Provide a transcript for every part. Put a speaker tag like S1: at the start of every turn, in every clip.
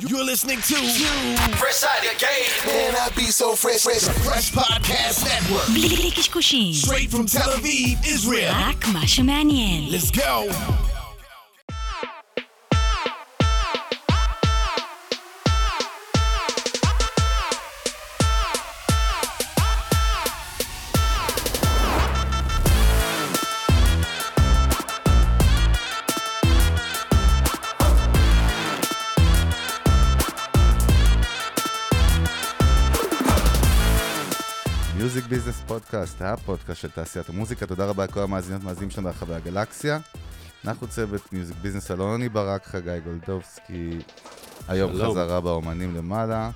S1: You're listening to Fresh Out of Game.
S2: Man, I be so fresh, fresh,
S1: Fresh Podcast Network.
S3: בלי בלי קשקושים,
S1: Straight from Tel Aviv, Israel.
S3: רק מה שמעניין.
S1: Let's go.
S4: מיוזיק ביזנס פודקאסט, הפודקאסט של תעשיית המוזיקה. תודה רבה לכל המאזינות והמאזינים שלנו ברחבי הגלקסיה. אנחנו צוות מיוזיק ביזנס אלוני ברק, חגי גולדובסקי. היום
S5: שלום.
S4: חזרה באומנים למעלה.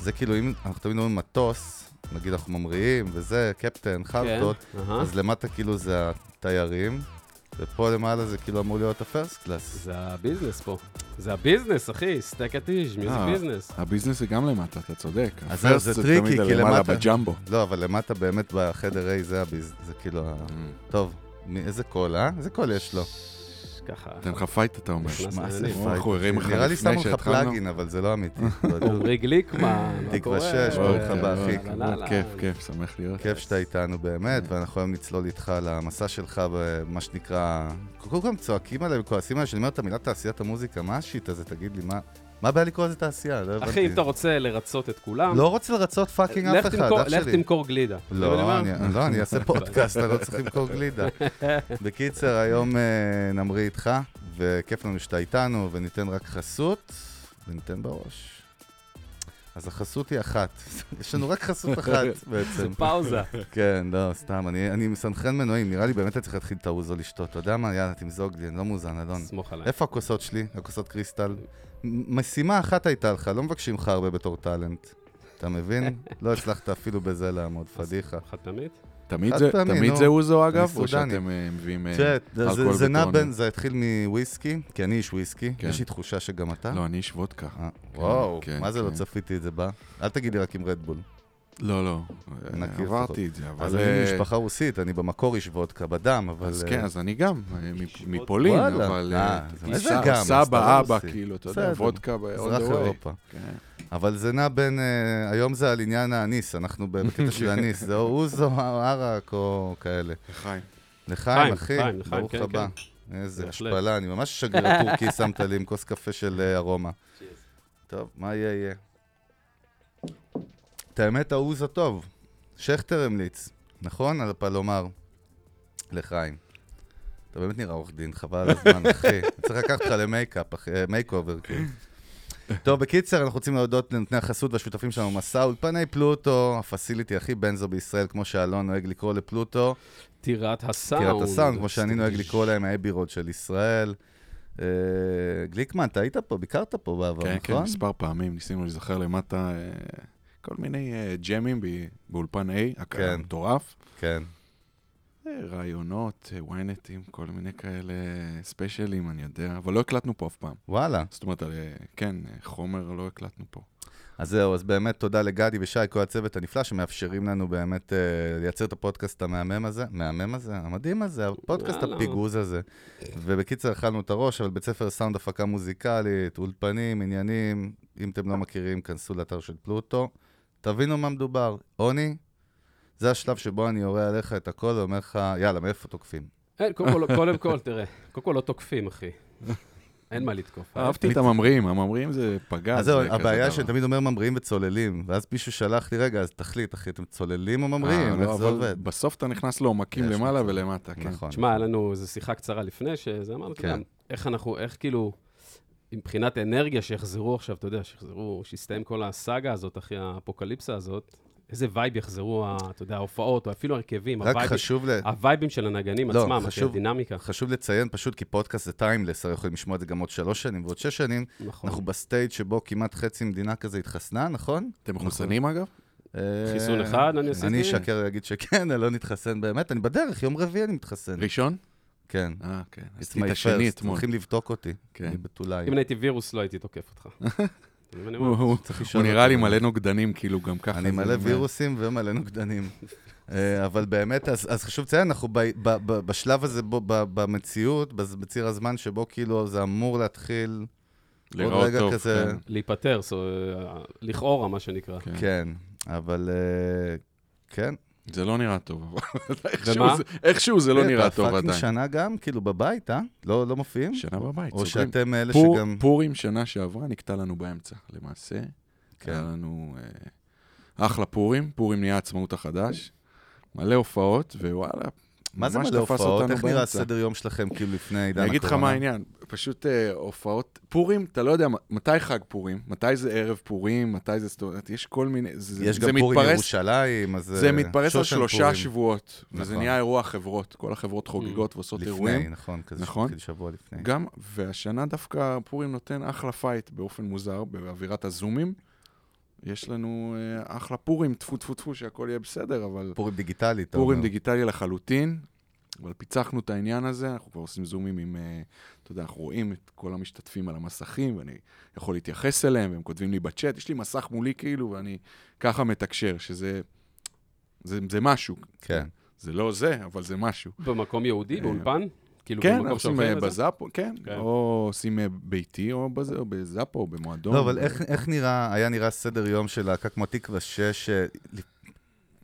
S4: זה כאילו, אם אנחנו תמיד אומרים מטוס, נגיד אנחנו ממריאים וזה, קפטן, חרטות,
S5: כן. אהה.
S4: אז למטה כאילו זה התיירים, ופה למעלה זה כאילו אמור להיות הפרסט קלאס.
S5: זה הביזנס פה. זה הביזנס, אחי, סטייק אטיש, מי זה
S6: אה,
S5: ביזנס?
S6: הביזנס זה גם למטה, אתה צודק.
S4: אז זהו,
S6: הפרסט
S4: זה
S6: זה
S4: טריקי,
S6: תמיד
S4: כי
S6: למעלה,
S4: למטה...
S6: בג'מבו.
S4: לא, אבל למטה באמת בחדר A זה הביז... זה כאילו ה...
S5: Mm.
S4: טוב, מי- איזה קול, אה? איזה קול יש לו?
S5: ככה.
S6: תן לך פייט, אתה אומר.
S5: נכנס
S4: מה זה
S5: לעניינים.
S4: פייט?
S6: אנחנו הראים לך
S4: נראה לי
S6: לפני
S4: שמו לך
S6: שהתחלנו.
S4: פלאגין, אבל זה לא אמיתי. לא יודע.
S5: עמרי גליק, מה מה
S4: תקווה
S5: קורה?
S4: שש,
S6: וואו,
S4: ברוך
S5: אה,
S4: הבא,
S6: כן,
S4: אחי.
S6: וואו,
S5: לא, לא, לא.
S6: כיף, כיף, שמח להיות.
S4: כיף שאתה איתנו באמת, ואנחנו היום נצלול איתך למסע שלך במה שנקרא... קודם כל הם צועקים עליי וכועסים עליי, שאני אומר את המילה תעשיית המוזיקה, מה השיט הזה? תגיד לי, מה... מה הבעיה לקרוא לזה תעשייה? לא הבנתי.
S5: אחי, אם אתה רוצה לרצות את כולם,
S4: לא רוצה לרצות פאקינג
S5: לך
S4: אף אחד,
S5: תמכור-
S4: אח
S5: לך
S4: שלי.
S5: תמכור גלידה. אתה מבין
S4: לא,
S5: מה?
S4: אני- לא, אני אעשה פודקאסט, אתה לא צריך למכור גלידה. בקיצר, היום אה, נמריא איתך, וכיף לנו שאתה איתנו, וניתן רק חסות, וניתן בראש. אז החסות היא אחת. יש לנו רק חסות אחת
S5: זה
S4: בעצם.
S5: פאוזה.
S4: כן, לא, סתם, אני אני מסנכרן מנועים, נראה לי באמת אני צריך להתחיל את האוזו לשתות. אתה יודע מה? יאללה, תמזוג לי, אני לא מאוזן, אלון.
S5: סמוך עליי.
S4: איפה הכוסות שלי? הכוסות קריסטל? מ- משימה אחת הייתה לך, לא מבקשים לך הרבה בתור טאלנט. אתה מבין? לא הצלחת אפילו בזה לעמוד, פדיחה.
S5: חד פעמית?
S6: תמיד
S4: חד
S6: זה-
S4: פעמי,
S6: תמיד
S4: נו.
S6: זה אוזו, אגב?
S4: אני
S6: או
S4: סודני.
S6: שאתם אה, מביאים אה,
S4: תראה, זה-
S6: אלכוהול
S4: זה נע
S6: בטונים?
S4: בין, זה התחיל מוויסקי, כי אני איש וויסקי,
S6: כן.
S4: יש לי תחושה שגם אתה.
S6: לא, אני איש וודקה.
S4: אה, וואו,
S6: כן,
S4: מה זה
S6: כן.
S4: לא צפיתי את זה בא? אל תגיד לי רק עם רדבול.
S6: לא, לא.
S4: נקי
S6: עברתי את זה, אבל...
S4: אז
S6: אה,
S4: אני ממשפחה רוסית, אני במקור איש וודקה, בדם, אבל...
S6: אז
S4: אה,
S6: כן, אז אני גם, אה, מ- מפולין,
S4: וואלה.
S6: אבל...
S4: אה, זה-
S6: אה,
S4: זה
S6: סבא,
S4: גם, אז אתה
S6: סבא,
S4: לא
S6: אבא,
S4: רוסי.
S6: כאילו, אתה יודע,
S4: בסדר.
S6: וודקה ב- all
S4: אזרח
S6: the way.
S4: אירופה.
S6: כן.
S4: אבל זה נע בין, אה, היום זה על עניין האניס, אנחנו בקטע
S6: כן.
S4: של האניס, זה או אוזו או ערק או כאלה.
S6: לחיים.
S4: לחיים,
S5: לחיים,
S4: אחי,
S5: לחיים, לחיים,
S4: ברוך
S5: כן,
S4: הבא. איזה
S5: בהחלט.
S4: השפלה, אני ממש שגריר הטורקי שמת לי עם כוס קפה של אה, ארומה. טוב, מה יהיה יהיה. את האמת, ההוא זה טוב. שכטר המליץ, נכון? על פלומר. לחיים. אתה באמת נראה עורך דין, חבל על הזמן, אחי. צריך לקחת אותך למייקאפ, אחי, אה, מייק-אובר, כאילו. טוב, בקיצר, אנחנו רוצים להודות לנותני החסות והשותפים שלנו במסע, אולפני פלוטו, הפסיליטי הכי בנזו בישראל, כמו שאלון נוהג לקרוא לפלוטו.
S5: טירת הסאונד.
S4: טירת הסאונד, כמו שאני נוהג לקרוא להם, האבי רוד של ישראל. אה, גליקמן, אתה היית פה, ביקרת פה בעבר,
S6: כן, כן,
S4: נכון?
S6: מספר פעמים ניסינו להיזכר למטה אה, כל מיני אה, ג'מים ב- באולפן A, הק-
S4: כן.
S6: המטורף.
S4: כן.
S6: אה, רעיונות, אה, ynet-ים, כל מיני כאלה ספיישלים, אני יודע, אבל לא הקלטנו פה אף פעם.
S4: וואלה.
S6: זאת אומרת, על, אה, כן, אה, חומר לא הקלטנו פה.
S4: אז זהו, אז באמת תודה לגדי ושי, כל הצוות הנפלא, שמאפשרים לנו באמת אה, לייצר את הפודקאסט המהמם הזה, מהמם הזה, המדהים הזה, הפודקאסט
S5: וואלה.
S4: הפיגוז הזה. ובקיצר, אכלנו את הראש, אבל בית ספר סאונד הפקה מוזיקלית, אולפנים, עניינים, אם אתם לא מכירים, כנסו לאתר של פלוטו, תבינו מה מדובר. עוני, זה השלב שבו אני יורה עליך את הכל ואומר לך, יאללה, מאיפה תוקפים?
S5: אין, אה, קודם כל- קודם כל, תראה, קודם כל לא תוקפים, אחי. אין מה לתקוף. אה?
S6: אהבתי את הממריאים, הממריאים זה פגז.
S4: אז אה, זהו,
S6: זה כזה
S4: הבעיה
S6: דבר.
S4: שאני תמיד אומר ממריאים וצוללים, ואז מישהו שלח לי, רגע, אז תחליט, אחי, אתם צוללים או
S6: אה,
S4: ממריאים?
S6: לא,
S4: איך זה
S6: אבל
S4: עובד?
S6: בסוף אתה נכנס לעומקים
S4: יש
S6: למעלה
S4: מצב.
S6: ולמטה, כן.
S4: נכון.
S5: תשמע, היה לנו איזו שיחה קצרה לפני, שזה אמרנו, אתה
S4: כן.
S5: יודע, איך אנחנו, איך כאילו, מבחינת אנרגיה, שיחזרו עכשיו, אתה יודע, שיחזרו, שיסתיים כל הסאגה הזאת, אחי, האפוקליפסה הזאת, איזה וייב יחזרו, ה- אתה יודע, ההופעות, או אפילו הרכבים,
S4: רק
S5: הווייבים-
S4: חשוב ל-
S5: הווייבים של הנגנים
S4: לא,
S5: עצמם, אחי,
S4: חשוב-
S5: הדינמיקה.
S4: חשוב לציין פשוט, כי פודקאסט זה טיימלס, הרי יכולים לשמוע את זה גם עוד שלוש שנים ועוד שש שנים.
S5: נכון.
S4: אנחנו בסטייג' שבו כמעט חצי מדינה כזה התחסנה, נכון?
S6: אתם מחוסנים אגב?
S4: אה,
S5: חיסון אחד, אני עשיתי.
S4: אני אשקר ואגיד שכן, אני לא נתחסן באמת, אני בדרך, יום רביעי אני מתחסן.
S6: ראשון?
S4: כן.
S6: אה, כן.
S4: It's
S6: עשיתי
S4: my
S6: את השני
S4: first.
S6: אתמול.
S4: הולכים לבדוק אותי.
S6: כן.
S4: אני בתוליים.
S5: אם אני הייתי וירוס, לא הייתי תוקף אותך. אתה מבין מה אני אומר?
S6: הוא- הוא
S4: לשאול
S6: הוא נראה
S4: אותו.
S6: לי מלא נוגדנים, כאילו, גם ככה.
S4: אני
S6: זה
S4: מלא
S6: באמת.
S4: וירוסים ומלא נוגדנים. אה, אבל באמת, אז, אז חשוב לציין, אנחנו ב, ב, ב, בשלב הזה בו, ב, במציאות, בז- בציר הזמן שבו כאילו זה אמור להתחיל
S6: לראות
S4: רגע
S6: טוב,
S4: כזה-
S6: כן.
S5: להיפטר, so, אה, לכאורה, מה שנקרא.
S6: כן.
S4: כן, אבל אה, כן.
S6: זה לא נראה טוב, אבל איכשהו
S5: ומה?
S6: זה- איכשהו זה לא
S4: כן,
S6: נראה
S4: אתה
S6: טוב
S4: פאקינג
S6: עדיין.
S4: שנה גם, כאילו, בבית, אה? לא לא מופיעים?
S6: שנה בבית,
S4: או
S6: סוגרים.
S4: שאתם אלה
S6: פור-
S4: שגם...
S6: פורים שנה שעברה נקטע לנו באמצע, למעשה. כן. היה לנו אה, אחלה פורים, פורים נהיה העצמאות החדש. מלא הופעות, ווואלה,
S4: מה זה
S6: ממש
S4: מלא
S6: תפס
S4: הופעות?
S6: אותנו
S4: איך נראה
S6: באמצע.
S4: הסדר יום שלכם כאילו לפני עידן הקורונה?
S6: אני אגיד לך מה העניין, פשוט אה, הופעות, פורים, אתה לא יודע מ- מתי חג פורים, מתי זה ערב פורים, מתי זה, זאת אומרת, יש כל מיני, זה,
S4: יש
S6: זה
S4: גם פורים
S6: מתפרס,
S4: ירושלים, אז...
S6: זה
S4: אה,
S6: מתפרס על
S4: שושן
S6: שלושה
S4: פורים.
S6: שבועות, וזה
S4: נכון. Mm.
S6: נהיה אירוע חברות, כל החברות חוגגות ועושות
S4: לפני,
S6: אירועים.
S4: נכון, כזה
S6: נכון.
S4: נכון? שבוע לפני.
S6: גם, והשנה דווקא פורים נותן אחלה פייט באופן מוזר, באווירת הזומים. יש לנו אה, אחלה פורים, טפו טפו טפו, שהכל יהיה בסדר, אבל
S4: פורים דיגיטלי, אתה
S6: פורים
S4: אומר.
S6: דיגיטלי לחלוטין, אבל פיצחנו את העניין הזה, אנחנו כבר עושים זומים עם, אה, אתה יודע, אנחנו רואים את כל המשתתפים על המסכים, ואני יכול להתייחס אליהם, והם כותבים לי בצ'אט, יש לי מסך מולי כאילו, ואני ככה מתקשר, שזה זה, זה משהו.
S4: כן.
S6: זה לא זה, אבל זה משהו.
S5: במקום יהודי,
S6: אה,
S5: באולפן? כאילו,
S6: כן,
S5: במקום
S6: אנחנו עושים
S5: שעושים
S6: אה,
S5: את זה?
S6: בזאפו, כן,
S5: כן.
S6: או עושים אה, ביתי, או בזה- או בזאפו, או במועדון.
S4: לא, אבל איך- איך נראה, היה נראה סדר יום של להקה כמו התקווה 6, אה, ל-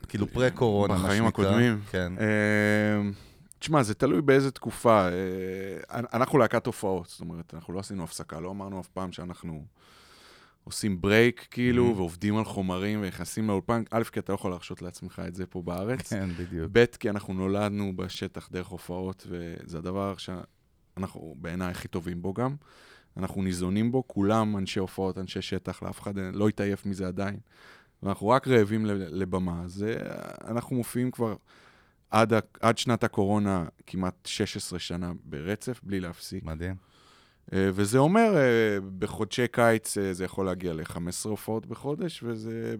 S4: כאילו פרה-קורונה, מה שנקרא.
S6: בחיים הקודמים.
S4: כן.
S6: אמ, תשמע, זה תלוי באיזה תקופה. אה, אנחנו להקת הופעות, זאת אומרת, אנחנו לא עשינו הפסקה, לא אמרנו אף פעם שאנחנו עושים ברייק, כאילו, ועובדים על חומרים ונכנסים לאולפן. א', כי אתה לא יכול להרשות לעצמך את זה פה בארץ.
S4: כן, בדיוק.
S6: ב', כי אנחנו נולדנו בשטח דרך הופעות, וזה הדבר שאנחנו בעיניי הכי טובים בו גם. אנחנו ניזונים בו, כולם אנשי הופעות, אנשי שטח, לאף אחד אין- לא התעייף מזה עדיין. ואנחנו רק רעבים ל- לבמה. זה, אנחנו מופיעים כבר עד, ה- עד שנת הקורונה כמעט 16 שנה ברצף, בלי להפסיק.
S4: מדהים.
S6: אה, וזה אומר, אה, בחודשי קיץ אה, זה יכול להגיע ל-15 הופעות בחודש, וזה...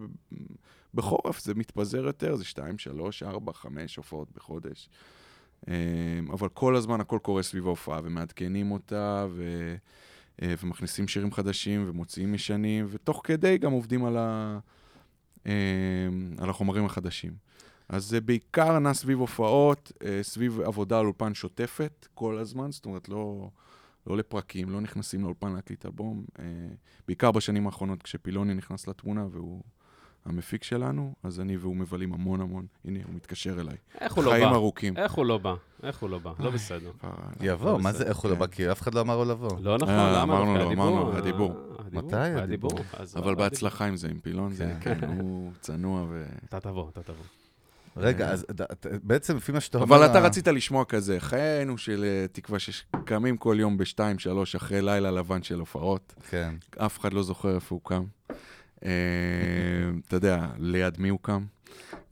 S6: בחורף זה מתפזר יותר, זה 2, 3, 4, 5 הופעות בחודש. אה, אבל כל הזמן הכל קורה סביב ההופעה, ומעדכנים אותה, ו... אה, ומכניסים שירים חדשים, ומוציאים ישנים, ותוך כדי גם עובדים על, ה... אה, על החומרים החדשים. אז זה בעיקר נע סביב הופעות, אה, סביב עבודה על אולפן שוטפת כל הזמן, זאת אומרת, לא... לא לפרקים, לא נכנסים לאולפן להקליט אלבום. אה, בעיקר בשנים האחרונות, כשפילוני נכנס לתמונה והוא המפיק שלנו, אז אני והוא מבלים המון המון. הנה, הוא מתקשר אליי.
S5: איך הוא לא
S6: חיים
S5: בא?
S6: ארוכים.
S5: איך הוא לא בא? איך הוא לא בא? לא בסדר.
S6: אה,
S4: יבוא, מה זה,
S5: בסדר,
S4: איך הוא לא
S6: כן.
S4: בא? כי אף אחד לא אמר לו לבוא.
S5: לא נכון,
S6: אה,
S5: למה?
S6: אמרנו
S5: דווקא
S6: לו, אמרנו, הדיבור.
S5: אה,
S4: מתי הדיבור?
S5: אז-
S6: אבל בהצלחה עם זה, עם פילון, זה
S4: כן.
S6: כן, הוא צנוע ו...
S5: אתה תבוא, אתה תבוא.
S4: רגע, אז ד- ת- בעצם לפי מה שאתה אומר...
S6: אבל אתה
S4: ה-
S6: רצית לשמוע כזה, חיינו של אה, תקווה שקמים כל יום בשתיים, שלוש, אחרי לילה לבן של הופעות.
S4: כן.
S6: אף אחד לא זוכר איפה הוא קם. אה, אתה יודע, ליד מי הוא קם.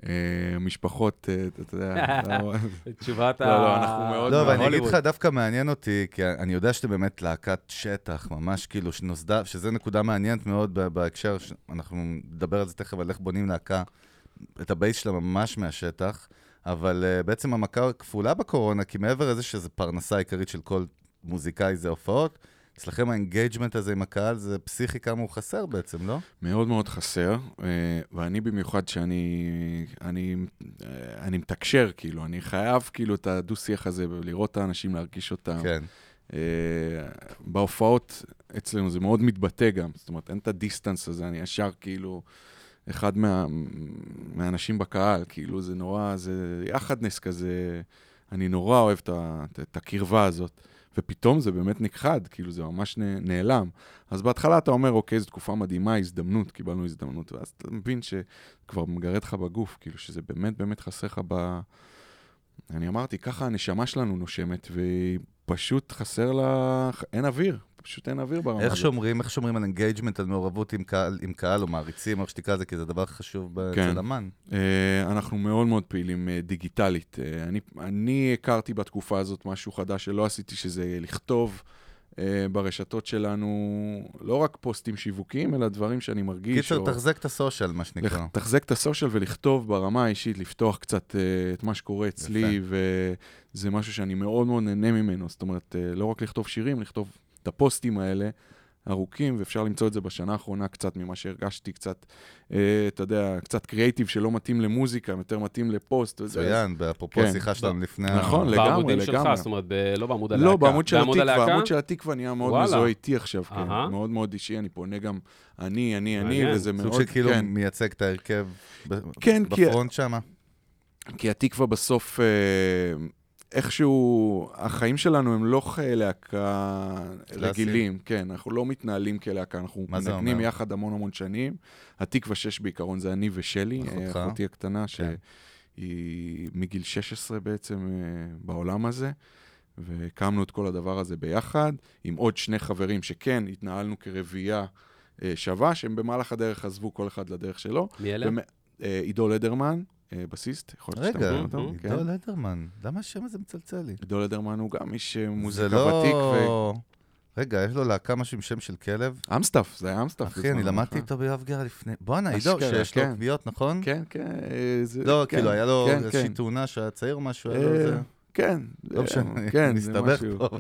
S6: אה, משפחות, אה, אתה- אתה יודע, לא-
S5: תשובת ה...
S6: לא, לא, אנחנו מאוד
S4: לא,
S6: מאוד-
S4: אבל אני אגיד
S6: הוליווד.
S4: לך, דווקא מעניין אותי, כי אני יודע שאתם באמת להקת שטח, ממש כאילו, שנוסדה, שזה נקודה מעניינת מאוד ב- בהקשר, ש- אנחנו נדבר על זה תכף, על איך בונים להקה, את הבייס שלה ממש מהשטח, אבל אה, בעצם המכה כפולה בקורונה, כי מעבר לזה שזו פרנסה עיקרית של כל מוזיקאי זה הופעות, אצלכם האינגייג'מנט הזה עם הקהל זה פסיכי כמה הוא חסר בעצם, לא?
S6: מאוד מאוד חסר, אה, ואני במיוחד שאני אני, אה, אני מתקשר, כאילו, אני חייב כאילו את הדו-שיח הזה, לראות את האנשים, להרגיש אותם.
S4: כן.
S6: אה, בהופעות אצלנו זה מאוד מתבטא גם, זאת אומרת, אין את הדיסטנס הזה, אני ישר כאילו אחד מה, מהאנשים בקהל, כאילו, זה נורא, זה יחדנס כזה, אני נורא אוהב את, ה- את, את הקרבה הזאת. ופתאום זה באמת נכחד, כאילו זה ממש נ- נעלם. אז בהתחלה אתה אומר, אוקיי, זו תקופה מדהימה, הזדמנות, קיבלנו הזדמנות, ואז אתה מבין שכבר מגרד לך בגוף, כאילו שזה באמת באמת חסר לך ב... אני אמרתי, ככה הנשמה שלנו נושמת, והיא פשוט חסר לה... אין אוויר, פשוט אין אוויר ברמה
S4: איך שומרים, איך שומרים על אינגייג'מנט, על מעורבות עם קהל, עם קהל או מעריצים, איך שתקרא לזה, כי זה דבר חשוב ב-
S6: כן.
S4: אצל אמן.
S6: אה, אנחנו מאוד מאוד פעילים אה, דיגיטלית. אה, אני, אני הכרתי בתקופה הזאת משהו חדש שלא עשיתי, שזה לכתוב אה, ברשתות שלנו לא רק פוסטים שיווקיים, אלא דברים שאני מרגיש.
S4: קיצר, תחזק את הסושיאל, מה
S6: לח-
S4: שנקרא.
S6: תחזק את הסושיאל ולכתוב ברמה האישית, לפתוח קצת אה, את מה שקורה אצלי, וזה משהו שאני מאוד מאוד נהנה ממנו. זאת אומרת, אה, לא רק לכתוב שירים, לכתוב את הפוסטים האלה. ארוכים, ואפשר למצוא את זה בשנה האחרונה קצת ממה שהרגשתי, קצת, אה, אתה יודע, קצת קריאיטיב שלא מתאים למוזיקה, יותר מתאים לפוסט. וזה.
S4: מצוין, באפרופו
S6: כן.
S4: השיחה שלנו לפני... ה-
S6: נכון, לגמרי,
S5: בעמודים שלך,
S6: לגמרי.
S5: זאת אומרת, ב- לא בעמוד הלהקה.
S6: לא, בעמוד של
S5: בעמוד
S6: התקווה,
S5: הלהקה?
S6: העמוד של התקווה נהיה מאוד
S5: וואלה.
S6: מזוהה איתי עכשיו, כן.
S5: אהה.
S6: מאוד מאוד אישי, אני פונה גם אני, אני, אני,
S5: מעניין.
S6: וזה
S4: סוג כאילו
S6: מאוד,
S4: שכאילו
S6: כן.
S4: מייצג את ההרכב ב-
S6: כן, כי-
S4: בפרונט שמה.
S6: כי התקווה בסוף, אה, איכשהו, החיים שלנו הם לא חיי להקה רגילים, כן, אנחנו לא מתנהלים כלהקה, אנחנו
S4: מה זה
S6: מנגנים
S4: אומר?
S6: יחד המון המון שנים. התקווה 6 בעיקרון זה אני ושלי, אה,
S4: אחותך.
S6: אחותי הקטנה,
S4: כן.
S6: שהיא מגיל 16 בעצם אה, בעולם הזה. והקמנו את כל הדבר הזה ביחד, עם עוד שני חברים שכן התנהלנו כרביעייה אה, שווה, שהם במהלך הדרך עזבו כל אחד לדרך שלו.
S5: מי אלה?
S6: ומ- אה, עידו לדרמן, אה, בסיסט, יכול להיות שאתה
S4: רגע,
S6: מכיר אותו. כן.
S4: עידו לדרמן, למה השם הזה מצלצל לי?
S6: עידו לדרמן הוא גם איש אה,
S4: זה
S6: מוזיקה
S4: לא...
S6: ותיק. ו-
S4: רגע, יש לו להקה משהו עם שם של כלב?
S6: אמסטף, זה היה אמסטף.
S4: אחי,
S6: בזמנו,
S4: אני למדתי
S6: נכון?
S4: איתו ביואב גר לפני... בואנה, עידו,
S6: אשכרה,
S4: שיש לו
S6: כן.
S4: כוויות, נכון?
S6: כן, כן. אה, זה-
S4: לא,
S6: כן,
S4: כאילו, היה לו
S6: כן,
S4: איזושהי
S6: כן.
S4: תאונה שהיה צעיר או משהו, היה
S6: אה,
S4: לו איזה...
S6: כן,
S4: לא
S6: אה,
S4: משנה,
S6: כן, זה
S4: נסתבך
S6: משהו.
S4: פה.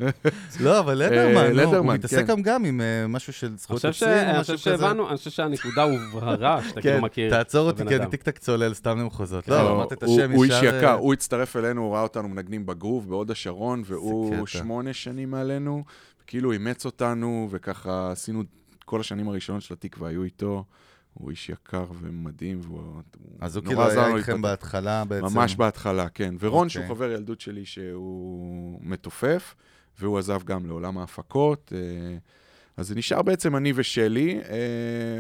S4: לא, אבל לדרמן, נו, הוא
S6: לדרמן,
S4: מתעסק
S6: כן.
S4: גם גם עם אה, משהו של
S5: אני
S4: זכויות
S5: חושב ש-
S4: יוצרים,
S5: אני
S4: משהו
S5: חושב
S4: כזה.
S5: שהבנו, אני חושב שהנקודה הובררה,
S4: כן,
S5: שאתה כאילו מכיר.
S4: תעצור
S5: את
S4: אותי,
S5: הבן
S4: כי אני
S5: אדם.
S4: טיקטק צולל סתם למחוזות.
S6: כן,
S4: לא,
S6: הוא-
S4: אמרת את
S6: הוא-
S4: השם ישר...
S6: הוא איש
S4: אה,
S6: יקר, הוא הצטרף אלינו, הוא ראה אותנו מנגנים בגרוב בהוד השרון, והוא
S4: קטע.
S6: שמונה שנים מעלינו, כאילו אימץ אותנו, וככה עשינו, כל השנים הראשונות של התקווה היו איתו. הוא איש יקר ומדהים, והוא הוא
S4: אז הוא
S6: נורא
S4: כאילו
S6: עזר
S4: היה
S6: לנו
S4: איתכם
S6: להתפתח.
S4: בהתחלה בעצם.
S6: ממש בהתחלה, כן. ורון, שהוא
S4: אוקיי.
S6: חבר ילדות שלי, שהוא מתופף, והוא עזב גם לעולם ההפקות. אה, אז זה נשאר בעצם אני ושלי, אה,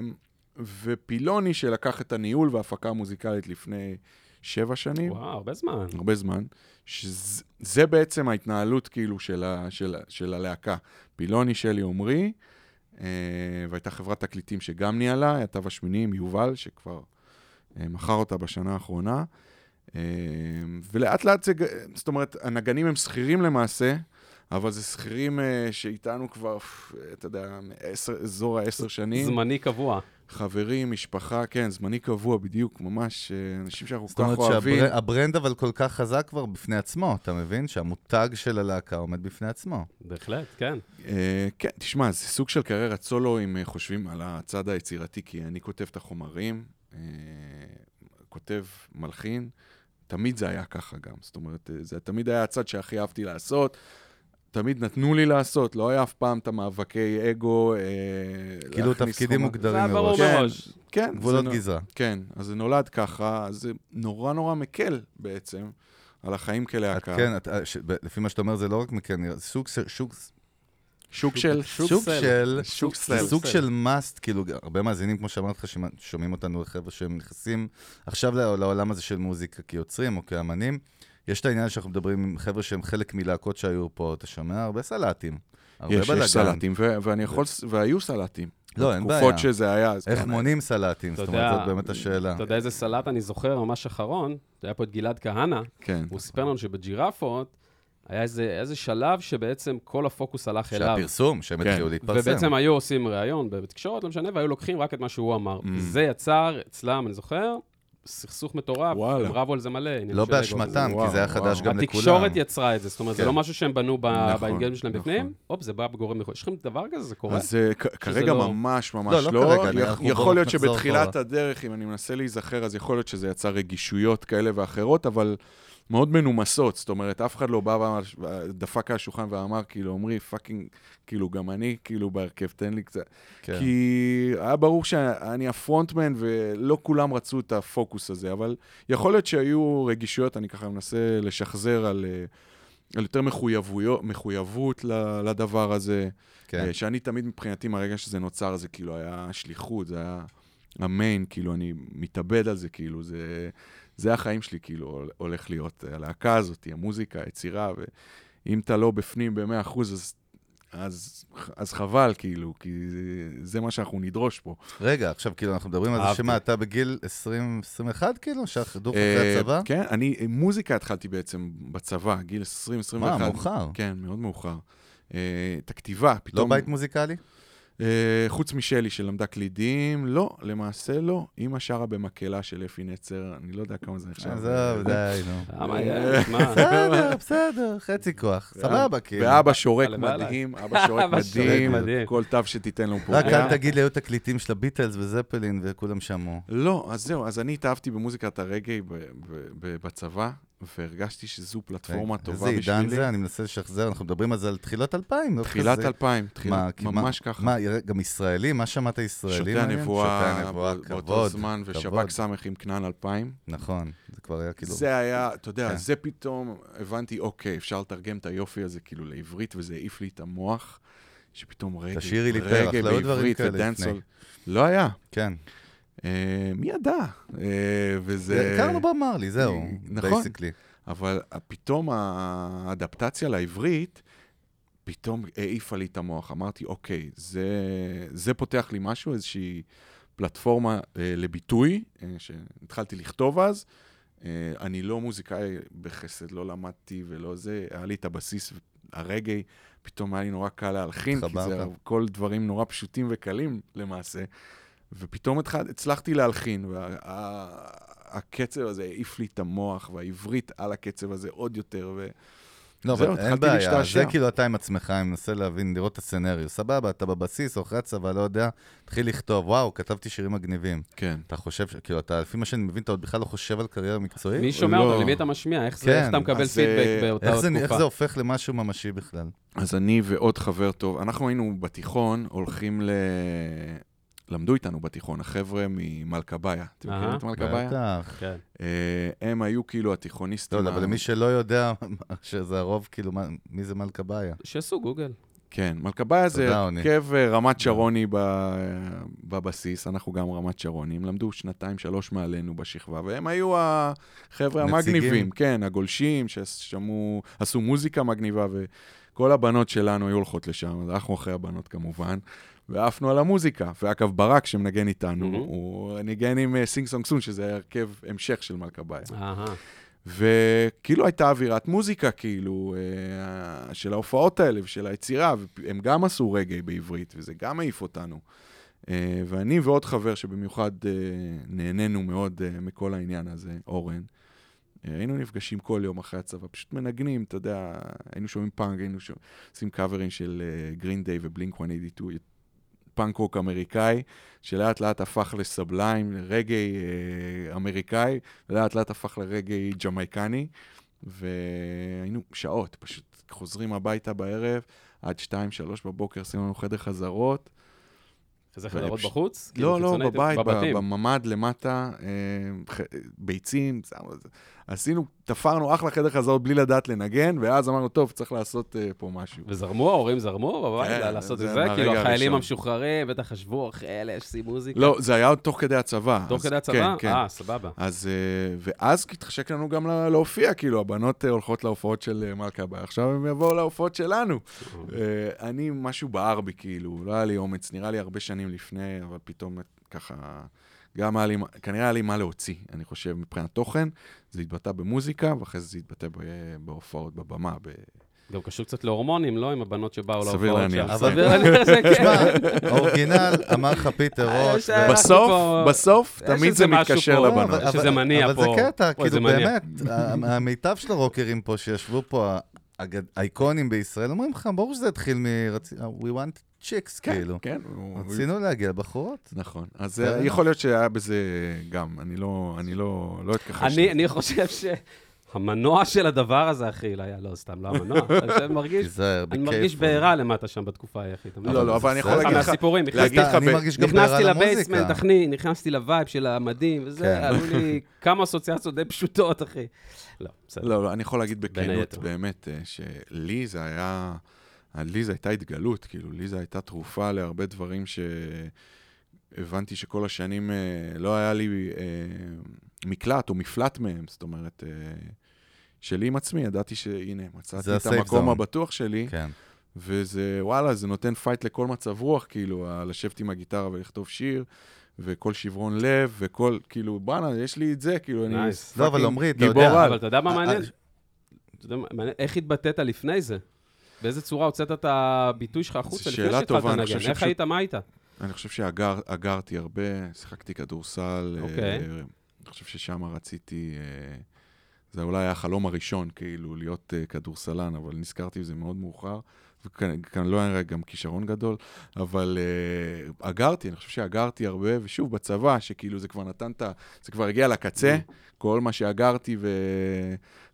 S6: ופילוני שלקח את הניהול וההפקה המוזיקלית לפני שבע שנים,
S5: וואו, הרבה זמן.
S6: הרבה זמן, שזה בעצם ההתנהלות כאילו של, ה, של, ה- של הלהקה. פילוני, שלי, עמרי, אה, והייתה חברת תקליטים שגם ניהלה, היה תו השמיני עם יובל, שכבר אה, מכר אותה בשנה האחרונה. אה, ולאט לאט זה, ג- זאת אומרת, הנגנים הם שכירים למעשה, אבל זה שכירים אה, שאיתנו כבר, פ, אתה יודע, עשר, אזור העשר שנים.
S5: זמני קבוע.
S6: חברים, משפחה, כן, זמני קבוע בדיוק, ממש אה, אנשים שאנחנו
S4: זאת
S6: כל כך
S4: אומרת
S6: אוהבים.
S4: שהברנד אבל כל כך חזק כבר בפני עצמו, אתה מבין? שהמותג של הלהקה עומד בפני עצמו.
S5: בהחלט, כן.
S6: אה, כן, תשמע, זה סוג של קריירת סולו, אם אה, חושבים על הצד היצירתי, כי אני כותב את החומרים, אה, כותב, מלחין, תמיד זה היה ככה גם. זאת אומרת, אה, זה תמיד היה הצד שהכי אהבתי לעשות, תמיד נתנו לי לעשות, לא היה אף פעם את המאבקי אגו. אה,
S4: כאילו
S6: להכניס
S4: תפקידים
S6: חומר-
S5: זה
S4: מוגדרים
S5: היה ברור
S4: מראש.
S6: כן,
S5: מראש.
S6: כן, זה
S4: גבולות
S6: נ-
S4: גזרה.
S6: כן, אז זה נולד ככה, אז זה נורא נורא מקל בעצם על החיים
S4: את
S6: כלהקה.
S4: כן, את- ש- ב- לפי מה שאתה אומר, זה לא רק מכן, נראה- סוג של... שוק-
S6: שוק של...
S4: שוק
S5: סל.
S4: של...
S6: שוק
S4: זה
S6: סל.
S4: סוג של מאסט, כאילו, הרבה מאזינים, כמו שאמרתי לך, שמע- שומעים אותנו לחבר'ה שהם נכנסים עכשיו לע- לעולם הזה של מוזיקה כיוצרים או כאמנים. יש את העניין שאנחנו מדברים עם חבר'ה שהם חלק מלהקות שהיו פה, אתה שומע? הרבה סלטים. הרבה
S6: יש,
S4: בלאגן.
S6: יש סלטים, ו- ואני יכול, ס- והיו סלטים.
S4: לא, אין בעיה.
S6: תקופות שזה היה, אז
S4: איך
S6: כן,
S4: מונים סלטים?
S5: אתה
S4: זאת אומרת,
S5: יודע-
S4: זאת באמת השאלה.
S5: אתה יודע איזה סלט אני זוכר, ממש אחרון, היה פה את גלעד כהנא,
S6: כן.
S5: הוא סיפר לנו שבג'ירפות היה איזה, איזה שלב שבעצם כל הפוקוס הלך אליו.
S4: שהפרסום, שהם
S6: כן.
S4: התחילו להתפרסם.
S5: ובעצם היו עושים ראיון בתקשורת, לא משנה, והיו לוקחים רק את מה שהוא אמר.
S6: Mm.
S5: זה יצר אצלם, אני זוכר, סכסוך מטורף,
S6: וואלה.
S5: הם רבו על זה מלא. עניינים
S4: לא
S5: של אגו.
S4: באשמתם, כי
S6: וואו,
S4: זה היה חדש
S6: וואו.
S4: גם לכולם.
S5: התקשורת יצרה את זה, זאת אומרת, זה
S4: כן.
S5: לא משהו שהם בנו ב-
S6: נכון,
S5: באינגלגים שלהם
S6: נכון.
S5: בפנים, הופ, זה בא בגורם מחוץ. יש לכם דבר כזה, זה קורה?
S6: אז אה, כ- כרגע
S5: לא-
S6: ממש ממש
S4: לא,
S6: לא.
S4: לא כרגע, אני-
S6: יכ-
S4: אנחנו בואו
S6: יכול להיות
S4: נחזור
S6: שבתחילת
S4: אחורה.
S6: הדרך, אם אני מנסה להיזכר, אז יכול להיות שזה יצר רגישויות כאלה ואחרות, אבל מאוד מנומסות. זאת אומרת, אף אחד לא בא ואמר, ש- דפק על השולחן ואמר, כאילו, עמרי, פאקינג, כאילו, גם אני, כאילו, בהרכב, תן לי קצת.
S4: כן.
S6: כי היה ברור שאני הפרונטמן ולא כולם רצו את הפוקוס הזה, אבל יכול להיות שהיו רגישויות, אני ככה מנסה לשחזר על, אה, על יותר מחויבויות, מחויבות ל- לדבר הזה,
S4: כן.
S6: אה, שאני תמיד מבחינתי, מהרגע שזה נוצר, זה כאילו היה שליחות, זה היה המיין, כאילו, אני מתאבד על זה, כאילו, זה, זה החיים שלי, כאילו, הולך להיות הלהקה הזאת, המוזיקה, היצירה, ואם אתה לא בפנים ב-100%, אז אז, אז חבל, כאילו, כי זה, זה מה שאנחנו נדרוש פה.
S4: רגע, עכשיו כאילו אנחנו מדברים על זה
S5: אהבתי.
S4: שמה, אתה בגיל 20-21 כאילו, שהחדוך אחרי
S6: אה,
S4: הצבא?
S6: כן, אני מוזיקה התחלתי בעצם בצבא, גיל 20-21.
S4: מה, מאוחר.
S6: כן, מאוד מאוחר. אה, את הכתיבה,
S4: לא
S6: פתאום...
S4: בית מוזיקלי?
S6: אה, חוץ משלי שלמדה קלידים, לא, למעשה לא. אימא שרה במקהלה של אפי נצר, אני לא יודע כמה זה נחשב. כן.
S4: עזוב, די, נו.
S5: למה, יאללה, שמע,
S4: אה, בסדר, בסדר, חצי כוח,
S6: אה,
S4: סבבה, כאילו.
S6: ואבא שורק
S5: הלוואי עליי.
S6: מדהים, אבא שורק
S5: אבא שורק
S6: מדהים,
S5: מדהים.
S6: כל תו שתיתן לו פה.
S4: רק אל תגיד לי, היו תקליטים של הביטלס וזפלין וכולם שמעו.
S6: לא, אז זהו, אז אני התאהבתי במוזיקת הרגעי ב- ב- ב- בצבא, והרגשתי שזו פלטפורמה
S4: אוקיי?
S6: טובה בשבילי.
S4: איזה עידן זה, אני מנסה לשחזר, אנחנו מדברים על זה על תחילת 2000. לא
S6: תחילת
S4: כזה-
S6: 2000,
S4: מה,
S6: תחילת,
S4: כי מה-
S6: ממש ככה.
S4: מה, יראה, גם ישראלי? מה שמעת ישראלי?
S6: שוטי
S4: מעניין? שוטי
S6: הנבואה
S4: הנבואה,
S6: בא- באותו
S4: כבוד.
S6: זמן, ושב"כ
S4: כבוד.
S6: סמך עם כנען 2000.
S4: נכון, זה כבר היה כאילו...
S6: זה היה, אתה יודע,
S4: כן.
S6: זה פתאום, הבנתי, אוקיי, אפשר לתרגם את היופי הזה כאילו לעברית, וזה העיף לי את המוח, שפתאום רגע,
S4: תשאירי לי פרח,
S6: רגע
S4: לא היו דברים
S6: בעברית
S4: כאלה
S6: ודנסול.
S4: לפני.
S6: לא היה.
S4: כן.
S6: אה, מי ידע? אה, וזה...
S4: הכרנו בוב מרלי, זהו.
S6: נכון.
S4: basically.
S6: אבל פתאום האדפטציה לעברית, פתאום העיפה לי את המוח. אמרתי, אוקיי, זה, זה פותח לי משהו, איזושהי פלטפורמה אה, לביטוי, אה, שהתחלתי לכתוב אז. אה, אני לא מוזיקאי בחסד, לא למדתי ולא זה, היה לי את הבסיס, הרגעי, פתאום היה לי נורא קל להלחין, כי זה
S4: התחברת.
S6: כל דברים נורא פשוטים וקלים למעשה. ופתאום התחל, הצלחתי להלחין, והקצב הזה העיף לי את המוח, והעברית על הקצב הזה עוד יותר, ו...
S4: לא,
S6: זהו,
S4: אבל אין
S6: התחלתי
S4: בעיה,
S6: להשתעשע.
S4: זה כאילו אתה עם עצמך, אני מנסה להבין, לראות את הסצנריו. סבבה, אתה בבסיס, אוחרי הצבא, לא יודע, תתחיל לכתוב, וואו, כתבתי שירים מגניבים.
S6: כן.
S4: אתה חושב, ש- כאילו, אתה, לפי מה שאני מבין, אתה עוד בכלל לא חושב על קריירה מקצועית?
S5: מי שומע
S6: לא.
S5: אותו? למי אתה משמיע? איך זה-
S4: כן,
S5: איך אתה מקבל
S6: אז, אה,
S5: פידבק באותה
S4: איך זה, איך זה
S5: תקופה?
S4: הופך למשהו ממשי בכלל?
S6: אז אני ועוד חבר טוב, אנחנו היינו בתיכון, הולכים ל... למדו איתנו בתיכון, החבר'ה ממלכבאיה. אתם
S5: אהה.
S6: מכירים את מלכבאיה?
S4: בטח.
S5: כן.
S6: אה, הם היו כאילו התיכוניסטים.
S4: לא, אבל
S6: ה-
S4: למי שלא יודע, שזה הרוב, כאילו, מה- מי זה מלכה באיה?
S5: שיעשו גוגל.
S6: כן, מלכבאיה זה
S4: תודה, עוני. כן.
S6: הרכב אה, רמת שרוני ב- אה, בבסיס, אנחנו גם רמת שרונים, למדו שנתיים, שלוש מעלינו בשכבה, והם היו החבר'ה
S4: נציגים.
S6: המגניבים, כן, הגולשים, ששמעו, עשו מוזיקה מגניבה, וכל הבנות שלנו היו הולכות לשם, אז אנחנו אחרי הבנות כמובן, ועפנו על המוזיקה, ואגב ברק שמנגן איתנו,
S5: Mhm.
S6: הוא ניגן עם אה, סינג סונג סון, שזה הרכב המשך של מלכבאיה.
S5: אהה.
S6: וכאילו הייתה אווירת מוזיקה, כאילו, אה, של ההופעות האלה ושל היצירה, והם גם עשו רגעי בעברית, וזה גם העיף אותנו. אה, ואני ועוד חבר שבמיוחד אה, נהנינו מאוד אה, מכל העניין הזה, אורן, אה, היינו נפגשים כל יום אחרי הצבא, פשוט מנגנים, אתה יודע, היינו שומעים פאנק, היינו שומעים, עושים קאברים של גרין דיי ובלינק 182, פאנק רוק אמריקאי, שלאט לאט הפך לסבליים, לרגעי אה, אמריקאי, לאט לאט הפך לרגעי ג'מייקני, והיינו שעות, פשוט חוזרים הביתה בערב, עד 2-3 בבוקר עשינו לנו חדר חזרות.
S5: אחרי זה חברות
S6: פשוט-
S5: בחוץ? כאילו,
S6: לא, לא,
S5: חיצונית,
S6: בבית, ב-
S5: בבתים.
S6: בממ"ד למטה, אה, ח- ביצים, שמו את זה. עשינו, תפרנו אחלה חדר חזרות בלי לדעת לנגן, ואז אמרנו, טוב, צריך לעשות אה, פה משהו.
S5: וזרמו, ההורים זרמו בבית
S6: כן,
S5: לעשות
S6: זה
S5: את זה?
S6: מהרגע
S5: כאילו, החיילים
S6: הראשון.
S5: המשוחררים, בטח חשבו, אחי, אלה, יש לי מוזיקה.
S6: לא, זה היה עוד תוך כדי הצבא.
S5: כן. תוך
S6: אז-
S5: כדי
S6: כן,
S5: הצבא?
S6: כן.
S5: אה, סבבה.
S6: אז, אה, ואז התחשק לנו גם לה- להופיע, כאילו, הבנות אה, הולכות להופעות של אה, מלכה הבאה, עכשיו הם יבואו להופעות שלנו. אה, אני, משהו בער בי, כאילו, לא היה לי אומץ, נראה לי הרבה שנים לפני, אבל פתאום אה, ככה, גם היה לי, מה- כנראה היה לי מה להוציא, אני חושב, מבחינת תוכן. זה התבטא במוזיקה, ואחרי זה זה התבטא ב- בהופעות, בבמה, ב...
S5: גם קשור קצת להורמונים, לא? עם הבנות שבאו
S6: סביר
S5: להופעות.
S6: להניח.
S5: שם.
S4: אבל-
S5: סביר להניח, זה כן.
S4: תשמע, האורגינל אמר לך פיטר
S5: אה,
S4: רוש,
S5: יש,
S4: ו-
S5: אה, אנחנו
S6: בסוף,
S5: פה-
S6: בסוף,
S5: יש
S6: תמיד
S5: איזה
S6: זה
S5: משהו
S6: מתקשר
S5: פה.
S4: לא,
S6: לבנות.
S4: אבל-
S5: שזה מניע
S4: אבל
S5: פה.
S4: זה קטע,
S5: אוי, זה
S4: כאילו
S5: מניע.
S4: באמת, ה- המיטב של הרוקרים פה שישבו פה, האג- האייקונים בישראל, אומרים לך, ברור שזה התחיל מ... רצ- We want chicks,
S6: כן,
S4: כאילו.
S6: כן. הוא-
S4: רצינו להגיע לבחורות.
S6: נכון. אז
S4: בסדר.
S6: אה, יכול להיות שהיה בזה גם, אני לא, אני לא, לא אתכחש.
S5: אני-
S6: לזה.
S5: אני חושב שהמנוע של הדבר הזה, אחי, לא היה, לא, סתם, לא המנוע. אני חושב, מרגיש-
S4: תיזהר,
S5: אני
S4: בכיף.
S5: מרגיש בעירה למטה שם בתקופה ההיא, אחי. אתה מבין?
S6: לא, לא, אבל אני יכול
S5: אה,
S6: להגיד לך,
S5: מהסיפורים, בכלל.
S6: להגיד לך,
S4: אני
S6: ב-
S4: מרגיש גם בעירה
S5: נכנסתי
S4: למוזיקה.
S5: לבייסמנט, אחי, נכנסתי לווייב של המדים, וזה,
S4: כן.
S5: עלו לי כמה אסוציאציות די פשוטות, אחי. לא, בסדר.
S6: לא, לא, אני יכול להגיד בכנות,
S5: היתר.
S6: באמת, אה, שלי זה היה, לי זה הייתה התגלות, כאילו, לי זה הייתה תרופה להרבה דברים שהבנתי שכל השנים אה, לא היה לי אה, מקלט או מפלט מהם, זאת אומרת, אה, שלי עם עצמי, ידעתי שהנה, מצאתי
S4: זה
S6: את
S4: ה-safe
S6: המקום
S4: zone.
S6: הבטוח שלי.
S4: כן.
S6: וזה, וואלה, זה נותן פייט לכל מצב רוח, כאילו, ה- לשבת עם הגיטרה ולכתוב שיר, וכל שברון לב, וכל, כאילו, בואנה, יש לי את זה, כאילו, אני...
S5: Nice.
S4: לא, אבל
S6: fucking
S4: עמרי, אתה יודע-
S6: גיבור על.
S5: אבל אתה יודע מה
S4: אה,
S5: מעניין?
S4: אה,
S5: אתה יודע מה מעניין? איך התבטאת לפני זה? באיזה צורה הוצאת את הביטוי שלך החוצה לפני
S6: שאלה
S5: שהתחלת
S6: טובה, אני חושב
S5: לנגן? איך
S6: שפשוט-
S5: היית, מה היית?
S6: אני חושב שאגרתי הרבה, שיחקתי כדורסל.
S5: אוקיי.
S6: אה, אני חושב ששם רציתי... אה, זה אולי היה החלום הראשון, כאילו, להיות אה, כדורסלן, אבל נזכרתי בזה מאוד מאוחר. וכאן כאן לא היה גם כישרון גדול, אבל אה, אגרתי, אני חושב שאגרתי הרבה, ושוב, בצבא, שכאילו זה כבר נתן את ה... זה כבר הגיע לקצה,
S4: אוקיי.
S6: כל מה שאגרתי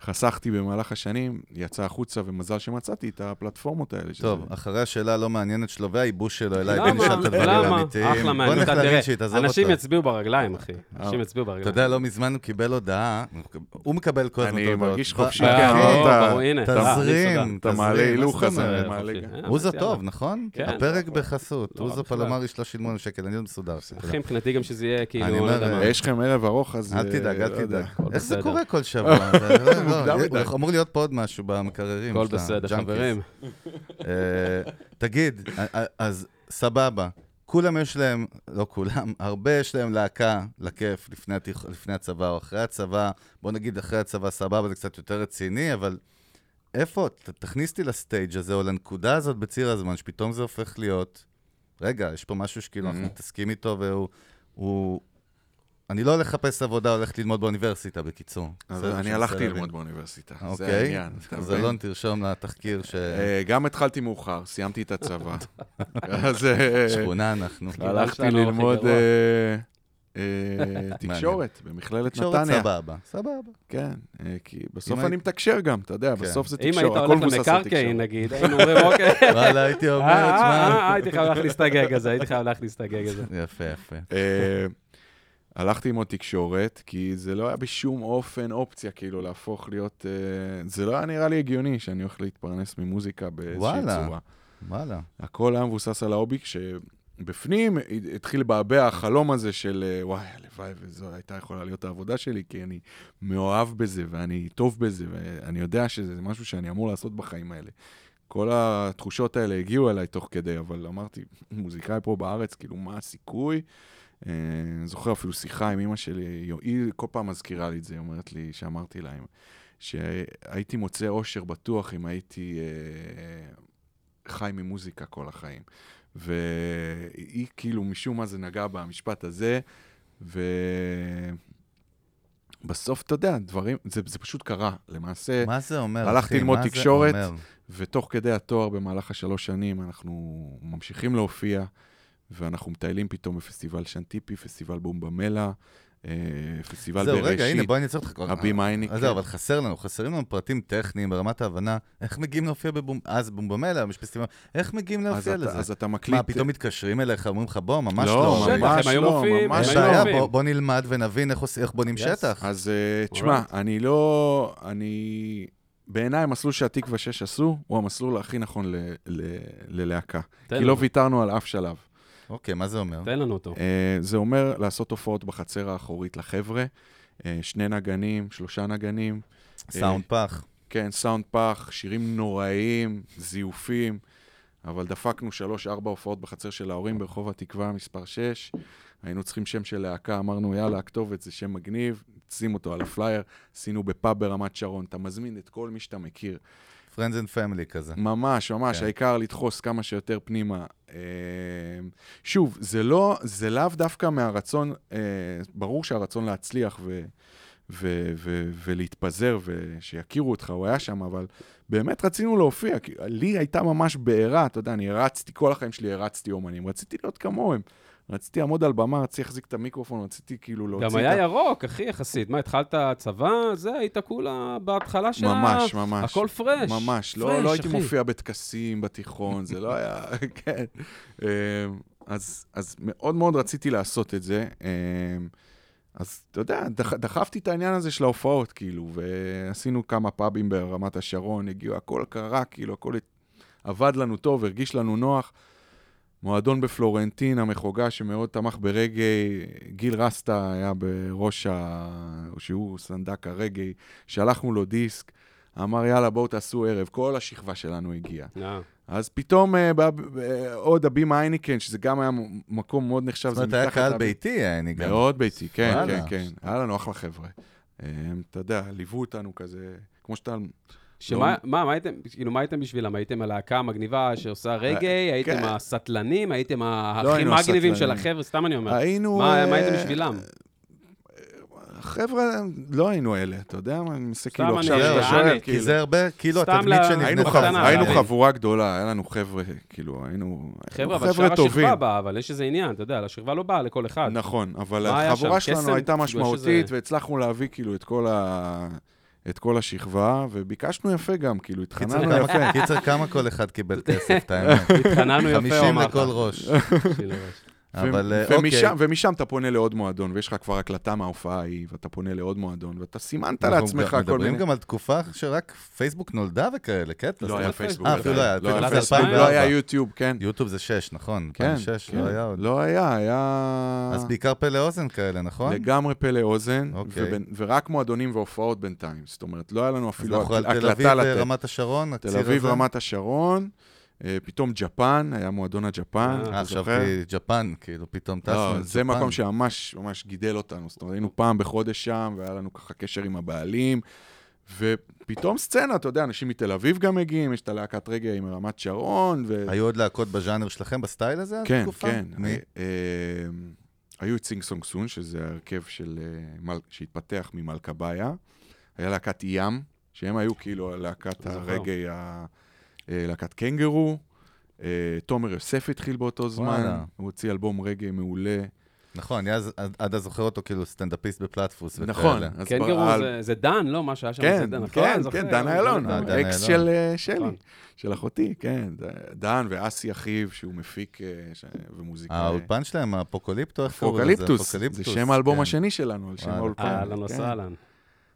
S6: וחסכתי במהלך השנים, יצא החוצה, ומזל שמצאתי את הפלטפורמות האלה. שזה-
S4: טוב, אחרי השאלה הלא מעניינת שלו והייבוש שלו אליי, בוא
S5: למה?
S4: נשאל את הדברים
S5: למה?
S4: האמיתיים.
S5: אחלה מעניין.
S4: בוא
S5: אתה
S4: נלך לרינצ'י,
S5: תראה,
S4: תעזוב
S5: אנשים
S4: אותו.
S5: יצביעו ברגליים, אחי. אנשים יצביעו ברגליים.
S4: אתה יודע, לא מזמן הוא קיבל הודעה, הוא מקבל כל הזמן
S6: אני
S4: הודעות.
S6: מרגיש
S4: ב-
S6: חופשי,
S4: אחי,
S5: אה,
S6: כן,
S5: ברור,
S6: אתה-
S5: ברור, הנה.
S4: תזרים,
S5: אה, אני
S4: תזרים.
S5: סוגר.
S6: אתה מעלה
S4: מה
S6: הילוך
S4: זאת
S6: הזה,
S4: אומרת?
S6: מעלה
S5: אוקיי.
S6: גם.
S5: אה,
S4: עוזה
S5: יאללה.
S4: טוב, נכון?
S5: כן.
S4: הפרק בחסות.
S5: לא,
S4: עוזה
S5: בכלל.
S4: פלומריש לא שילמו לנו שקל, אני עוד מסודר.
S5: הכי מבחינתי גם שזה יהיה כאילו,
S4: אני
S5: לא
S4: אומר,
S5: יודע מה.
S4: אה,
S6: יש לכם ערב ארוך, אז...
S4: אל
S6: אה,
S4: תדאג,
S6: לא
S4: אל
S6: יודע.
S4: תדאג.
S5: הכל
S4: איך זה
S5: בסדר.
S4: קורה כל שבוע? אתה- לא, לא,
S6: מוקדם
S4: הוא-
S6: מדי.
S4: אמור להיות פה עוד משהו במקררים.
S5: הכל
S4: של
S5: בסדר,
S4: הג'אנקיז.
S5: חברים.
S4: אה, תגיד, אה, אז סבבה, כולם יש להם, לא כולם, הרבה יש להם להקה, לכיף, לפני, התיכ... לפני הצבא או אחרי הצבא. בוא נגיד אחרי הצבא, סבבה, זה קצת יותר רציני, אבל איפה, ת, תכניס אותי לסטייג' הזה או לנקודה הזאת בציר הזמן, שפתאום זה הופך להיות, רגע, יש פה משהו שכאילו
S6: Mm-hmm.
S4: אנחנו מתעסקים איתו והוא... הוא... אני לא הולך לחפש עבודה, הולך ללמוד באוניברסיטה, בקיצור.
S6: אז
S4: זה מה
S6: אני
S4: שאני
S6: הלכתי
S4: מנסה להבין.
S6: ללמוד באוניברסיטה, זה
S4: אוקיי,
S6: העניין. אתה
S4: אז
S6: מבין?
S4: אלון תרשום לתחקיר ש...
S6: אה, גם התחלתי מאוחר, סיימתי את הצבא. אז אה,
S4: שכונה אנחנו.
S6: הלכתי
S5: שלנו הכי
S6: ללמוד
S5: גרוע.
S6: אה, אה, תקשורת במכללת
S4: תקשורת
S6: כאילו נתניה.
S4: סבבה, סבבה.
S6: כן, אה, כי בסוף
S4: אם
S6: אני
S4: היית- כן.
S6: מתקשר גם, אתה יודע, בסוף זה
S5: אם היית
S6: תקשורת, הכל
S5: הולך
S6: מבוסס על תקשורת.
S5: למקרקעין, נגיד, היינו אומרים, אוקיי.
S4: וואלה, הייתי
S6: לא,
S5: אה,
S4: אומר,
S5: אה,
S4: תשמע...
S5: אה, הייתי חייב להכניס את הגג הזה, הייתי חייב להכניס את הגג הזה.
S4: יפה, יפה.
S6: אה, הלכתי ללמוד תקשורת, כי זה לא היה בשום אופן אופציה, כאילו, להפוך להיות... אה, זה לא היה נראה לי הגיוני שאני הולך להתפרנס ממוזיקה באיזושהי
S4: וואלה.
S6: צורה.
S4: וואלה.
S6: הכל היה מבוסס על ההובי, כשבפנים התחיל לבעבע החלום הזה של אה, וואי, הלוואי וזו הייתה יכולה להיות העבודה שלי, כי אני מאוהב בזה ואני טוב בזה, ואני יודע שזה משהו שאני אמור לעשות בחיים האלה. כל התחושות האלה הגיעו אליי תוך כדי, אבל אמרתי, מוזיקאי פה בארץ, כאילו, מה הסיכוי? אה, אני זוכר אפילו שיחה עם אימא שלי, היא כל פעם מזכירה לי את זה, היא אומרת לי, שאמרתי לה, שהייתי מוצא אושר בטוח אם הייתי אה, חי ממוזיקה כל החיים. והיא כאילו משום מה זה נגע במשפט הזה, ובסוף, אתה יודע, דברים, זה, זה פשוט קרה, למעשה.
S4: מה זה אומר, אחי?
S6: אה, הלכתי ללמוד
S4: מה זה
S6: תקשורת.
S4: אומר?
S6: ותוך כדי התואר, במהלך השלוש שנים, אנחנו ממשיכים להופיע, ואנחנו מטיילים פתאום בפסטיבל שנטיפי, פסטיבל בומבמלה, אה, פסטיבל
S4: זהו,
S6: בראשית.
S4: רגע, הנה, בוא אני אעצור אותך. כבר.
S6: הבימה הייניק.
S4: אז זהו, אבל חסר לנו, חסרים לנו פרטים טכניים ברמת ההבנה, איך מגיעים להופיע בבום... אז בומבמלה, יש פסטיבל, איך מגיעים
S6: אז
S4: להופיע
S6: אתה, אז
S4: לזה?
S6: אתה מקליט...
S4: מה, פתאום מתקשרים אליך, אומרים לך, בוא, ממש
S6: לא,
S4: לא.
S5: שטח,
S6: ממש
S5: הם היו
S6: לא,
S5: מופיעים,
S6: ממש
S5: הם
S4: אין
S5: היו
S4: בעיה,
S5: מופיעים.
S4: בוא- בוא נלמד ונבין איך עושים- איך בונים
S5: Yes.
S4: שטח.
S6: אז אה, תשמע,
S5: Alright.
S6: אני לא... אני... בעיניי, המסלול שהתקווה 6 עשו, הוא המסלול הכי נכון ל- ל- ללהקה.
S5: תן
S6: כי לא
S5: לנו,
S6: ויתרנו על אף שלב.
S4: אוקיי, מה זה אומר?
S5: תן לנו אותו.
S6: אה, זה אומר לעשות הופעות בחצר האחורית לחבר'ה. אה, שני נגנים, שלושה נגנים.
S4: סאונד פח.
S6: כן, סאונד פח, שירים נוראיים, זיופים, אבל דפקנו שלוש-ארבע הופעות בחצר של ההורים ברחוב התקווה, מספר 6. היינו צריכים שם של להקה, אמרנו, יאללה, הכתובת זה שם מגניב, שים אותו על הפלייר, עשינו בפאב ברמת שרון. אתה מזמין את כל מי שאתה מכיר.
S4: Friends and family
S6: אה.
S4: כזה.
S6: ממש, ממש,
S4: כן.
S6: כן. העיקר לדחוס כמה שיותר פנימה. אה, שוב, זה לא, זה לאו דווקא מהרצון, אה, ברור שהרצון להצליח ו, ו, ו, ולהתפזר ושיכירו אותך, הוא היה שם, אבל באמת רצינו להופיע, כי לי הייתה ממש בעירה, אתה יודע, אני הרצתי, כל החיים שלי הרצתי אומנים, רציתי להיות כמוהם. רציתי לעמוד על במה, רציתי להחזיק את המיקרופון, רציתי כאילו להוציא את
S5: גם היה ירוק, אחי, יחסית. מה, התחלת צבא? זה, היית כולה בהתחלה של ה...
S6: ממש, ממש.
S5: הכל פרש.
S6: ממש, לא,
S5: פרש,
S6: לא הייתי
S5: אחי.
S6: מופיע בטקסים, בתיכון, זה לא היה, כן. אמ, אז, אז מאוד מאוד רציתי לעשות את זה. אמ, אז אתה יודע, דח, דחפתי את העניין הזה של ההופעות, כאילו, ועשינו כמה פאבים ברמת השרון, הגיעו, הכל קרה, כאילו, הכל עבד לנו טוב, הרגיש לנו נוח. מועדון בפלורנטין, המחוגה שמאוד תמך ברגעי, גיל רסטה היה בראש ה... שהוא סנדק הרגעי, שלחנו לו דיסק, אמר יאללה בואו תעשו ערב, כל השכבה שלנו הגיעה.
S5: אה,
S6: אז פתאום אה, בא- אה, עוד הבימה אייניקן, שזה גם היה מ- מקום מאוד נחשב,
S4: זאת
S6: זה
S4: אומרת, היה
S6: מתחת
S4: קהל
S6: לב-
S4: ביתי, אה, אני גם.
S6: מאוד ביתי, כן,
S4: וואלה.
S6: כן, כן. היה לנו אחלה חבר'ה. אה, אתה יודע, ליוו אותנו כזה, כמו שאתה
S5: שמה מה, מה הייתם, כאילו, מה הייתם בשבילם? הייתם הלהקה המגניבה שעושה רגעי?
S6: כן. לא
S5: הייתם הסטלנים? הייתם הכי
S6: היינו
S5: מגניבים של
S6: הסטלנים.
S5: החבר'ה? סתם אני אומר.
S6: היינו...
S5: מה מה
S6: אה,
S5: הייתם בשבילם?
S6: חבר'ה, לא היינו אלה, אתה יודע מה, אני מנסה
S5: סתם
S6: כאילו
S5: אני
S6: עכשיו,
S5: יודע,
S6: אתה
S5: אני-
S6: שואל,
S4: כי
S6: כאילו.
S4: זה הרבה, כאילו
S5: סתם
S4: התדמית
S5: ל-
S4: שנבנתה.
S6: היינו
S5: בקטנה,
S6: חב-
S5: אבל-
S6: היינו
S5: אבל-
S6: חבורה גדולה, היה לנו חבר'ה, כאילו, היינו
S5: חבר'ה, אבל
S6: חבר'ה
S5: שאר
S6: טובים.
S5: השכבה באה, אבל יש איזה עניין, אתה יודע, השכבה לא באה לכל אחד.
S6: נכון, אבל
S5: מה היה
S6: החבורה
S5: שם?
S6: שלנו
S5: קסם?
S6: הייתה
S5: כאילו, יש
S6: משמעותית,
S5: איזה-
S6: והצלחנו להביא כאילו את כל ה... את כל השכבה, וביקשנו יפה גם, כאילו,
S4: קיצר,
S6: התחננו
S4: כמה-
S6: יפה.
S4: כן, קיצר, כמה כל אחד קיבל כסף, את האמת.
S5: התחננו יפה, הוא
S4: 50
S5: אמר לך.
S4: לכל ראש.
S5: כאילו, ראש.
S4: אבל אה,
S6: ו-
S4: אוקיי,
S6: ומשם, ומשם אתה פונה לעוד מועדון, ויש לך כבר הקלטה מההופעה ההיא, ואתה פונה לעוד מועדון, ואתה סימנת
S4: אנחנו
S6: לעצמך
S4: גם-
S6: כל מיני...
S4: מדברים גם על תקופה שרק פייסבוק נולדה וכאלה, כן? קטע.
S6: לא
S4: זה-
S6: היה פייסבוק.
S4: אה, אפילו לא היה,
S6: לא
S4: אפילו
S6: היה
S5: זה
S6: פייסבוק,
S5: 2004.
S6: לא היה יוטיוב, כן.
S4: יוטיוב זה 6, נכון?
S6: כן,
S4: 6,
S6: כן.
S4: לא היה עוד.
S6: לא היה, היה...
S4: אז בעיקר פלא אוזן כאלה, נכון?
S6: לגמרי פלא אוזן,
S4: אוקיי.
S6: ובין- ורק מועדונים והופעות בינתיים. זאת אומרת, לא היה לנו
S4: אז
S6: אפילו
S4: אנחנו על
S6: הקל-
S4: תל
S6: הקלטה
S4: אביב, אה,
S6: לתת.
S4: רמת השרון, הציר
S6: תל
S4: הזה.
S6: אביב, רמת השרון, אה, פתאום ג'פן, היה מועדון הג'פן,
S5: אה,
S4: אה,
S6: אתה
S4: עכשיו
S6: זוכר?
S4: כי ג'פן, כאילו, פתאום טסנו
S6: לא,
S4: לג'פן.
S6: זה מקום שממש ממש גידל אותנו. זאת אומרת, היינו פעם בחודש שם, והיה לנו ככה קשר עם הבעלים, ופתאום סצנה, אתה יודע, אנשים מתל אביב גם מגיעים, יש את הלהקת רגע עם רמת שרון, ו...
S4: היו עוד להקות בז'אנר שלכם, בסטייל הזה? אז
S6: כן,
S4: בתקופה?
S6: כן.
S4: מי?
S6: אה, אה, היו את סינג סונג סון, שזה ההרכב של, אה, מל- שהתפתח ממלכבאיה. היה להקת ים, שהם היו כאילו להקת
S5: זוכר.
S6: הרגעי, ה- אה, להקת קנגרו. אה, תומר יוסף התחיל באותו זמן,
S4: וואלה.
S6: הוא הוציא אלבום רגעי מעולה.
S4: נכון, אני אז- עד- עד אז זוכר אותו כאילו סטנדאפיסט בפלטפוס. וכאלה.
S6: נכון, אז
S5: קנגרו
S6: בר-
S5: זה- זה דן, לא? מה שהיה שם זה דן,
S6: כן,
S5: נכון?
S6: כן,
S5: זוכר,
S6: כן, דן
S5: אה,
S6: איילון,
S4: אה, דן
S6: האקס
S4: אילון.
S6: של אה, שלי,
S5: נכון.
S6: של אחותי, כן. ד- דן ואסי אחיו, שהוא מפיק אה, ש- ומוזיקאי.
S4: האולפן שלהם, האפוקוליפטו, איך קראו לזה?
S6: פרוקליפטוס, זה שם האלבום
S4: כן.
S6: השני שלנו, על שם
S4: וואלה.
S6: האולפן.
S5: אהלן
S6: כן.
S5: וסהלן.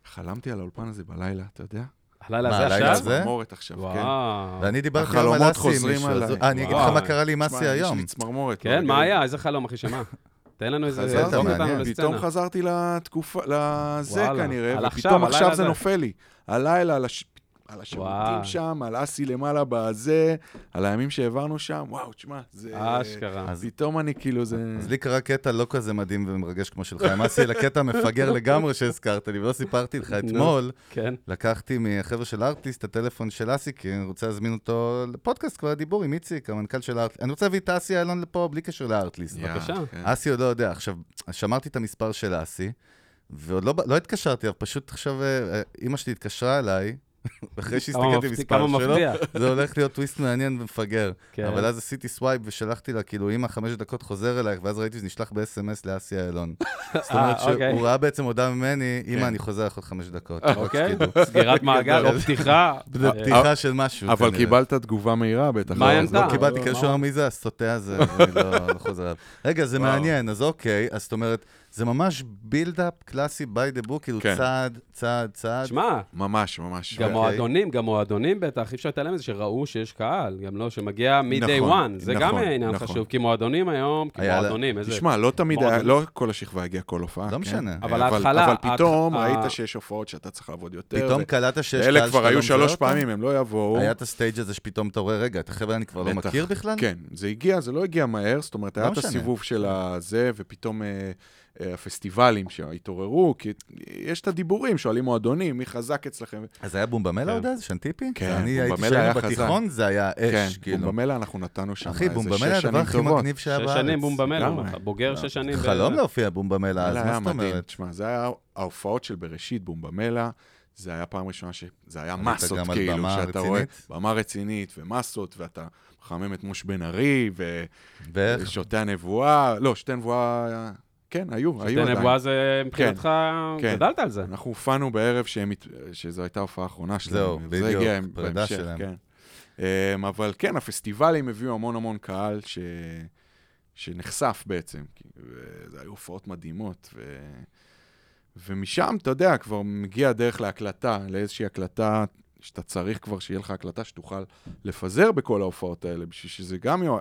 S6: חלמתי על האולפן הזה בלילה, אתה יודע?
S5: הלילה
S4: מה,
S5: זה
S4: הלילה
S5: עכשיו?
S4: זה?
S6: צמרמורת עכשיו, כן.
S5: וואו.
S4: ואני דיברתי היום
S6: החלומות
S4: על אסי עם
S6: חוזרים
S4: מישהו, אז-
S6: עליי.
S4: אה, אני אגיד
S5: וואו.
S4: לך מה קרה לי עם
S6: תשמע,
S4: אסי היום.
S6: יש לי צמרמורת.
S5: כן,
S6: לא
S5: מה
S6: רגע.
S5: היה? איזה חלום, אחי, שמה? תן לנו איזה...
S6: חזרת
S5: תוריד
S4: מעניין.
S5: אותנו לסצנה.
S6: פתאום חזרתי לתקופה, לזה
S5: וואלה.
S6: כנראה,
S5: על עכשיו,
S6: ופתאום
S5: הלילה
S6: עכשיו זה
S5: הזה.
S6: נופל לי. הלילה, על הש- על השירותים
S5: וואו.
S6: שם, על אסי למעלה בזה, על הימים שהעברנו שם, וואו, תשמע, זה...
S5: אשכרה.
S4: אז-
S6: פתאום אני כאילו, זה...
S4: אז לי קרה קטע לא כזה מדהים ומרגש כמו שלך, עם אסי, אלא קטע מפגר לגמרי שהזכרת לי, ולא סיפרתי לך
S5: נו.
S4: אתמול.
S5: כן.
S6: אה,
S4: לקחתי מהחבר'ה של ארטיסט את הטלפון של אסי, כי אני רוצה להזמין אותו לפודקאסט, כבר דיבור עם איציק, המנכ"ל של ארטיסט. אני רוצה להביא את אסי אילון לפה, בלי קשר לארטיסט.
S6: יא,
S5: בבקשה.
S6: כן.
S4: אסי עוד לא יודע. עכשיו, שמרתי את המספר של אסי, ועוד לא, לא התקשרתי, אבל פשוט עכשיו אה, אה, אימא שלי התקשרה אליי, אחרי
S5: כמה
S4: שהסתכלתי
S5: מפתיע,
S4: במספר
S5: כמה
S4: שלו,
S5: מפתיע.
S4: זה הולך להיות טוויסט מעניין ומפגר.
S5: כן.
S4: אבל אז עשיתי סווייפ ושלחתי לה, כאילו, אימא, חמש דקות חוזר אלייך, ואז ראיתי שזה נשלח ב-SMS לאסי אילון. זאת אומרת
S5: אה, אוקיי.
S4: שהוא ראה בעצם הודעה ממני, אימא,
S6: כן.
S4: אני חוזר לך עוד חמש דקות. רק
S5: אוקיי? אה,
S4: שתדעו."
S5: סגירת מעגל או פתיחה.
S4: זה פתיחה של משהו.
S6: אבל
S4: כנראה.
S6: קיבלת תגובה מהירה בטח.
S5: מה
S6: לא,
S5: היא
S6: אז
S5: ענתה?
S6: לא
S4: לא קיבלתי,
S5: מה
S4: כאילו
S5: הוא-
S4: שהוא אמר מי זה הסוטה הזה, אז אני לא לא חוזר עליו. רגע, זה מעניין, אז אוקיי, אז זאת אומרת, זה ממש בילדאפ קלאסי ביי דה בוק, כאילו
S6: כן.
S4: צעד, צעד, צעד.
S5: שמע,
S6: אוקיי. ממש, ממש.
S5: גם
S4: אוקיי.
S5: מועדונים, גם מועדונים בטח, אי אפשר להתעלם מזה שראו שיש קהל, גם לא, שמגיע מ-day
S6: נכון,
S5: one, זה
S6: נכון,
S5: גם עניין
S6: נכון.
S5: חשוב, כי מועדונים היום, כי
S4: היה לה-
S5: מועדונים, איזה...
S6: תשמע, לא תמיד היה,
S5: מועדון.
S6: לא כל השכבה הגיעה כל הופעה.
S4: לא
S6: כן?
S4: משנה.
S5: אבל ההתחלה,
S6: אבל פתאום
S5: ה-
S6: ראית
S5: ה-
S6: שיש הופעות שאתה צריך לעבוד יותר.
S4: פתאום
S6: ו-
S4: קלטת שיש קהל
S6: אלה כבר
S4: שאתה לא
S6: היו
S4: מזהה
S6: שלוש
S4: אותו?
S6: פעמים, הם לא יבואו.
S4: היה את הסטייג' הזה שפתאום אתה רואה, רגע, את החבר'ה אני כבר לא
S6: בטח.
S4: מכיר בכלל?
S6: כן, זה הגיע, זה לא הגיע מהר, זאת אומרת, היה
S4: לא
S6: את
S4: משנה.
S6: הסיבוב של הזה, ופתאום אה, אה, הפסטיבלים שהתעוררו, כי יש את הדיבורים, שואלים מועדונים, מי חזק אצלכם.
S4: אז היה בומבמלה עוד אז, שנטיפי?
S6: כן,
S4: אני הייתי
S6: בומבמלה
S4: כשהיינו
S6: היה
S4: בתיכון, זה היה
S6: כן,
S4: אש, כאילו.
S6: בומבמלה אנחנו נתנו שם
S4: אחי,
S6: איזה
S4: בומבמלה היה
S6: שש
S4: הדבר
S6: שנים
S4: הכי
S6: טובות.
S4: מגניב שהיה בארץ.
S5: שש שנים בומבמלה,
S6: לגמרי. לא.
S5: הוא אומר לך, בוגר שש שנים.
S4: חלום
S5: ב-
S4: להופיע בומבמלה, אז
S6: בומבמלה
S4: מה
S6: היה
S4: זאת
S6: מדהים.
S4: אומרת?
S6: תשמע, זה היה ההופעות של בראשית, בומבמלה. זה היה פעם ראשונה שזה היה מסות,
S4: גם על
S6: כאילו,
S4: במה
S6: שאתה רואה
S4: רצינית?
S6: במה רצינית ומסות, ואתה מחמם את מוש בן ארי, ו...
S4: ואיך?
S6: שותי הנבואה, לא, שותי הנבואה, כן, היו, היו
S5: שתי
S6: עדיין.
S5: נבואה זה אה, מבחינתך,
S6: כן.
S5: גדלת על זה.
S6: אנחנו הופענו בערב שהם, הת- שזו הייתה ההופעה האחרונה שלהם.
S4: זהו,
S6: וזה
S4: בדיוק,
S6: הגיע עם-
S4: פרידה
S6: בהמשך,
S4: שלהם.
S6: כן. אמ, אבל כן, הפסטיבלים הביאו המון המון קהל ש... שנחשף בעצם. כי- וזה היו הופעות מדהימות. ו... ומשם, אתה יודע, כבר מגיע דרך להקלטה, לאיזושהי הקלטה, שאתה צריך כבר שיהיה לך הקלטה שתוכל לפזר בכל ההופעות האלה, בשביל שזה גם יוע-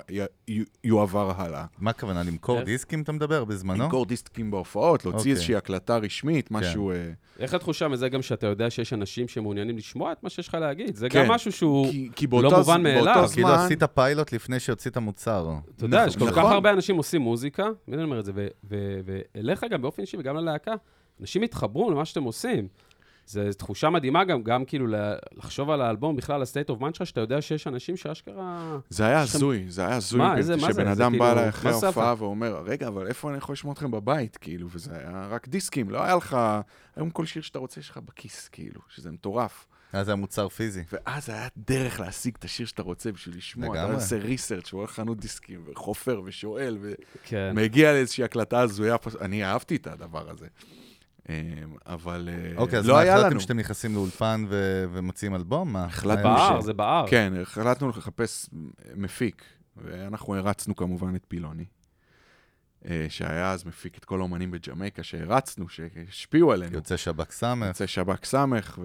S6: י- יועבר הלאה.
S4: מה הכוונה, למכור
S5: איך?
S4: דיסקים אתה מדבר בזמנו?
S6: למכור דיסקים בהופעות, להוציא
S4: אה, אוקיי. כן.
S6: איזושהי הקלטה רשמית, משהו... אה,
S5: איך התחושה מזה גם שאתה יודע שיש אנשים שמעוניינים לשמוע את מה שיש לך להגיד? זה
S6: כן.
S5: גם משהו שהוא,
S6: כי- כי
S5: לא
S6: באותו ז-
S5: מובן מאליו.
S6: באותו
S4: כאילו
S6: זמן-
S4: עשית פיילוט לפני שהוצאת מוצר.
S5: אתה יודע, יש כל
S6: נכון.
S5: כך הרבה אנשים עושים מוזיקה, מי אני אומר את זה, ו- ו- ואליך גם באופן אישי וגם ללהקה, אנשים התחברו למה שאתם עושים. זה זו תחושה מדהימה גם, גם כאילו ל- לחשוב על האלבום, בכלל ה-state of mind שלך, שאתה יודע שיש אנשים שאשכרה...
S6: זה היה הזוי, זה היה הזוי,
S5: מה,
S6: מבחינתי,
S5: איזה- מה זה?
S6: שבן
S5: זה
S6: אדם בא
S5: כאילו-
S6: אליי אחרי
S5: מה זה
S6: ההופעה ואומר, רגע, אבל איפה אני יכול לשמוע אתכם בבית, כאילו, וזה היה רק דיסקים, לא היה לך, היום כל שיר שאתה רוצה יש לך בכיס, כאילו, שזה מטורף.
S4: אז זה המוצר פיזי.
S6: ואז היה דרך להשיג את השיר שאתה רוצה בשביל לשמוע, אתה
S4: לגמרי.
S6: עושה ריסרצ' הוא הולך לחנות דיסקים, וחופר ושואל, ו...
S5: כן.
S6: מגיע לאיזושהי הקלטה הזויה, פס- אני אהבתי את הדבר הזה. אמ, אבל אה,
S4: אוקיי, אז
S6: לא
S4: מה
S6: היה
S4: החלטתם
S6: לנו.
S4: שאתם נכנסים לאולפן ו- ומוציאים אלבום? מה?
S6: החלטנו
S4: היה
S5: בער,
S4: ש-
S5: זה בער.
S6: כן, החלטנו לחפש מפיק, ואנחנו הרצנו כמובן את פילוני, אה, שהיה אז מפיק את כל האומנים בג'מייקה שהרצנו, שהשפיעו עלינו.
S4: יוצא שב"כ סמך.
S6: יוצא שב"כ סמך,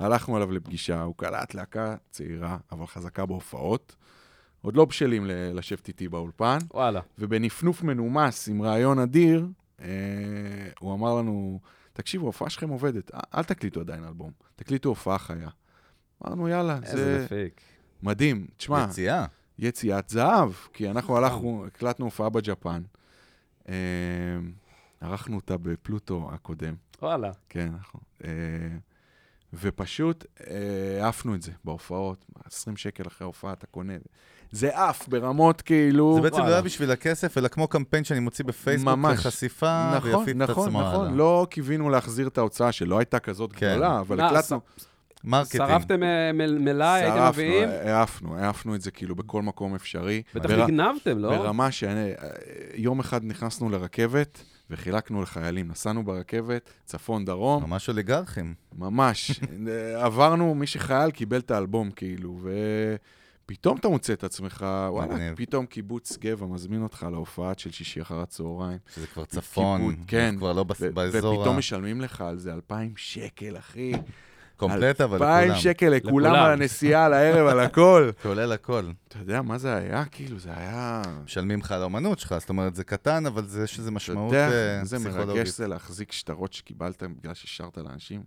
S6: והלכנו עליו לפגישה, הוא קלט להקה צעירה, אבל חזקה בהופעות. עוד לא בשלים ל- לשבת איתי באולפן.
S5: וואלה.
S6: ובנפנוף מנומס עם רעיון אדיר, אה, הוא אמר לנו, תקשיבו, ההופעה שלכם עובדת, אל- אל תקליטו עדיין אלבום, תקליטו הופעה חיה. אמרנו, יאללה,
S5: איזה
S6: זה
S5: מפיק.
S6: מדהים. תשמע,
S4: יציאה.
S6: יציאת זהב, כי אנחנו
S5: נכון.
S6: הלכנו, הקלטנו הופעה בג'פן, אה, ערכנו אותה בפלוטו הקודם,
S5: וואלה.
S6: כן, נכון. אה, ופשוט אה, העפנו את זה בהופעות, 20 שקל אחרי ההופעה אתה קונה. זה עף ברמות כאילו...
S4: זה בעצם לא
S5: וואלה.
S4: היה בשביל הכסף, אלא כמו קמפיין שאני מוציא בפייסבוק
S6: ממש.
S4: לחשיפה, ויפיץ את עצמו.
S6: נכון, נכון.
S4: הלאה.
S6: לא קיווינו להחזיר את ההוצאה שלא הייתה כזאת
S4: כן.
S6: גדולה, אבל
S5: מה,
S6: הקלטנו.
S4: מרקטינג.
S5: שרפתם אה, מל- מלאי, הייתם מביאים?
S6: אה, העפנו, העפנו את זה כאילו בכל מקום אפשרי.
S5: בטח
S6: בר-
S5: נגנבתם, לא?
S6: ברמה שיום אחד נכנסנו לרכבת וחילקנו לחיילים. נסענו ברכבת, צפון, דרום,
S4: ממש אוליגרכים.
S6: ממש. עברנו, מי שחייל קיבל את האלבום, כאילו, ופתאום אתה מוצא את עצמך, וואלה,
S4: מגניב.
S6: פתאום קיבוץ גבע מזמין אותך להופעה של שישי אחר הצהריים.
S4: שזה כבר צפון,
S6: כיבוד, כן.
S4: כבר לא בס-
S6: ו-
S4: באזור
S6: ופתאום משלמים לך על זה 2,000 שקל, אחי.
S4: הקומפלט, אבל
S6: 2,000
S4: לכולם,
S6: שקל לכולם,
S5: לכולם.
S6: על הנסיעה, על הערב, על הכל.
S4: כולל הכל.
S6: אתה יודע מה זה היה? כאילו, זה היה...
S4: משלמים לך על האומנות שלך, זאת אומרת, זה קטן, אבל זה- יש לזה
S6: אתה
S4: משמעות
S6: יודע,
S4: אה,
S6: זה מרגש
S4: פסיכולוגית.
S6: זה להחזיק שטרות שקיבלת בגלל ששרת לאנשים.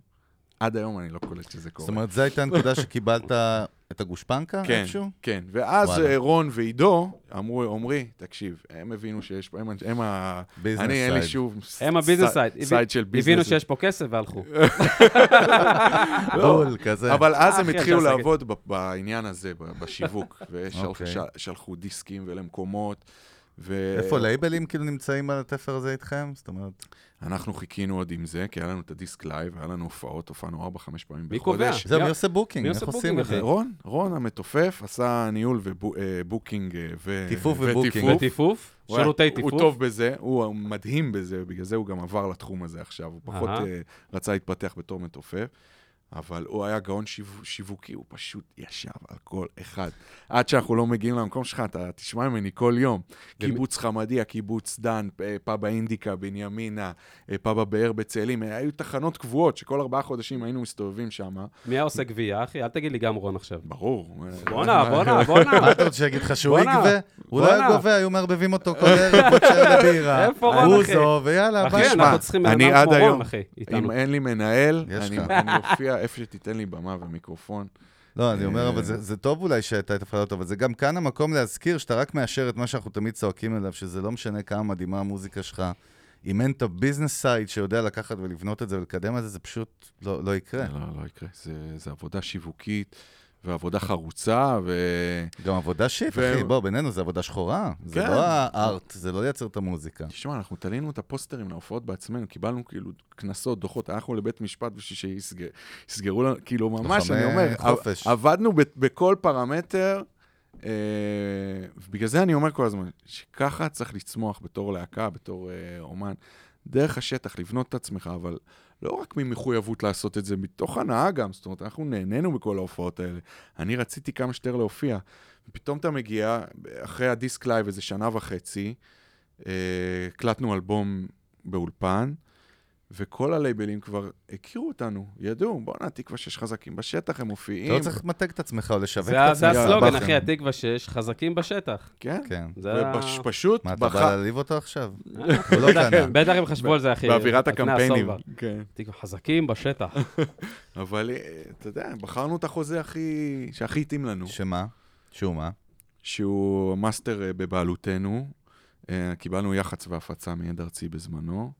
S6: עד היום אני לא קולט שזה קורה.
S4: זאת אומרת, זו הייתה הנקודה שקיבלת את הגושפנקה
S6: כן,
S4: איפשהו?
S6: כן. ואז
S4: וואלה.
S6: אה, רון ועידו אמרו, עמרי, תקשיב, הם הבינו שיש פה, הם- הם ה...
S4: ביזנס
S6: אני, אין לי
S4: סייד.
S6: שום...
S5: הם הביזנס
S6: ס-
S5: סייד.
S6: סייד של ביזנס.
S5: הבינו שיש פה כסף והלכו. לא.
S4: בול, כזה.
S6: אבל אז הם
S5: אה, אחי,
S6: התחילו
S5: אתה עסק.
S6: לעבוד ב- בעניין הזה, ב- בשיווק,
S4: אוקיי.
S6: ושלחו דיסקים ולמקומות. ו...
S5: אה,
S4: איפה לייבלים כאילו נמצאים על התפר הזה איתכם? זאת אומרת,
S6: אנחנו חיכינו עוד עם זה, כי היה לנו את הדיסק לייב, היה לנו הופעות, הופענו 4-5 פעמים
S5: מי
S6: בחודש.
S5: קובע?
S4: זהו,
S5: מי-
S4: מי עושה בוקינג?
S5: מי עושה
S4: איך עושים את
S5: בוקינג,
S4: זה?
S5: אחי?
S6: אה, רון, רון המתופף, עשה ניהול ובוקינג אה, ו...
S4: טיפוף ובוקינג.
S6: וטיפוף.
S5: טיפוף?
S6: הוא היה-
S5: שירותי
S6: הוא
S5: טיפוף?
S6: טוב בזה, הוא מדהים בזה, בגלל זה הוא גם עבר לתחום הזה עכשיו. הוא פחות
S5: אהה.
S6: אה, רצה להתפתח בתור מתופף, אבל הוא היה גאון שיו- שיווקי, הוא פשוט ישב על כל אחד. עד שאנחנו לא מגיעים למקום שלך, אתה תשמע ממני כל יום. קיבוץ חמדיה, קיבוץ דן, אה, פאבה אינדיקה, בנימינה, אה, פאבה באר בצאלים, אה, היו תחנות קבועות שכל ארבעה חודשים היינו מסתובבים שם.
S5: מי היה עושה גבייה, אחי? אל תגיד לי גם רון עכשיו.
S6: ברור. אה,
S5: בואנה, בואנה, בואנה.
S4: מה אתה רוצה שיגיד לך שהוא
S5: בואנה,
S4: יגבה? הוא לא היה
S5: בואנה.
S4: גובה, היו מערבבים אותו כל ערב, עוד שעה לבירה.
S5: איפה רון,
S4: הוא
S5: אחי?
S4: זו, ויאללה,
S5: אחי,
S4: ביי.
S5: אנחנו
S6: תשמע,
S5: צריכים בן
S6: אני
S5: אדם
S6: עד
S5: כמו רון,
S6: היום,
S5: אחי,
S6: אם
S5: איתנו.
S6: אין לי מנהל,
S4: יש
S6: אני
S4: לך.
S6: אני אופיע איפה שתיתן לי במה ומיקרופון.
S4: לא, אני
S6: אה.
S4: אומר, אבל זה זה טוב אולי שהייתה את הפרדה אבל זה גם כאן המקום להזכיר שאתה רק מאשר את מה שאנחנו תמיד צועקים עליו, שזה לא משנה כמה מדהימה המוזיקה שלך. אם אין את הביזנס סייד שיודע לקחת ולבנות את זה ולקדם את זה, זה פשוט לא לא יקרה.
S6: לא, לא יקרה. זה, זה עבודה שיווקית ועבודה חרוצה, ו...
S4: גם עבודה שיפ,
S6: ו-
S4: אחי, בוא, בינינו, זה עבודה שחורה. זה
S6: כן.
S4: לא הארט, זה לא לייצר את המוזיקה.
S6: תשמע, אנחנו תלינו את הפוסטרים להופעות בעצמנו, קיבלנו כאילו קנסות, דוחות, הלכנו לבית משפט בשביל שיסגרו שיסגרו לנו, כאילו ממש,
S4: לוחמי
S6: אני אומר,
S4: חופש.
S6: ע- עבדנו ב- בכל פרמטר, אה, בגלל זה אני אומר כל הזמן, שככה צריך לצמוח בתור להקה, בתור אה, אומן, דרך השטח, לבנות את עצמך, אבל לא רק ממחויבות לעשות את זה, מתוך הנאה גם, זאת אומרת, אנחנו נהנינו בכל ההופעות האלה. אני רציתי כמה שיותר להופיע. ופתאום אתה מגיע, אחרי הדיסק לייב איזה שנה וחצי, אה, הקלטנו אלבום באולפן, וכל הלייבלים כבר הכירו אותנו, ידעו, בואנה, תקווה שיש חזקים בשטח, הם
S4: אתה
S6: מופיעים.
S4: לא צריך למתג את עצמך או לשווק את
S5: זה ה-
S4: עצמך.
S5: זה הסלוגן,
S4: בכם.
S5: אחי, התקווה שיש חזקים בשטח.
S6: כן.
S4: כן.
S5: זה ה-
S6: ופשוט,
S4: מה, אתה
S6: בח-
S4: בא להעליב אותו עכשיו? הוא לא
S5: כן.
S4: קנה.
S5: בטח הם חשבו על זה, אחי.
S6: באווירת
S5: לפני
S6: הקמפיינים.
S5: הסולבר.
S6: כן.
S5: תקווה, חזקים בשטח.
S6: אבל אה, אתה יודע, בחרנו את החוזה הכי... שהכי התאים לנו.
S4: שמה? שהוא מה?
S6: שהוא מאסטר אה, בבעלותנו. אה, קיבלנו יח"צ והפצה מיד ארצי בזמנו,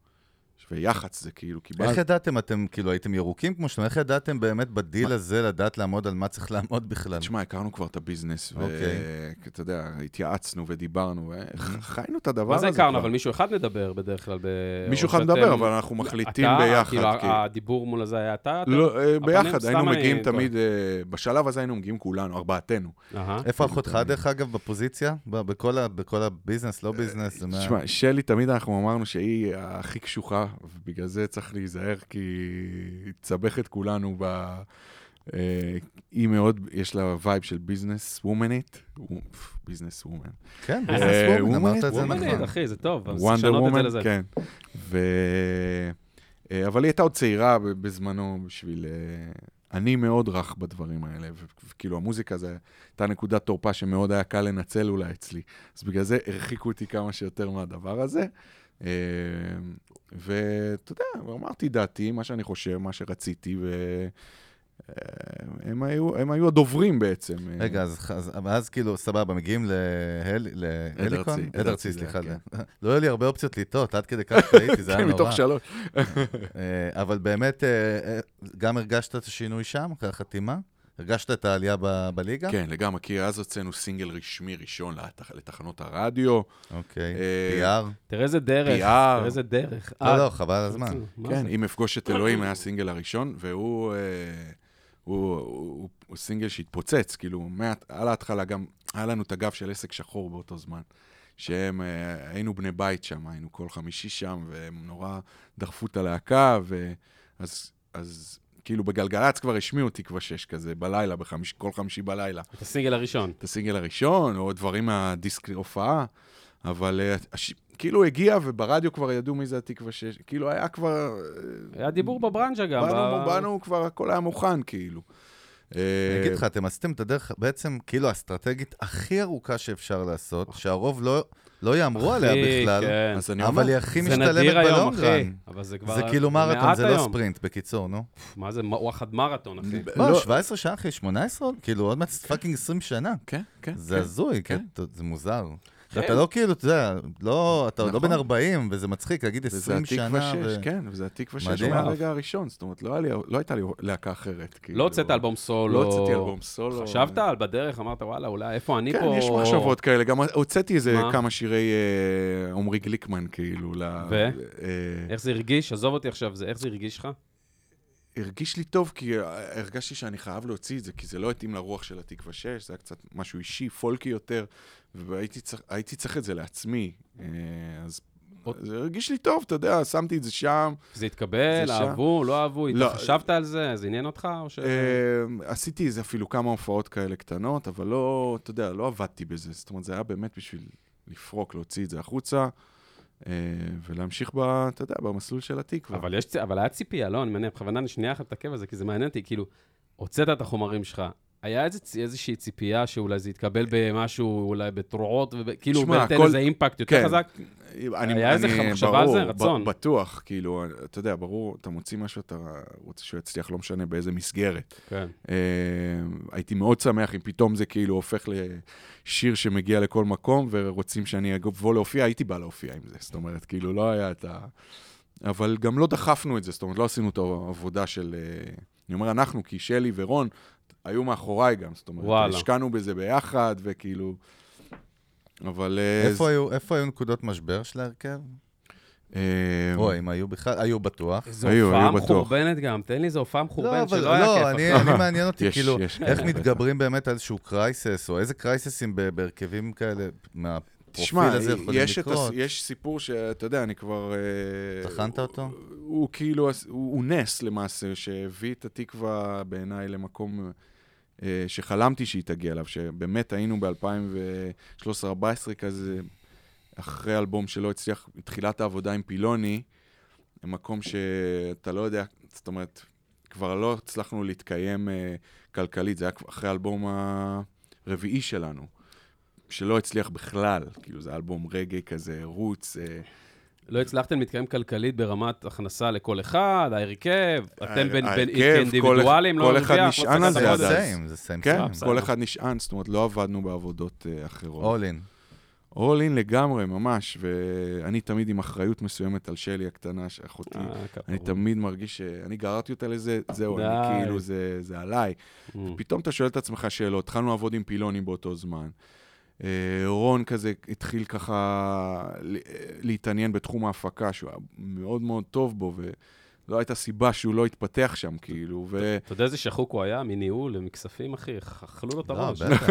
S6: ויח"צ זה כאילו, קיבלת...
S4: איך ידעתם, אתם כאילו הייתם ירוקים כמו שאתם, איך ידעתם באמת בדיל הזה לדעת לעמוד על מה צריך לעמוד בכלל?
S6: תשמע, הכרנו כבר את הביזנס,
S4: אוקיי. Mhm.
S6: ואתה יודע, התייעצנו ודיברנו, אה? חיינו את הדבר
S5: מה
S6: הזה
S5: זה
S6: כבר.
S5: הכרנו? אבל מישהו אחד מדבר בדרך כלל. ב-
S6: מישהו
S5: או
S6: אחד
S5: שאתם-
S6: מדבר, אבל אנחנו מחליטים
S5: אתה,
S6: ביחד,
S5: כאילו,
S6: כאילו.
S5: הדיבור מול הזה היה אתה? אתה?
S6: לא, אה,
S5: הפנים,
S6: ביחד,
S5: סתם
S6: היינו
S5: אני-
S6: מגיעים תמיד, אה, בשלב הזה היינו מגיעים כולנו, ארבעתנו.
S5: אהה.
S4: איפה אחותך, דרך אגב, בפוזיציה? ב- בכל ה- בכל הביזנס, לא ביזנס? זה מה-
S6: תשמע, שלי, תמיד אנחנו אמרנו שהיא הכי קשוחה, ובגלל זה צריך להיזהר, כי היא תסבך את כולנו ב... אה, היא מאוד, יש לה וייב של ביזנס וומנית, ביזנס וומן.
S4: כן,
S5: אה,
S4: ביזנס וומן,
S6: woman,
S4: אמרת את זה
S5: וומנד,
S4: נכון.
S5: אחי, זה טוב. אז צריך
S6: וונדר
S5: לשנות את זה
S6: וומן,
S5: לזה.
S6: כן. ו... אה, אבל היא הייתה עוד צעירה ב- בזמנו בשביל... אה, אני מאוד רך בדברים האלה, ו- וכאילו המוזיקה זו הייתה נקודת תורפה שמאוד היה קל לנצל אולי אצלי. אז בגלל זה הרחיקו אותי כמה שיותר מהדבר הזה. אה, ואתה יודע, אמרתי דעתי, מה שאני חושב, מה שרציתי, ו... אה, הם היו, הם היו הדוברים בעצם. אה,
S4: רגע, אז- אז אז כאילו, סבבה, מגיעים להל- להליקון?
S6: ארצי,
S4: עד
S6: עד
S4: ארצי,
S6: ארצי,
S4: סליחה.
S6: כן.
S4: לא היו לי הרבה אופציות לטעות, עד כדי כך טעיתי, זה היה
S6: כן,
S4: נורא.
S6: מתוך שלוש.
S4: אה, אבל באמת, אה, אה, גם הרגשת את השינוי שם, אחרי החתימה? הרגשת את העלייה ב- בליגה?
S6: כן, לגמרי, כי אז הוצאנו סינגל רשמי ראשון לתח... לתחנות הרדיו.
S4: אוקיי,
S6: אה,
S4: PR?
S5: תראה איזה דרך.
S6: PR.
S5: תראה איזה דרך. אה,
S4: לא, לא, חבל על הזמן.
S6: כן, אם אפגוש את אלוהים היה הסינגל הראשון, והוא אה, הוא, הוא, הוא, הוא סינגל שהתפוצץ, כאילו, מה, על ההתחלה גם, היה לנו את הגב של עסק שחור באותו זמן. שהם, אה, היינו בני בית שם, היינו כל חמישי שם, והם נורא דחפו את הלהקה, ו... אז, אז כאילו בגלגלצ כבר השמיעו תקווה 6 כזה, בלילה, בחמיש, כל חמישי בלילה.
S5: את הסינגל הראשון.
S6: את הסינגל הראשון, או דברים מהדיסק הופעה, אבל אה, הש... כאילו הגיע וברדיו כבר ידעו מי זה התקווה שש, כאילו היה כבר... אה,
S5: היה דיבור בברנז'ה גם.
S6: באנו,
S5: ב-
S6: באנו, כבר הכל היה מוכן, כאילו.
S4: אני
S6: אה,
S4: אגיד לך, אתם עשיתם את הדרך בעצם כאילו האסטרטגית הכי ארוכה שאפשר לעשות, שהרוב לא- לא יאמרו עליה
S5: אחי,
S4: בכלל,
S5: כן.
S6: אז אני אומר,
S4: אבל היא הכי
S5: זה נדיר
S4: משתלמת
S5: היום, אחי.
S4: בלונגרן.
S5: אבל זה כבר...
S4: זה כאילו מרתון,
S5: מעט
S4: זה לא
S5: היום.
S4: ספרינט, בקיצור, נו.
S5: מה זה, מ- וואחד מרתון, אחי.
S4: לא, 17 שעה אחי, 18? כאילו עוד מעט פאקינג 20 שנה.
S6: כן, כן.
S4: זה הזוי,
S6: כן.
S4: כן, ת- זה מוזר. אתה לא כאילו, אתה יודע, לא, אתה לא
S6: נכון.
S4: בן 40, וזה מצחיק להגיד 20
S6: וזה
S4: שנה.
S6: התקווה 6,
S4: ו-
S6: כן, וזה התקווה 6
S4: מדהים.
S6: מהרגע הראשון, זאת אומרת, לא היה לי- לא הייתה לי להקה אחרת.
S5: לא
S6: כאילו.
S5: הוצאת אלבום סולו.
S6: לא הוצאתי אלבום סולו.
S5: חשבת על בדרך, אמרת, וואלה, אולי איפה אני פה?
S6: כן, יש מחשבות כאלה. גם הוצאתי איזה
S5: מה?
S6: כמה שירי אה, עמרי גליקמן, כאילו. ל-
S5: ו?
S6: אה,
S5: איך זה הרגיש? עזוב אותי עכשיו, זה- איך זה הרגיש לך?
S6: הרגיש לי טוב, כי אה, הרגשתי שאני חייב להוציא את זה, כי זה לא התאים לרוח של התקווה 6, זה היה קצת משהו אישי, פולקי יותר, והייתי צריך, הייתי צריך את זה לעצמי. אה, אז זה הרגיש לי טוב, אתה יודע, שמתי את זה שם.
S5: זה התקבל,
S6: זה שם.
S5: אהבו, לא אהבו,
S6: לא.
S5: חשבת על זה? זה עניין אותך? או ש...
S6: אה, עשיתי איזה אפילו כמה הופעות כאלה קטנות, אבל לא, אתה יודע, לא עבדתי בזה. זאת אומרת, זה היה באמת בשביל לפרוק, להוציא את זה החוצה, אה, ולהמשיך, ב, אתה יודע, במסלול של התקווה.
S5: אבל, יש, צ- אבל היה ציפייה, לא, אני מניח, בכוונה שנייה אחת תעכב על זה, כי זה מעניין אותי, כאילו, הוצאת את החומרים שלך, היה איזה, צ- איזושהי ציפייה שאולי זה יתקבל במשהו, אולי בתרועות, וב- כאילו,
S6: שמע,
S5: נותן
S6: הכל-
S5: איזה אימפקט יותר
S6: כן.
S5: חזק?
S6: אני,
S5: היה איזה
S6: אני-
S5: מחשבה על זה?
S6: ברור, ב-
S5: רצון?
S6: בטוח, כאילו, אתה יודע, ברור, אתה מוציא משהו, אתה רוצה שהוא יצליח, לא משנה באיזה מסגרת.
S5: כן.
S6: אה, הייתי מאוד שמח אם פתאום זה כאילו הופך לשיר שמגיע לכל מקום, ורוצים שאני אבוא להופיע, הייתי בא להופיע עם זה. זאת אומרת, כאילו, לא היה את ה... אבל גם לא דחפנו את זה, זאת אומרת, לא עשינו את העבודה של... אה, אני אומר אנחנו, כי שלי ורון היו מאחוריי גם, זאת אומרת,
S5: וואלה.
S6: השקענו בזה ביחד, וכאילו... אבל... אה,
S4: איפה היו- איפה היו נקודות משבר של ההרכב?
S6: אה,
S4: או אם היו בכלל, היו בטוח.
S5: זו
S6: היו,
S5: הופעה
S6: היו בטוח.
S5: מחורבנת גם, תן לי איזו הופעה
S4: לא,
S5: מחורבנת
S4: אבל
S5: שלא היה כיף.
S4: לא, אני
S5: אחי.
S4: אני מעניין אותי,
S6: יש-
S4: כאילו,
S6: יש כן,
S4: איך
S6: כאלה,
S4: מתגברים באמת על איזשהו קרייסס, או איזה קרייססים ב- בהרכבים כאלה, מהפרופיל
S6: תשמע, אה,
S4: הזה יכולים
S6: יש, את הס...
S4: לקרות?
S6: יש סיפור שאתה יודע, אני כבר... אה,
S4: טחנת
S6: הוא-
S4: אותו?
S6: הוא כאילו, הס- הוא, הוא נס למעשה, שהביא את התקווה בעיניי למקום אה, שחלמתי שהיא תגיע אליו, שבאמת היינו ב-2013-2014 כזה, אחרי אלבום שלא הצליח, תחילת העבודה עם פילוני, מקום שאתה לא יודע, זאת אומרת, כבר לא הצלחנו להתקיים אה, כלכלית, זה היה כבר אחרי האלבום הרביעי שלנו, שלא הצליח בכלל, כאילו זה אלבום רגעי כזה, רוץ. אה,
S5: לא הצלחתם להתקיים כלכלית ברמת הכנסה לכל אחד, ההרכב, אתם בין-
S6: ההרכב,
S5: בין-
S6: כל אחד-
S5: כאינדיבידואלים, לא
S6: כל אחד
S5: מרוויח,
S6: נשען
S5: לא סגרת
S6: על
S5: את
S4: זה
S6: זה עד
S5: החודש.
S6: אז.
S4: סיים, זה סיים
S6: כן,
S4: סיים.
S5: בסדר.
S6: כל אחד נשען, זאת אומרת, לא עבדנו בעבודות אה, אחרות.
S4: אול אין.
S6: all in לגמרי, ממש, ואני תמיד עם אחריות מסוימת על שלי הקטנה, שאחותי,
S5: אה, כפרה.
S6: אני תמיד מרגיש שאני גררתי אותה לזה, זהו,
S5: די.
S6: אני כאילו, זה, זה עליי.
S5: Mm.
S6: פתאום אתה שואל את עצמך שאלות, התחלנו לעבוד עם פילונים באותו זמן. אה, רון כזה התחיל ככה ל- אה, להתעניין בתחום ההפקה, שהוא היה מאוד מאוד טוב בו, ולא הייתה סיבה שהוא לא התפתח שם, כאילו, ו...
S5: אתה יודע איזה שחוק הוא היה מניהול ומכספים, אחי? אכלו לו את
S4: לא,
S5: הראש.
S4: בטח.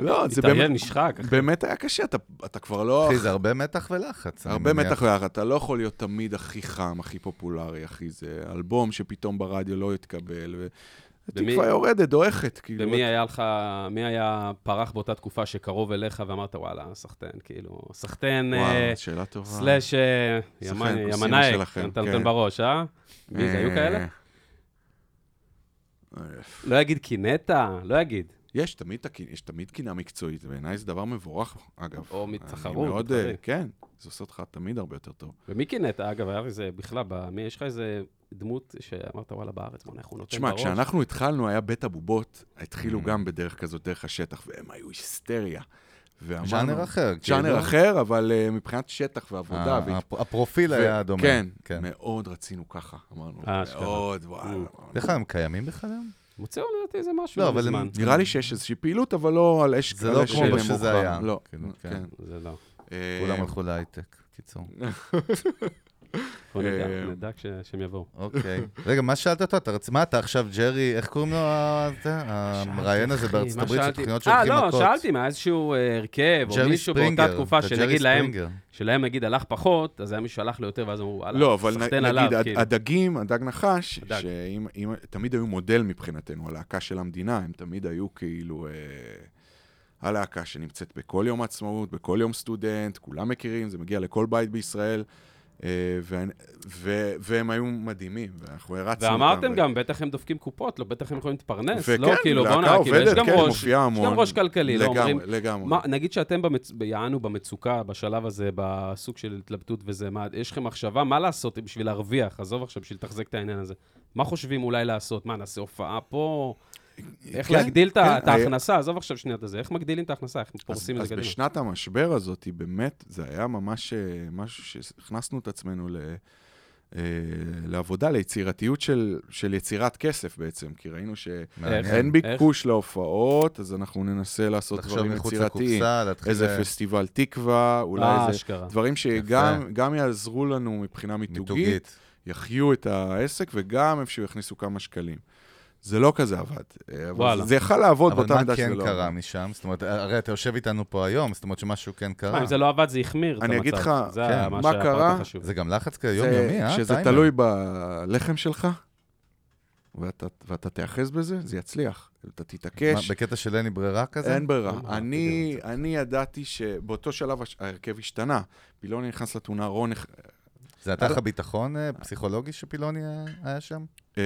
S6: לא, זה באמת...
S5: התארגן, נשחק, אחי.
S6: באמת היה קשה, אתה, אתה כבר לא...
S4: אחי, זה הרבה מתח ולחץ. אני
S6: הרבה
S4: מניח.
S6: מתח ואח, אתה לא יכול להיות תמיד הכי חם, הכי פופולרי, הכי זה. אלבום שפתאום ברדיו לא יתקבל, ו...
S5: ומי-
S6: התקווה יורדת, דועכת, כאילו.
S5: ומי היה לך, מי היה פרח באותה תקופה שקרוב אליך ואמרת, וואלה, סחטיין, כאילו, סחטיין, אה,
S6: וואו, שאלה טובה.
S5: סלאש, אה,
S6: סחטיין,
S5: ימני-
S6: כוסימה
S5: ימנאי,
S6: שלכם,
S5: אתה נותן
S6: כן.
S5: בראש, אה? מי זה, היו
S6: אה,
S5: כאלה?
S6: אה,
S5: לא יגיד קינאת, לא יגיד.
S6: יש תמיד, את הקי- יש תמיד קינה מקצועית, בעיניי זה דבר מבורך, אגב.
S5: או
S6: אני
S5: מתחרות,
S6: מאוד, אה,
S5: מתחרים.
S6: כן, זה עושה אותך תמיד הרבה יותר טוב.
S5: ומי קינאת, אגב, היה איזה, בכלל, ב- מי- יש לך איזה דמות שאמרת, וואלה, בארץ, בוא'נה, איך הוא נותן
S6: תשמע,
S5: כן, בראש? Mm.
S6: כשאנחנו התחלנו, היה בית הבובות, התחילו גם בדרך כזאת, דרך השטח, והם היו היסטריה. ואמרנו-
S4: ז'אנר אחר,
S6: ז'אנר
S4: כאילו.
S6: אחר, אבל אה, מבחינת שטח ועבודה.
S4: ה-
S6: והת-
S4: הפ- הפרופיל אה, היה
S6: ו-
S4: דומה.
S6: כן,
S4: כן.
S6: מאוד רצינו ככה, אמרנו.
S5: אה, אשכרה.
S6: מאוד, וואו.
S4: דרך אגב, הם קיימים בכלל היום?
S5: מוצאו לדעתי איזה משהו
S4: לא, אבל הם-
S5: מזמן.
S6: נראה לי שיש איזושהי פעילות, אבל לא על אש
S4: זה
S6: על
S4: לא
S6: אש
S4: כמו
S6: של
S4: שזה
S6: מוכרע.
S4: היה,
S6: לא,
S4: כאילו, כן.
S6: כן.
S5: זה לא.
S6: אה,
S4: כולם הלכו להייטק, קיצור.
S5: בוא נדע,
S6: אה,
S5: נדע כש- שהם יבואו.
S4: אוקיי. רגע, מה שאלת אותו? אתה רצ... מה אתה עכשיו, ג'רי, איך קוראים לו ה- זה? המראיין הזה
S5: אחי,
S4: בארצות
S5: מה
S4: הברית,
S5: שאלתי?
S4: שתוכניות
S5: אה,
S4: שהולכים
S5: לא,
S4: מכות?
S5: שאלתי מה, איזשהו אה, הרכב, או
S4: ג'רי
S5: מישהו באותה
S4: ספרינגר,
S5: תקופה
S4: אתה ג'רי
S5: שנגיד להם,
S4: ספרינגר.
S5: שלהם נגיד הלך פחות, אז היה מישהו שהלך לו יותר, ואז אמרו,
S6: לא,
S5: וואלה,
S6: אבל נ-
S5: סחטיין
S6: נגיד,
S5: עליו,
S6: הד-
S5: כאילו.
S6: הדגים, הדג נחש,
S5: הדג.
S6: שאם- אם- תמיד היו מודל מבחינתנו, הלהקה של המדינה, הם תמיד היו כאילו אה, הלהקה שנמצאת בכל יום עצמאות, בכל יום סטודנט, כולם מכירים, זה מגיע לכל בית בישראל, אה, ואנ- ו- והם היו מדהימים, ואנחנו הרצנו אותם.
S5: ואמרתם
S6: ו-
S5: גם, בטח הם דופקים קופות, לא, בטח הם יכולים להתפרנס.
S6: וכן,
S5: לא, כאילו,
S6: להקה
S5: בוא'נה, כאילו, יש
S6: עובדת,
S5: גם
S6: כן,
S5: ראש, יש
S6: מופיעה
S5: גם
S6: המון.
S5: ראש כלכלי, לא
S6: לגמרי,
S5: אומרים...
S6: לגמרי.
S5: מה, נגיד שאתם, במצ... יענו, במצוקה, בשלב הזה, בסוג של התלבטות וזה, מה, יש לכם מחשבה מה לעשות בשביל להרוויח, עזוב עכשיו, בשביל לתחזק את העניין הזה. מה חושבים אולי לעשות? מה, נעשה הופעה פה? איך
S6: כן,
S5: להגדיל את ה-
S6: כן,
S5: את ההכנסה? עזוב עכשיו שנייה את זה, איך מגדילים את ההכנסה? איך פורסים את
S6: אז,
S5: זה
S6: אז
S5: קדימה?
S6: בשנת המשבר הזאת, היא באמת, זה היה ממש אה, משהו שהכנסנו את עצמנו ל, אה, לעבודה, ליצירתיות של, של יצירת כסף בעצם, כי ראינו שאין
S4: מעניין.
S6: ביקוש להופעות, אז אנחנו ננסה לעשות
S4: לחשוב
S6: דברים
S4: מחוץ
S6: יצירתיים.
S4: לקופסה, להתחיל... אה,
S6: איזה פסטיבל תקווה, אולי
S5: אה,
S6: איזה...
S5: אשכרה.
S6: דברים שגם גם יעזרו לנו מבחינה מיתוגית,
S4: מיתוגית.
S6: יחיו את העסק, וגם איפשהו יכניסו כמה שקלים. זה לא כזה עבד. אה, אבל
S5: וואלה.
S6: זה יכל לעבוד
S4: אבל
S6: באותה
S4: מה
S6: מידה שזה
S4: כן
S6: לא
S4: קרה
S6: עבד.
S4: משם? זאת אומרת, הרי אתה יושב איתנו פה היום, זאת אומרת שמשהו כן
S5: מה,
S4: קרה.
S5: אם זה לא עבד, זה החמיר את המצב.
S6: אני אגיד לך,
S5: זה
S4: כן,
S5: ה-
S6: מה
S5: שהיה הפרט
S6: קרה?
S5: החשוב.
S4: זה גם לחץ כזה
S6: זה-
S4: יומיומי, אה?
S6: שזה
S4: טיימר.
S6: תלוי בלחם שלך, ואתה, ואתה תיאחז בזה, זה יצליח. אתה
S4: מה,
S6: תתעקש,
S4: בקטע לא, של אין לי ברירה כזה?
S6: אין
S5: אה,
S6: ברירה. אני, אני ידעתי שבאותו שלב הש- ההרכב השתנה. פילוני נכנס לתאונה, רון... נכ-
S4: זה נתן לך
S6: אבל-
S4: ביטחון אה, פסיכולוגי שפילוני היה- היה שם?
S6: אה,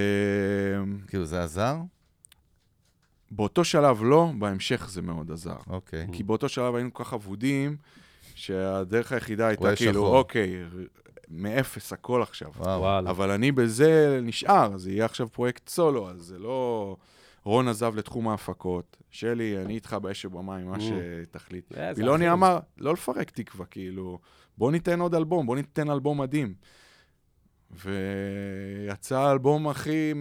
S4: כאילו, זה עזר?
S6: באותו שלב לא, בהמשך זה מאוד עזר.
S4: אוקיי.
S6: כי באותו שלב היינו כל כך אבודים, שהדרך היחידה
S4: הוא היה
S6: הייתה כאילו,
S4: שחור.
S6: אוקיי, מאפס הכל עכשיו.
S4: וואו.
S5: וואלה.
S6: אבל אני בזה נשאר, זה יהיה עכשיו פרויקט סולו, אז זה לא... רון עזב לתחום ההפקות, שלי, אני איתך באש ובמים, מה
S5: Mm.
S6: שתחליט.
S5: אה, זה
S6: פילוני
S5: אחי.
S6: אמר, לא לפרק תקווה, כאילו, בוא ניתן עוד אלבום, בוא ניתן אלבום מדהים. ויצא האלבום הכי,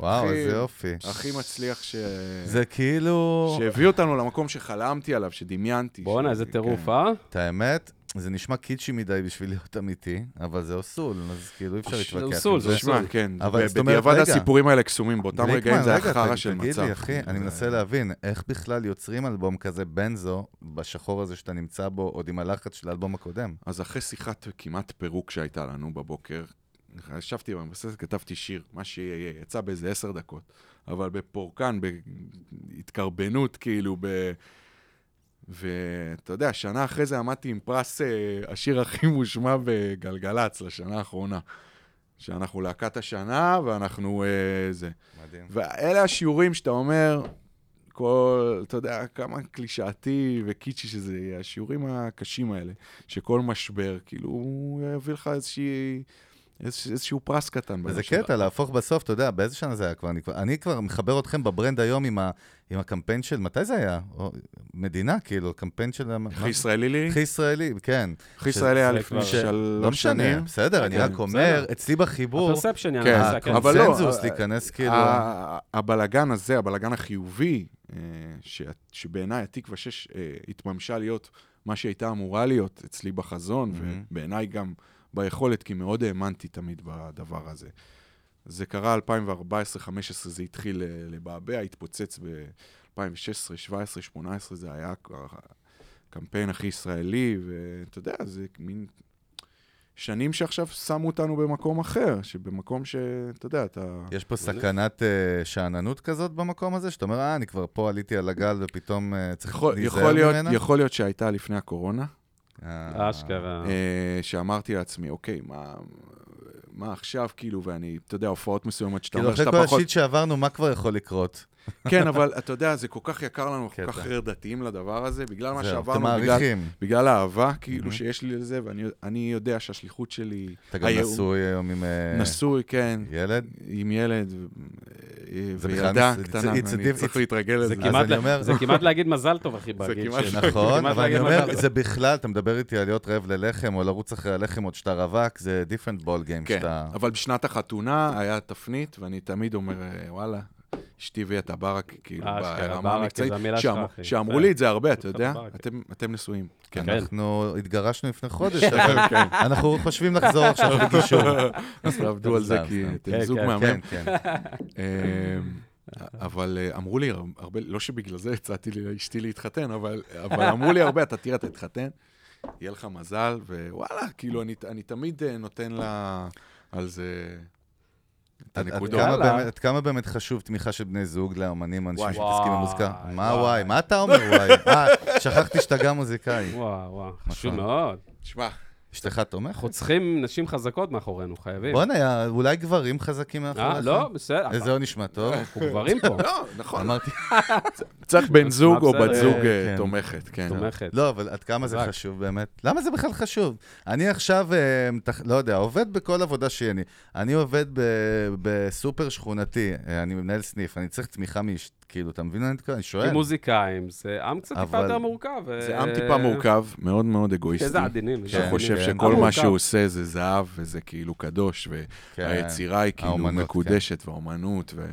S4: וואו,
S6: אחי-
S4: איזה יופי.
S6: הכי מצליח ש...
S4: זה כאילו...
S6: שהביא אותנו למקום שחלמתי עליו, שדמיינתי.
S5: לא- בואנה,
S6: ש-
S5: איזה טירוף,
S6: כן.
S5: אה?
S4: את האמת, זה נשמע קיצ'י מדי בשביל להיות אמיתי, אבל זה אוסול, אז כאילו אי אפשר
S5: זה
S4: להתווכח.
S5: אוסול,
S4: עם
S5: זה
S6: תשמע, כן,
S4: אבל זאת אומרת,
S6: בדיעבד
S4: רגע.
S6: הסיפורים האלה קסומים, באותם
S4: גליקמן,
S6: רגעים זה
S4: רגע,
S6: היה חרא
S4: תגיד-
S6: של מצב.
S4: תגיד לי, אחי, אני
S6: זה-
S4: מנסה להבין, איך בכלל יוצרים אלבום כזה, בנזו, בשחור הזה שאתה נמצא בו, עוד עם הלחץ של האלבום הקודם?
S6: אז אחרי שיחת כמעט פירוק שהייתה לנו בבוקר, ישבתי במבססת, כתבתי שיר, מה שיהיה, יהיה. יצא באיזה עשר דקות, אבל בפורקן, בהתקרבנות, כאילו, ב... ואתה יודע, שנה אחרי זה עמדתי עם פרס אה, השיר הכי מושמע בגלגלצ לשנה האחרונה. שאנחנו להקת השנה, ואנחנו אה, זה.
S4: מדהים.
S6: ואלה השיעורים שאתה אומר, כל, אתה יודע, כמה קלישאתי וקיצ'י שזה יהיה, השיעורים הקשים האלה, שכל משבר, כאילו, הוא יביא לך איזושהי איז- איזשהו פרס קטן. ביום
S4: וזה
S6: של-
S4: קטע, להפוך בסוף, אתה יודע, באיזה שנה זה היה כבר? אני כבר, אני כבר מחבר אתכם בברנד היום עם, ה, עם הקמפיין של, מתי זה היה? או, מדינה, כאילו, קמפיין של... המ-
S6: אחי ישראלי לי?
S4: הכי ישראלי, כן.
S6: אחי ישראלי היה
S5: זה
S6: לפני
S5: כבר-
S4: לא
S6: שלוש
S4: משנה,
S6: שנים.
S4: בסדר, אני
S5: כן,
S4: רק אומר,
S5: בסדר.
S4: אצלי בחיבור,
S5: הפרספשן,
S6: כן,
S5: יאללה, כן.
S6: אבל לא,
S4: הקונסנזוס
S6: אה,
S4: להיכנס כאילו...
S6: ה- הבלגן הזה, הבלגן החיובי, אה, ש- שבעיניי התקווה 6 התממשה להיות מה שהיא הייתה אמורה להיות אצלי בחזון,
S4: מהמם.
S6: ובעיניי גם ביכולת, כי מאוד האמנתי תמיד בדבר הזה. זה קרה 2014-2015, זה התחיל אה, לבעבע, התפוצץ ב-2016, 2017, 2018, זה היה כבר הקמפיין הכי ישראלי, ואתה יודע, זה מין שנים שעכשיו שמו אותנו במקום אחר, שבמקום שאתה יודע, אתה...
S4: יש פה סכנת אה, שאננות כזאת במקום הזה, שאתה אומר, אה, אני כבר פה עליתי על הגל ופתאום אה, צריך
S6: יכול,
S4: להיזהר
S6: יכול, להיות,
S4: ממנה?
S6: יכול להיות שהייתה לפני הקורונה,
S4: אה,
S5: אשכרה.
S6: אה, שאמרתי לעצמי, אוקיי, מה, מה עכשיו, כאילו, ואני, אתה יודע, הופעות מסוימות שאתה
S4: כאילו,
S6: אומר
S4: אחרי
S6: שאתה
S4: כל
S6: פחות...
S4: השיט שעברנו, מה כבר יכול לקרות?
S6: כן, אבל אתה יודע, זה כל כך יקר לנו, כל
S4: קטע.
S6: כך חרדתיים לדבר הזה, בגלל מה
S4: זהו, אתם
S6: שעברנו, בגלל,
S4: מעריכים.
S6: בגלל האהבה, כאילו, שיש לי לזה, ואני אני יודע שהשליחות שלי...
S4: אתה גם
S6: היה-
S4: נשוי היום עם אה,
S6: נשוי, כן,
S4: ילד?
S6: עם ילד, אה,
S4: זה בכלל
S6: וילדה
S4: מס-
S6: קטנה,
S4: it's- it's a
S6: ואני
S4: diff-
S6: צריך
S4: it's-
S6: להתרגל לזה.
S5: זה
S4: אז
S5: כמעט
S4: אני
S5: לה-
S4: אומר-
S5: זה כמעט להגיד מזל טוב, אחי, בגיל
S6: כמעט-
S5: שלנו.
S4: נכון,
S5: כמעט
S4: אבל אני
S5: להגיד מזל
S4: אומר,
S5: טוב.
S4: זה בכלל, אתה מדבר איתי על להיות רעב ללחם או לרוץ אחרי הלחם עוד שאתה רווק, זה different ball game
S6: כן,
S4: שאתה...
S6: אבל בשנת החתונה היה תפנית, ואני תמיד אומר, "אה, וואלה, אשתי הביאה את הברק, כאילו,
S5: אה, אשכרה,
S6: ברמה
S5: ברק,
S6: המקצועית,
S5: זה המילה
S6: שאמ-
S5: שלך, אחי.
S6: שאמרו
S5: כן.
S6: לי את זה הרבה, אתה יודע,
S5: ברק.
S6: אתם- אתם נשואים.
S4: כן,
S5: כן.
S4: אנחנו התגרשנו לפני חודש, אבל אנחנו חושבים לחזור עכשיו לגישור.
S6: אז תעבדו על זה,
S4: סתם,
S6: כי
S4: סתם.
S6: אתם
S5: כן,
S6: זוג
S5: כן,
S6: מהמם.
S4: כן, כן.
S6: אה, אבל אה, אמרו לי הר- הרבה, לא שבגלל זה הצעתי לאשתי להתחתן, אבל אבל אמרו לי הרבה, אתה תראה, אתה תתחתן, יהיה לך מזל, ווואלה, כאילו, אני- אני תמיד אה, נותן לה על זה את
S4: עד- עד
S6: הנקודות.
S4: כמה
S5: יאללה.
S4: באמת- עד כמה באמת חשוב תמיכה של בני זוג לאמנים, אנשים
S6: וואי.
S4: שמתעסקים במוזיקה?
S5: וואי,
S4: מה
S5: וואי.
S4: וואי? מה אתה אומר וואי? אה, שכחתי שאתה גם מוזיקאי.
S5: וואו, וואו, חשוב
S4: נכון.
S5: מאוד.
S6: תשמע,
S4: אשתך תומכת?
S5: אנחנו צריכים נשים חזקות מאחורינו, חייבים.
S4: בואנה, יא, אולי גברים חזקים
S5: אה,
S4: מאחוריך?
S5: לא, בסדר.
S4: איזה עוד נשמע טוב.
S5: אנחנו גברים פה,
S6: לא, נכון.
S4: אמרתי,
S6: צריך בן זוג או
S5: בסדר.
S6: בת זוג אה,
S4: כן.
S6: תומכת, כן.
S5: תומכת.
S4: לא, אבל עד כמה זה
S5: חזק.
S4: חשוב באמת? למה זה בכלל חשוב? אני עכשיו, אה, מתח- לא יודע, עובד בכל עבודה שהיא. אני- אני עובד ב- בסופר שכונתי, אה, אני מנהל סניף, אני צריך תמיכה מאיש... כאילו, אתה מבין מה אני מתכוון? אני שואל.
S5: כמוזיקאים, זה עם קצת טיפה
S4: אבל-
S5: יותר מורכב.
S6: זה
S5: אה,
S6: עם טיפה מורכב, מאוד מאוד אגואיסטי.
S5: איזה עדינים. איזה
S4: כן,
S6: שחושב
S5: עדינים.
S4: כן.
S6: שכל מה
S5: אה, מורכב.
S6: שהוא עושה זה זהב וזה כאילו קדוש, והיצירה היא כאילו
S4: כן. האומנות,
S6: מקודשת והאומנות. ו...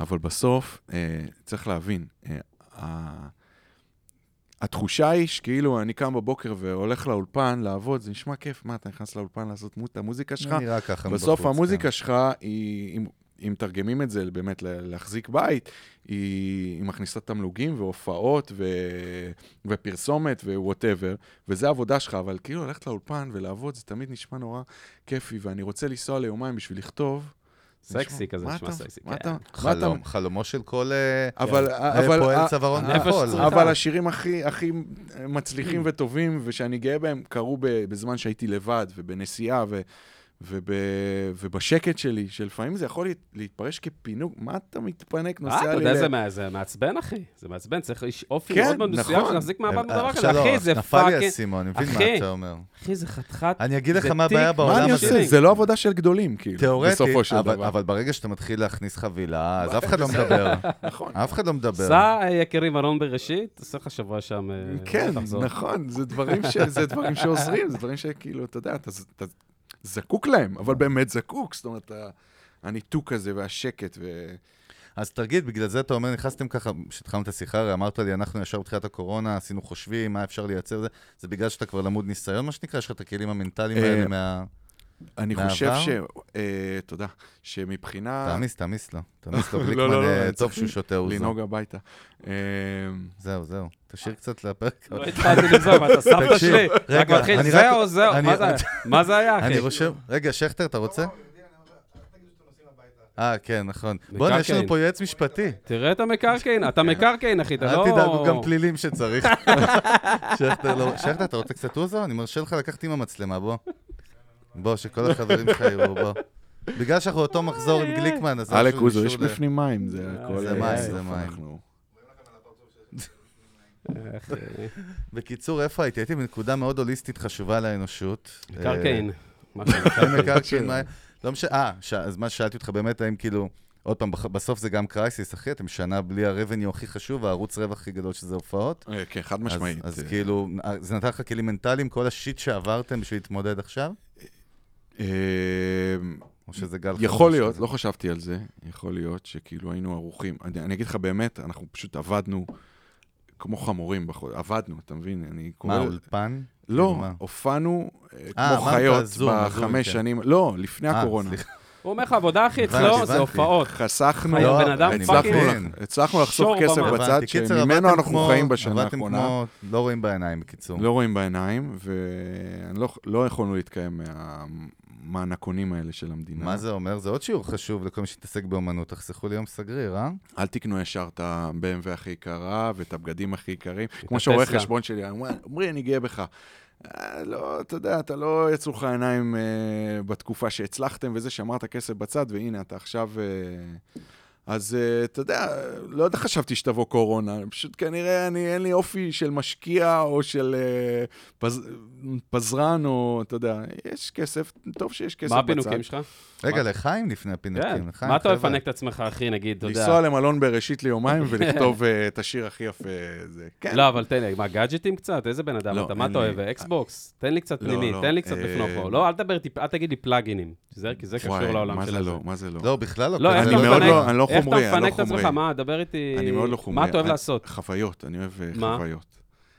S6: אבל בסוף, אה, צריך להבין, אה, ה- התחושה היא שכאילו אני קם בבוקר והולך לאולפן לעבוד, זה נשמע כיף, מה, אתה נכנס לאולפן לעשות מו- את המוזיקה שלך?
S4: זה נראה ככה
S6: בסוף
S4: מבחוץ,
S6: המוזיקה
S4: כן.
S6: שלך היא, אם- אם מתרגמים את זה באמת ל- להחזיק בית, היא, היא מכניסה תמלוגים והופעות ו, ופרסומת ווואטאבר, וזה העבודה שלך, אבל כאילו ללכת לאולפן ולעבוד זה תמיד נשמע נורא כיפי, ואני רוצה לנסוע ליומיים בשביל לכתוב. זה
S5: סקסי
S6: נשמע-
S5: כזה,
S6: מה
S5: נשמע
S6: אתה-
S5: סקסי,
S6: מה
S5: כן.
S6: אתה- מה אתה-
S4: חלום, חלומו של כל אה,
S6: אבל,
S4: אה,
S6: אבל,
S4: פועל
S6: אה,
S4: צווארון
S5: איפה
S4: כחול.
S5: שצריך.
S6: אבל השירים הכי, הכי מצליחים וטובים, ושאני גאה בהם, קרו ב- בזמן שהייתי לבד, ובנסיעה, ו, וב, ובשקט שלי, שלפעמים זה יכול להת- להתפרש כפינוק, מה אתה מתפנק,
S5: אה,
S6: נוסע
S5: אתה
S6: לי...
S5: יודע,
S6: ל-
S5: זה מה- זה מעצבן, אחי. זה מעצבן, צריך איש אופי
S6: כן,
S5: מאוד מאוד מסוים
S6: נכון.
S5: להחזיק מעמד בדבר כזה.
S4: עכשיו לא,
S5: אחי, זה
S4: נפל לי
S5: פאקינג...
S4: הסימון, אני מבין מה
S5: אחי.
S4: אתה אומר.
S5: אחי, זה חתיכת...
S4: אני אגיד לך
S5: זה
S4: מה הבעיה
S5: תיק,
S4: בעולם
S6: מה אני
S4: הזה.
S6: עושה? זה לא עבודה של גדולים, כאילו,
S4: תיאורטית,
S6: בסופו של
S4: אבל,
S6: דבר.
S4: אבל ברגע שאתה מתחיל להכניס חבילה, אז אף אחד לא מדבר.
S6: נכון.
S4: אף אחד לא מדבר.
S5: סע, אה, יקירי מרון בראשית, תעשה לך שבוע שם. אה,
S6: כן,
S5: תחזור.
S6: נכון, זה דברים, ש... זה דברים שעוזרים, זה דברים שכאילו, אתה יודע, אתה, אתה זקוק להם, אבל באמת זקוק, זאת אומרת, ה- הניתוק הזה והשקט, ו...
S4: אז תגיד, בגלל זה אתה אומר, נכנסתם ככה, כשהתחלנו את השיחה, הרי אמרת לי, אנחנו ישר בתחילת הקורונה, עשינו חושבים, מה אפשר לייצר, זה, זה בגלל שאתה כבר למוד ניסיון, מה שנקרא, יש לך את הכלים המנטליים
S6: אה,
S4: האלה מה...
S6: אני
S4: מהעבר?
S6: חושב ש... אה, תודה. שמבחינה...
S4: תעמיס, תעמיס לו. תעמיס לו
S6: אה. לא,
S4: בליקמן,
S6: לא, לא,
S4: אה,
S6: אני
S4: טוב
S6: צריך
S4: שהוא שותה אוזו.
S6: לנהוג אה. הביתה. אה,
S4: זהו, זהו. תשאיר קצת לפרק.
S5: לא התחלתי לגזום, אתה סבתא
S4: תקשיב,
S5: שלי. רק
S4: רגע,
S5: מתחיל,
S4: אני
S5: זה
S4: רק-
S5: או זה,
S4: אני-
S5: מה זה היה? מה זה היה, אחי?
S4: אני רושם... רגע, שכטר, אתה רוצה? אה, כן, נכון. בוא'נה, יש לנו
S5: מקרקעין.
S4: פה יועץ משפטי.
S5: תראה את המקרקעין, אתה מקרקעין, אחי, אתה
S4: כן. אל
S5: לא...
S4: תדאגו, גם פלילים שצריך. שכטר, לא- שכטר, אתה רוצה קצת אוזו? אני מרשה לך לקחת עם המצלמה, בוא. בוא, שכל החברים שלך יראו, בוא. בגלל שאנחנו אותו מחזור עם גליקמן, אז...
S6: אלק
S4: איכשהו
S6: אוזו, יש
S4: ניגשו ל-
S6: בפנים מים, זה הכל...
S5: זה
S6: אה,
S4: מים,
S6: בסוף
S4: זה מים.
S6: אנחנו-
S5: אה, אחי,
S4: אה, בקיצור, איפה הייתי? הייתי בנקודה מאוד הוליסטית חשובה לאנושות.
S5: מקרקעין. מה שנקרא.
S4: אין מקרקעין, מה- לא משנה, אה, ש- אז מה ששאלתי אותך באמת, האם כאילו, עוד פעם, בח- בסוף זה גם קרייסיס, אחי, אתם שנה בלי הרבניו הכי חשוב, הערוץ רווח הכי גדול שזה הופעות.
S6: אה, כן, חד
S4: אז-
S6: משמעית.
S4: אז
S6: אה,
S4: כאילו, אה, זה נתן לך כלים מנטליים, כל השיט שעברתם בשביל להתמודד עכשיו?
S6: אה,
S4: או שזה גל חדש
S6: יכול להיות,
S4: כזה?
S6: לא חשבתי על זה, יכול להיות שכאילו היינו ערוכים. אני, אני אגיד לך באמת, אנחנו פשוט עבדנו כמו חמורים בחודש, עבדנו, אתה מבין? אני
S4: מה,
S6: קורא...
S4: אולפן? כאילו,
S6: לא,
S4: מה?
S6: הופענו אה,
S4: אה,
S6: כמו
S4: אמרת
S6: חיות
S4: זום, הזום,
S6: בחמש
S4: כן.
S6: שנים, לא, לפני
S4: אה,
S6: הקורונה.
S4: סליחה.
S5: הוא אומר לך, עבודה אחי אצלו
S4: הבנתי,
S5: זה
S4: הבנתי.
S5: הופעות.
S6: חסכנו,
S5: חיים,
S4: לא,
S5: הבן אדם
S4: אני
S5: פאקינג-
S6: הצלחנו
S4: מבין.
S6: לח- הצלחנו לחסוך
S5: שור
S6: כסף
S5: במה.
S6: לא, בצד,
S4: הבנתי. קיצר, עבדתם
S6: שממנו אנחנו
S4: כמו-
S6: חיים בשנה
S4: עבדתם
S6: האחרונה.
S4: כמו- לא רואים בעיניים, בקיצור.
S6: לא רואים בעיניים, ולא יכולנו להתקיים מהמענקונים האלה של המדינה.
S4: מה זה אומר? זה עוד שיעור חשוב לכל מי שמתעסק באומנות. תחסכו לי יום סגריר, אה?
S6: אל תקנו ישר את ה-BMW הכי יקרה ואת הבגדים הכי יקרים. כמו
S5: הטסלה.
S6: שעורך חשבון שלי, היה אומר, עמרי, אני גאה בך. "אה, לא, אתה יודע, אתה לא יצאו לך עיניים אה, בתקופה שהצלחתם וזה, שמרת כסף בצד, והנה, אתה עכשיו... אה, אז אה, אתה יודע, לא יודע, חשבתי שתבוא קורונה, פשוט כנראה אני, אין לי אופי של משקיע או של אה, פז, פזרן, או אתה יודע, יש כסף, טוב שיש כסף
S5: מה
S6: בצד.
S5: הפינוקים שלך?
S4: רגע, לחיים לפני הפינוקים.
S5: כן.
S4: לחיים,
S5: מה אתה
S4: חבר'ה.
S5: מפנק את עצמך, אחי, נגיד, אתה יודע.
S6: לנסוע למלון בראשית ליומיים ולכתוב אה, את השיר הכי יפה, זה כן.
S5: לא, אבל תן לי, מה, גאדג'טים קצת? איזה בן אדם
S6: לא,
S5: אתה? מה
S6: אין
S5: אתה
S6: לי.
S5: אוהב? אקסבוקס? תן לי קצת
S6: לא,
S5: פנימי,
S6: לא.
S5: תן לי קצת
S6: אה,
S5: בפנוכו. לא, אל תדבר טיפ- אל תגיד לי פלאגינים. תיזהר, כי זה קשור
S6: וואי,
S5: לעולם
S6: מה
S5: של
S6: זה
S5: הזה.
S6: לא, מה זה לא.
S4: לא, בכלל לא.
S5: לא,
S4: כזה
S5: איך
S6: אני
S5: אתה
S6: מאוד
S5: מפנק-
S6: לא- אני לא
S5: איך
S6: חומרי, אני
S5: אתה
S6: לא
S5: מפנק את עצמך?
S6: חומרי.
S5: מה, דבר איתי...
S6: אני מאוד לא חומרי.
S5: מה אתה אוהב
S6: אני-
S5: לעשות?
S6: חוויות, אני אוהב אה,
S5: מה?
S6: חוויות.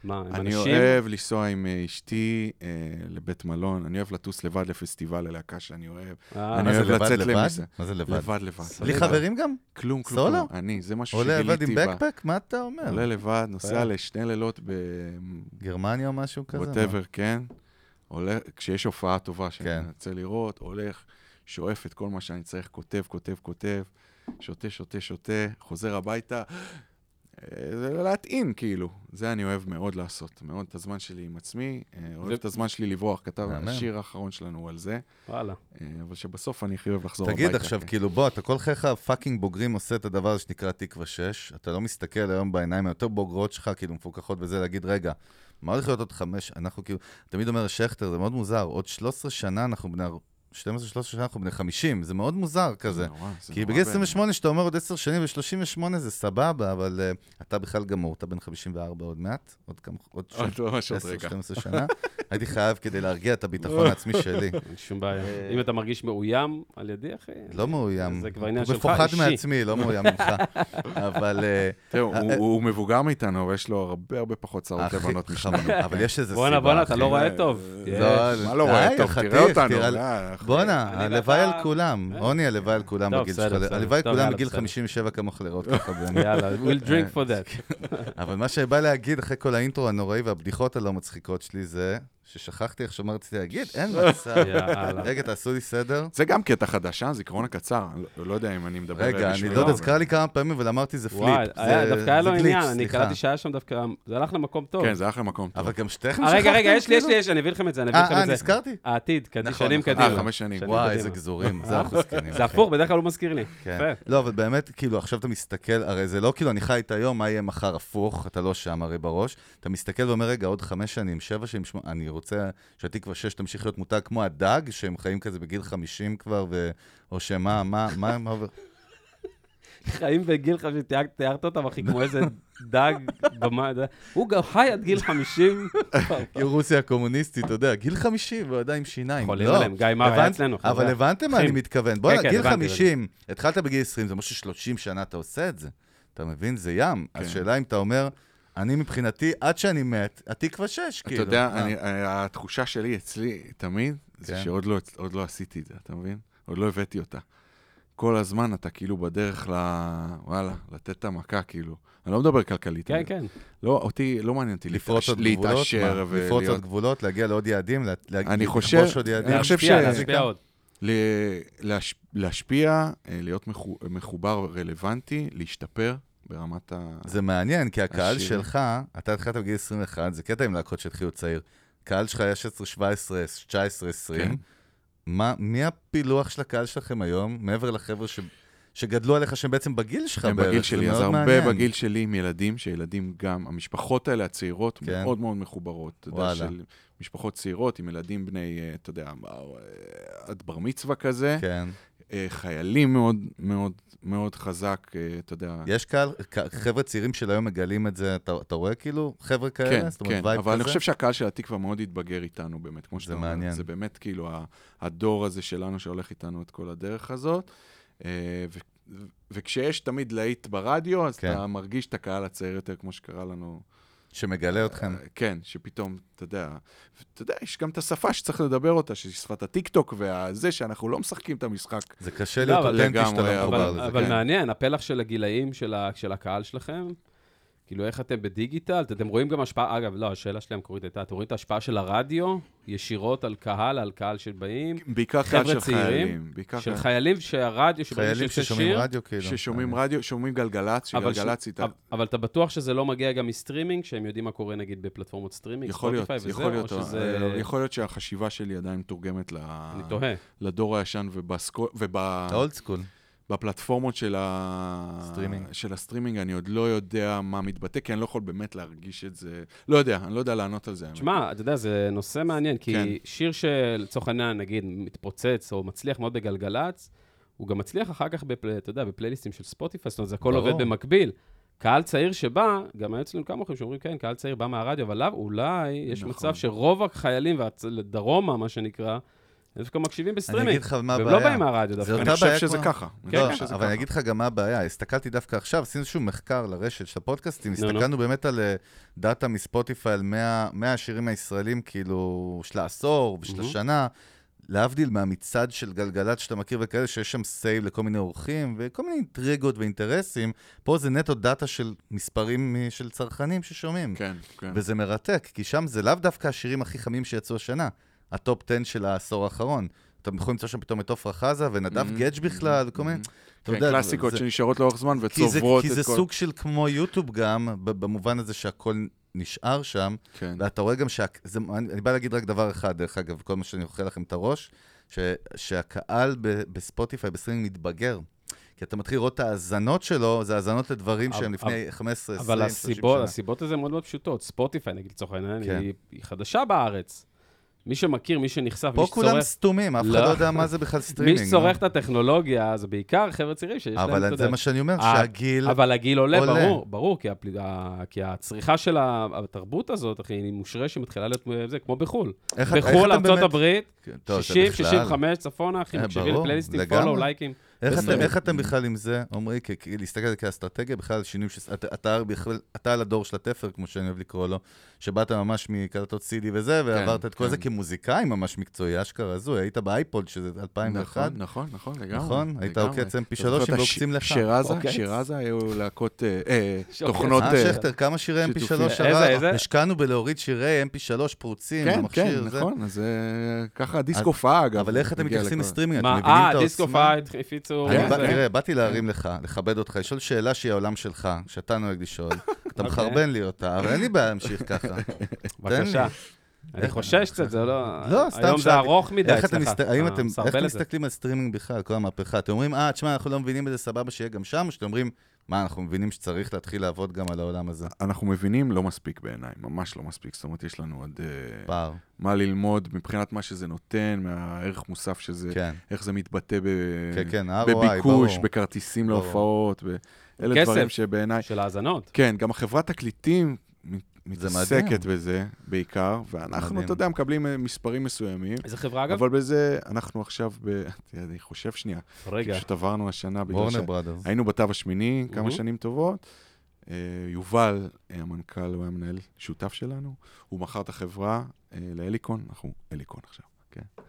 S5: מה, עם
S6: אני
S5: אנשים?
S6: אוהב לנסוע עם אה, אשתי אה, לבית מלון, אני אוהב לטוס לבד לפסטיבל ללהקה שאני אוהב.
S5: אה,
S6: אני
S4: מה זה
S6: אוהב
S4: לבד,
S6: לצאת
S4: לבד?
S6: למסע.
S4: מה זה לבד?
S6: לבד, לבד.
S4: בלי חברים גם?
S6: כלום, כלום.
S4: סולו?
S6: כלום. אני, זה משהו
S4: עולה לבד עם
S6: שגיליתי בה.
S4: בקפק? מה אתה אומר?
S6: עולה לבד, נוסע
S5: אה.
S4: יאללה.
S6: לשני לילות ב...
S4: גרמניה או משהו כזה?
S6: וואטאבר, כן. הולך, כשיש הופעה טובה שאני
S4: כן.
S6: רוצה לראות, הולך, שואף את כל מה שאני צריך, כותב, כותב, כותב, שותה, שותה, שותה, חוזר הביתה. אה, זה להטעין, כאילו. זה אני אוהב מאוד לעשות. מאוד את הזמן שלי עם עצמי, אה, אוהב
S5: ו-
S6: את הזמן שלי לברוח. כתב,
S4: מהמם.
S6: השיר האחרון שלנו הוא על זה,
S5: וואלה.
S6: אה, אבל שבסוף אני הכי אוהב לחזור הביתה.
S4: תגיד עכשיו,
S6: כן.
S4: כאילו, בוא, אתה כל חייך פאקינג בוגרים עושה את הדבר הזה שנקרא תקווה 6, אתה לא מסתכל היום בעיניים היותר בוגרות שלך, כאילו, מפוקחות וזה, להגיד, רגע, מה הולך להיות עוד חמש? אנחנו כאילו, תמיד אומר שכטר, זה מאוד מוזר, עוד 13 שנה אנחנו בני... אר- 12-13 שנה אנחנו בני 50, זה מאוד מוזר כזה.
S6: נורא, זה
S4: כי בגיל
S6: נורא בעיניי.
S4: 28, שאתה אומר עוד 10 שנים, ו-38 זה סבבה, אבל אה, אתה בכלל גמור, אתה בן 54 עוד מעט, עוד כמה... עוד
S6: עוד
S4: ש-
S6: ממש עוד רגע.
S4: 10-12 שנה. הייתי חייב כדי להרגיע את הביטחון העצמי שלי.
S5: אין שום
S6: אה,
S5: בעיה. אם אתה מרגיש מאוים על ידי, אחי...
S4: לא מאוים.
S5: זה כבר עניין שלך,
S4: מפוחד
S5: אישי.
S4: מעצמי, לא מאוים ממך. אבל... אה,
S6: תראו, הוא-
S4: אה,
S6: הוא מבוגר מאיתנו, אבל יש לו הרבה הרבה פחות צרות
S4: אחי,
S6: לבנות משלנו.
S4: חמוד, אבל יש איזה סיבה,
S5: בואנה, בואנה, אתה
S4: אחי.
S5: לא רואה טוב. יש.
S4: לא,
S6: מה לא רואה?
S4: די,
S6: טוב,
S4: חתיך,
S6: תראה אותנו. אה,
S4: תראה-
S6: די, אחי.
S4: בואנה,
S5: אני
S4: הלוואי
S5: ואתה- אה?
S4: על כולם. עוני, הלוואי על כולם
S5: טוב,
S4: בגיל
S5: בסדר,
S4: שלך.
S5: בסדר.
S4: הלוואי על
S5: טוב,
S4: כולם
S5: יאללה,
S4: בגיל
S5: בסדר.
S4: 57 כמוך לראות ככה באמת.
S5: יאללה, we'll drink for that.
S4: אבל מה שבא להגיד אחרי כל האינטרו הנוראי והבדיחות הלא מצחיקות שלי זה ששכחתי איך שמה רציתי להגיד, אין מצב.
S5: יאללה.
S4: רגע, תעשו לי סדר.
S6: זה גם קטע חדש, אה? זיכרון הקצר. אני לא- לא יודע אם אני מדבר...
S4: רגע, אני
S6: בשבילו,
S4: לא יודע,
S6: אבל-
S4: זה קרה לי כמה פעמים, אבל אמרתי זה פליפ.
S5: וואי,
S4: זה-
S5: היה- דווקא היה
S4: זה
S5: לו
S4: גליץ',
S5: עניין, אני
S4: סליחה.
S5: קלטתי שהיה שם דווקא, זה הלך למקום טוב.
S6: כן, זה אחלה מקום. טוב.
S4: אבל גם שתיכם
S5: אה, רגע, רגע,
S4: שכחתם,
S5: יש לי, יש לי,
S4: כאילו?
S5: יש לי, אני אביא לכם את זה, אני אביא
S4: אה,
S5: לכם
S4: אה,
S5: את זה.
S4: נזכרתי.
S5: העתיד, קדימה,
S4: נכון,
S5: שנים
S4: נכון.
S5: קדימה.
S6: אה, חמש שנים.
S4: וואי, איזה
S5: קדימה.
S4: גזורים, זה אנחנו זקנים.
S5: זה
S4: אחי.
S5: הפוך, בדרך כלל הוא מזכיר לי.
S4: כן.
S5: יפה.
S4: לא, אבל באמת, כאילו, עכשיו אתה מסתכל, הרי זה לא כאילו, אני חי את היום, מה יהיה מחר הפוך, אתה לא שם הרי בראש. אתה מסתכל ואומר, רגע, עוד חמש שנים, שבע שנים, שמונה, אני רוצה שהתקווה שש תמשיך להיות מותג כמו הדג, שהם חיים כזה בגיל חמישים כבר, ו... או שמה, מה, מה, מה עובר?
S5: חיים בגיל חמישים, תיאר- תיארת אותם, אחי, כמו איזה דג במה, אתה יודע. הוא גם חי עד גיל חמישים.
S4: כאילו רוסיה הקומוניסטית, אתה יודע, גיל חמישים, והוא עדיין עם שיניים.
S5: חולים
S4: לא.
S5: עליהם, גיא מר היה
S4: הבנת-
S5: אצלנו, חזק.
S4: אבל הבנתם מה
S5: אחים.
S4: אני מתכוון.
S5: כן,
S4: בוא'נה,
S5: כן,
S4: גיל
S5: הבנתי,
S4: חמישים, התחלת בגיל עשרים, זה אומר ששלושים שנה אתה עושה את זה. אתה מבין? זה ים.
S6: כן.
S4: השאלה אם אתה אומר, אני מבחינתי, עד שאני מת, התקווה שש,
S6: אתה
S4: כאילו.
S6: יודע,
S4: מה?
S6: אני- התחושה שלי אצלי תמיד, זה
S4: כן.
S6: שעוד לא- עוד לא עשיתי את זה, אתה מבין? עוד לא הבאתי אותה. כל הזמן אתה כאילו בדרך ל... וואלה, לתת את המכה, כאילו. אני לא מדבר כלכלית.
S5: כן,
S6: אני-
S5: כן.
S6: לא, אותי, לא מעניין אותי
S4: לפרוץ
S6: להתעש-
S4: עוד גבולות, מה?
S6: להתעשר
S4: לפרוץ
S6: ולהיות...
S4: עוד גבולות, להגיע לעוד יעדים, לה- לה-
S6: אני
S4: לכבוש
S6: חושב-
S4: עוד יעדים.
S6: אני חושב
S5: להשפיע,
S6: ש-
S5: להשפיע עוד.
S6: ל- להש... להשפיע, אה, להיות מחו... מחובר רלוונטי, להשתפר ברמת ה...
S4: זה מעניין, כי הקהל
S6: השירים.
S4: שלך, אתה התחלת בגיל 21, זה קטע עם להקות שהתחילו צעיר. קהל שלך היה 16, 17, 19, 20.
S6: כן.
S4: מה, מי הפילוח של הקהל שלכם היום, מעבר לחבר'ה ש... שגדלו עליך שהם בעצם בגיל שלך
S6: הם
S4: בערך,
S6: בגיל
S4: זה
S6: שלי, אז
S4: מאוד
S6: הרבה
S4: מעניין.
S6: בגיל שלי עם ילדים, שילדים גם, המשפחות האלה, הצעירות,
S4: כן.
S6: מאוד מאוד מחוברות. אתה יודע,
S4: וואלה.
S6: של משפחות צעירות עם ילדים בני, אה, אתה יודע, מה, אה, עד בר מצווה כזה.
S4: כן.
S6: אה, חיילים מאוד מאוד מאוד חזק, אה, אתה יודע.
S4: יש קהל, ק- חבר'ה צעירים של היום מגלים את זה, אתה, אתה רואה כאילו חבר'ה כאלה?
S6: כן,
S4: זאת אומרת,
S6: כן,
S4: וייב
S6: אבל אני
S4: כזה?
S6: חושב שהקהל של התקווה מאוד התבגר איתנו באמת, כמו שאתה אומר.
S4: מעניין.
S6: זה באמת כאילו ה- הדור הזה שלנו שהולך איתנו את כל הדרך הזאת. אה, ו- ו- וכשיש תמיד להיט ברדיו, אז
S4: כן.
S6: אתה מרגיש את הקהל הצעיר יותר, כמו שקרה לנו.
S4: שמגלה אתכם.
S6: אה, כן, שפתאום, אתה יודע, אתה יודע, יש גם את השפה שצריך לדבר אותה, שהיא שפת הטיקטוק והזה, שאנחנו לא משחקים את המשחק.
S4: זה קשה
S5: לא,
S4: להיות
S5: אבל-
S4: אותנטי שאתה
S6: לגמרי,
S4: לא מחובר
S5: אבל,
S4: לזה.
S5: אבל
S4: כן.
S5: מעניין, הפלח של הגילאים של, ה, של הקהל שלכם, כאילו איך אתם בדיגיטל, אתם רואים גם השפעה, אגב, לא, השאלה שלי המקורית הייתה, אתם רואים את ההשפעה של הרדיו ישירות על קהל, על קהל שבאים,
S6: בעיקר קהל
S5: חבר'ה
S6: של
S5: צעירים,
S6: חיילים. בעיקר
S5: של
S6: קהל-
S5: חיילים שהרדיו, שבאים
S4: חיילים
S5: שיוצא
S4: ששומעים
S5: שיר,
S4: רדיו כאילו.
S6: ששומעים רדיו, שומעים כאילו, גלגלצ,
S5: אבל
S6: שגלגלצ איתה.
S5: אבל- אבל אתה בטוח שזה לא מגיע גם מסטרימינג, שהם יודעים מה קורה נגיד בפלטפורמות סטרימינג,
S6: יכול להיות,
S5: ספוטיפיי
S6: יכול
S5: וזהו,
S6: להיות,
S5: או שזה...
S6: אה, יכול להיות שהחשיבה שלי עדיין מתורגמת ל...
S5: אני תוהה.
S6: לדור הישן
S4: אולד סקול.
S6: ובפלטפורמות של, ה...
S4: סטרימינג.
S6: של הסטרימינג, אני עוד לא יודע מה מתבטא, כי אני לא יכול באמת להרגיש את זה. לא יודע, אני לא יודע לענות על זה. האמת.
S5: תשמע, אתה יודע, זה נושא מעניין, כי
S6: כן.
S5: שיר שלצורך העניין, נגיד, מתפוצץ או מצליח מאוד בגלגלצ, הוא גם מצליח אחר כך, בפל... אתה יודע, בפלייליסטים של ספוטיפיי, זאת אומרת, זה הכל
S4: ברור.
S5: עובד במקביל. קהל צעיר שבא, גם היו אצלנו כמה אורחים שאומרים, כן, קהל צעיר בא מהרדיו, אבל לאו, אולי יש
S6: נכון.
S5: מצב שרוב החיילים, והצ- דרומה, מה שנקרא, דווקא מקשיבים בסטרימינג.
S4: אגיד לך מה
S5: והם לא
S4: הבעיה.
S5: באים מהרדיו דווקא.
S4: אותה
S6: אני חושב
S4: בעיה
S6: שזה
S4: כמו-
S6: ככה. אני
S5: כן,
S4: לא,
S6: חושב שזה
S4: אבל אני
S6: ככה.
S4: אגיד לך גם מה הבעיה. הסתכלתי דווקא עכשיו, עשינו איזשהו מחקר לרשת של הפודקאסטים,
S5: נו, נו.
S4: הסתכלנו באמת על אה, דאטה מספוטיפיי, על 100 100 השירים הישראלים, כאילו, של העשור ושל
S5: מהמם.
S4: השנה. להבדיל מהמצעד של גלגלצ שאתה מכיר וכאלה, שיש שם סייב לכל מיני אורחים וכל מיני אינטריגות ואינטרסים, פה זה נטו דאטה של מספרים אה, של צרכנים ששומעים.
S6: כן, כן.
S4: וזה מרתק, כי שם זה לאו דווקא השירים הכי חמים שיצאו השנה, הטופ 10 של העשור האחרון. אתה יכול למצוא שם פתאום את עפרה חזה ונדב
S6: Mhm,
S4: גדג' בכלל, וכל מיני... אתה
S6: כן,
S4: יודע,
S6: קלאסיקות
S4: זה-
S6: שנשארות לאורך זמן
S4: כי זה,
S6: וצוברות את
S4: כי
S6: כל...
S4: זה סוג של כמו יוטיוב גם, ב- במובן הזה שהכל נשאר שם,
S6: כן.
S4: ואתה רואה גם שה... זה, אני, אני בא להגיד רק דבר אחד, דרך אגב, כל מה שאני אוכל לכם את הראש, ש, שהקהל ב, בספוטיפיי, בסטרימינג, מתבגר. כי אתה מתחיל לראות את ההאזנות שלו, זה האזנות לדברים
S5: אבל-
S4: שהם לפני 15, 20,
S5: אבל
S4: 30
S5: הסיבות,
S4: שנה.
S5: הסיבות לזה מאוד מאוד פשוטות. ספוטיפיי, נגיד, לצורך העניין,
S4: כן.
S5: היא, היא חדשה בארץ. מי שמכיר, מי שנחשף, מי
S4: פה כולם
S5: שצורך,
S4: סתומים, אף אחד
S5: לא.
S4: לא יודע מה זה בכלל
S5: מי
S4: סטרימינג.
S5: שצורך
S4: נו.
S5: את הטכנולוגיה, זה בעיקר חבר'ה צעירים שיש להם, אתה
S4: אבל זה
S5: יודע.
S4: מה שאני אומר,
S5: אה,
S4: שהגיל...
S5: אבל הגיל עולה,
S4: עולה.
S5: ברור, ברור, כי, הפל... ה... כי הצריכה של ה- התרבות הזאת, אחי, היא מושרשת, מתחילה להיות אה, זה, כמו בחו"ל.
S4: איך אתה- איך
S5: בחו"ל,
S4: אתה
S5: ארצות
S4: באמת-
S5: הברית,
S4: כן, טוב, זה
S5: 60,
S4: בכלל.
S5: 65 צפונה, אחי,
S4: אה,
S5: מקשיבים
S4: ברור,
S5: לפלייליסטים,
S4: לגמרי.
S5: פולו, לייקים.
S4: איך
S5: בסדר.
S4: אתם- איך אתם בכלל עם זה, עמרי, כ- כ- להסתכל על זה כאסטרטגיה, בכלל על שינויים, ש- אתה- אתה בכלל- אתה על הדור של התפר, כמו שאני אוהב לקרוא לו, שבאת ממש מקלטות CD וזה, ועברת את כל
S6: כן.
S4: זה כמוזיקאי ממש מקצועי, אשכרה הזוי, היית באייפוד שזה 2001,
S6: נכון, נכון, נכון, לגמרי.
S4: נכון? היית
S6: לגמרי.
S4: עוקץ
S6: אתה
S4: mp3
S6: זוכר את
S4: עם
S6: הש-
S4: עוקצים לך.
S6: שירזה,
S5: עוקץ.
S6: שירזה היו להקות, אה, אה, תוכנות...
S4: אה,
S6: אה,
S4: שכטר, כמה שירי
S6: שיתופים.
S4: mp3
S5: נכון. איזה,
S4: הרג?
S5: איזה?
S4: השקענו בלהוריד שירי mp3 פרוצים
S6: כן, כן,
S4: במכשיר, זה.
S6: נכון, אז אה, ככה הדיסקו פאג, אגב.
S4: אבל איך אתם
S6: מגיע
S4: מתייחסים
S6: לכל-
S4: לסטרימינג? אתם
S5: מה,
S4: מבינים את
S5: אה,
S4: העוצמה?
S5: דיסקו פייט, הפיצו... אה,
S4: אני
S6: כן,
S4: בא-
S6: כן.
S4: תראה, באתי להרים לך, לכבד אותך, לשאול שאלה שהיא העולם שלך, שאתה נוהג לשאול. אתה
S5: אוקיי.
S4: מחרבן לי אותה, אבל אין לי בעיה להמשיך ככה. לא,
S5: בבקשה. אני
S4: איך-
S5: חושש קצת, זה לא...
S4: לא, סתם
S5: היום זה
S4: שאלתי.
S5: ארוך מדי
S4: איך אתם
S5: אצלך.
S4: מסת- האם
S5: אתה
S4: אתם
S5: מסרבל
S4: איך אתם
S5: את זה.
S4: מסתכלים על סטרימינג בכלל, כל המהפכה? אתם אומרים, אה, תשמע, אנחנו לא מבינים את זה, סבבה, שיהיה גם שם, או שאתם אומרים, מה, אנחנו מבינים שצריך להתחיל לעבוד גם על העולם
S5: אה,
S4: הזה.
S6: אנחנו מבינים לא מספיק בעיניי, ממש לא מספיק. זאת אומרת, יש לנו עוד אה,
S4: פער,
S6: מה ללמוד מבחינת מה שזה נותן, מהערך מוסף שזה,
S4: כן.
S6: איך זה מתבטא ב...
S4: כן, כן, ROI,
S6: בביקוש,
S4: ברור.
S6: בכרטיסים
S4: ברור.
S6: להופעות, ב... אלה
S5: כסף.
S6: דברים שבעיניי...
S5: של האזנות.
S6: כן, גם החברת תקליטים מת-
S4: מדהים.
S6: מתעסקת בזה בעיקר, ואנחנו,
S4: מדהים.
S6: אתה יודע, מקבלים אה, מספרים מסוימים,
S5: איזה חברה, אגב?
S6: אבל בזה אנחנו עכשיו ב... אני חושב שנייה, כי
S5: רגע.
S4: כן.
S6: פשוט עברנו השנה בגלל ש...
S4: וורנר בראדרס.
S6: היינו בתו השמיני כמה
S5: אהה.
S6: שנים טובות. אה, יובל, אה, המנכ"ל, הוא היה מנהל שותף שלנו, הוא מכר את החברה אה, להליקון, אנחנו אליקון עכשיו. כן.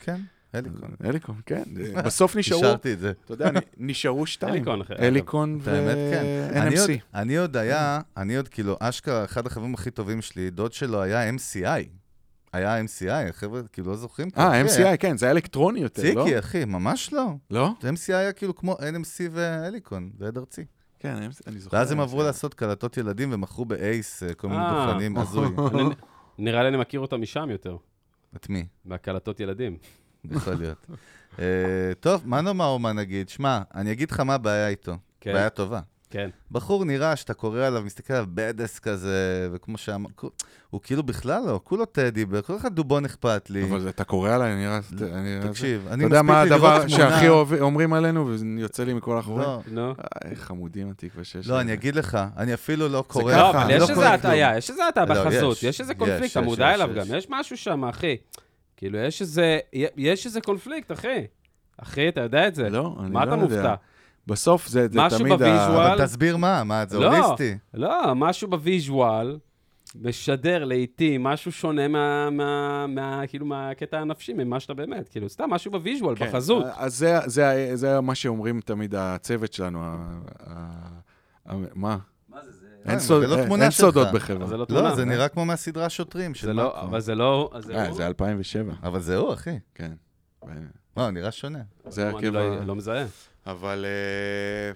S4: כן, אליקון.
S6: אליקון, כן. אה, בסוף נשארו,
S4: אישרתי את זה.
S6: אתה יודע, נ- נשארו שתיים.
S5: אליקון, אחי.
S6: אליקון
S4: את האמת, כן. אני עוד-
S6: ו-NMC.
S4: אני עוד היה, אני עוד כאילו, אשכרה, אחד החברים הכי טובים שלי, דוד שלו היה MCI. היה MCI, חבר'ה, כאילו, לא זוכרים?
S6: אה,
S4: אחי, היה-
S6: MCI, כן, זה היה אלקטרוני יותר, לא?
S4: ציקי, אחי, ממש לא.
S6: לא?
S4: MCI היה כאילו כמו NMC והליקון, זה עד ארצי.
S6: כן, MC, אני זוכר.
S4: ואז הם עברו
S6: MCI.
S4: לעשות קלטות ילדים ומכרו באייס אה, כל מיני
S5: אה.
S4: דוכנים, הזוי.
S5: אני- נראה לי אני מכיר אותה משם יותר,
S4: את מי?
S5: מהקלטות ילדים.
S4: יכול להיות. אה, טוב, מה נאמר ומה נגיד? שמע, אני אגיד לך מה הבעיה איתו.
S5: כן.
S4: בעיה טובה.
S5: כן.
S4: בחור נראה שאתה קורא עליו, מסתכל עליו בדס כזה, וכמו שאמר, כו- הוא כאילו בכלל לא, כולו טדי, וכל אחד דובון אכפת לי.
S6: אבל אתה קורא עליי, אני נראה... אני נראה-
S4: תקשיב, אני
S6: אתה יודע מה
S4: מספיק לי לראות
S6: הדבר
S4: תמונה-
S6: שהכי אוהב- אומרים עלינו, ויוצא לי מכל החורים?
S4: לא,
S5: נו.
S6: אה, איך חמודים התקווה שש.
S4: לא, אני אגיד לך, אני אפילו לא קורא
S6: ככה,
S5: לא,
S4: לך,
S5: אבל
S4: אני
S5: יש
S4: לא
S5: איזה
S4: קורא כלום.
S5: הטעיה, יש איזה הטעיה
S4: לא,
S5: בחסות,
S4: יש.
S5: יש איזה
S4: יש,
S5: קונפליקט, אתה
S4: יש,
S5: מודע
S4: יש,
S5: אליו
S4: יש.
S5: גם, יש משהו שם, אחי. כאילו, יש איזה, יש איזה קונפליקט, אחי. אחי, אתה יודע את זה.
S6: לא, אני
S5: מה
S6: לא
S5: אתה
S6: יודע.
S5: מופתע?
S6: בסוף זה זה
S5: משהו
S6: תמיד ה...
S5: בוויז'ואל.
S4: אבל תסביר מה, מה, זה
S5: לא,
S4: הוליסטי.
S5: לא, משהו בוויז'ואל משדר לעיתים משהו שונה מה, מה, מה, כאילו, מהקטע הנפשי, ממה שאתה באמת. כאילו, סתם משהו בוויז'ואל,
S6: כן.
S5: בחזות.
S4: אה,
S6: אז זה- זה- זה מה שאומרים תמיד הצוות שלנו. ה- ה- ה- מה? אין
S4: זה
S6: סוד-
S4: לא
S6: אין-
S4: תמונה
S6: אין
S4: שלך.
S6: סודות
S5: אז
S6: בחברה.
S5: זה לא תמונה.
S4: לא, זה נראה כמו מהסדרה שוטרים של
S5: זה לא,
S4: מאקו.
S5: אבל זה לא... אז זה
S6: אה,
S5: לא-
S6: זה 2007,
S4: אבל זה הוא, אחי.
S6: כן.
S4: מה, הוא נראה שונה.
S6: זה
S5: אני
S4: כאילו
S6: הרכב...
S5: לא-
S6: ה-
S5: לא מזהה.
S6: אבל... אה,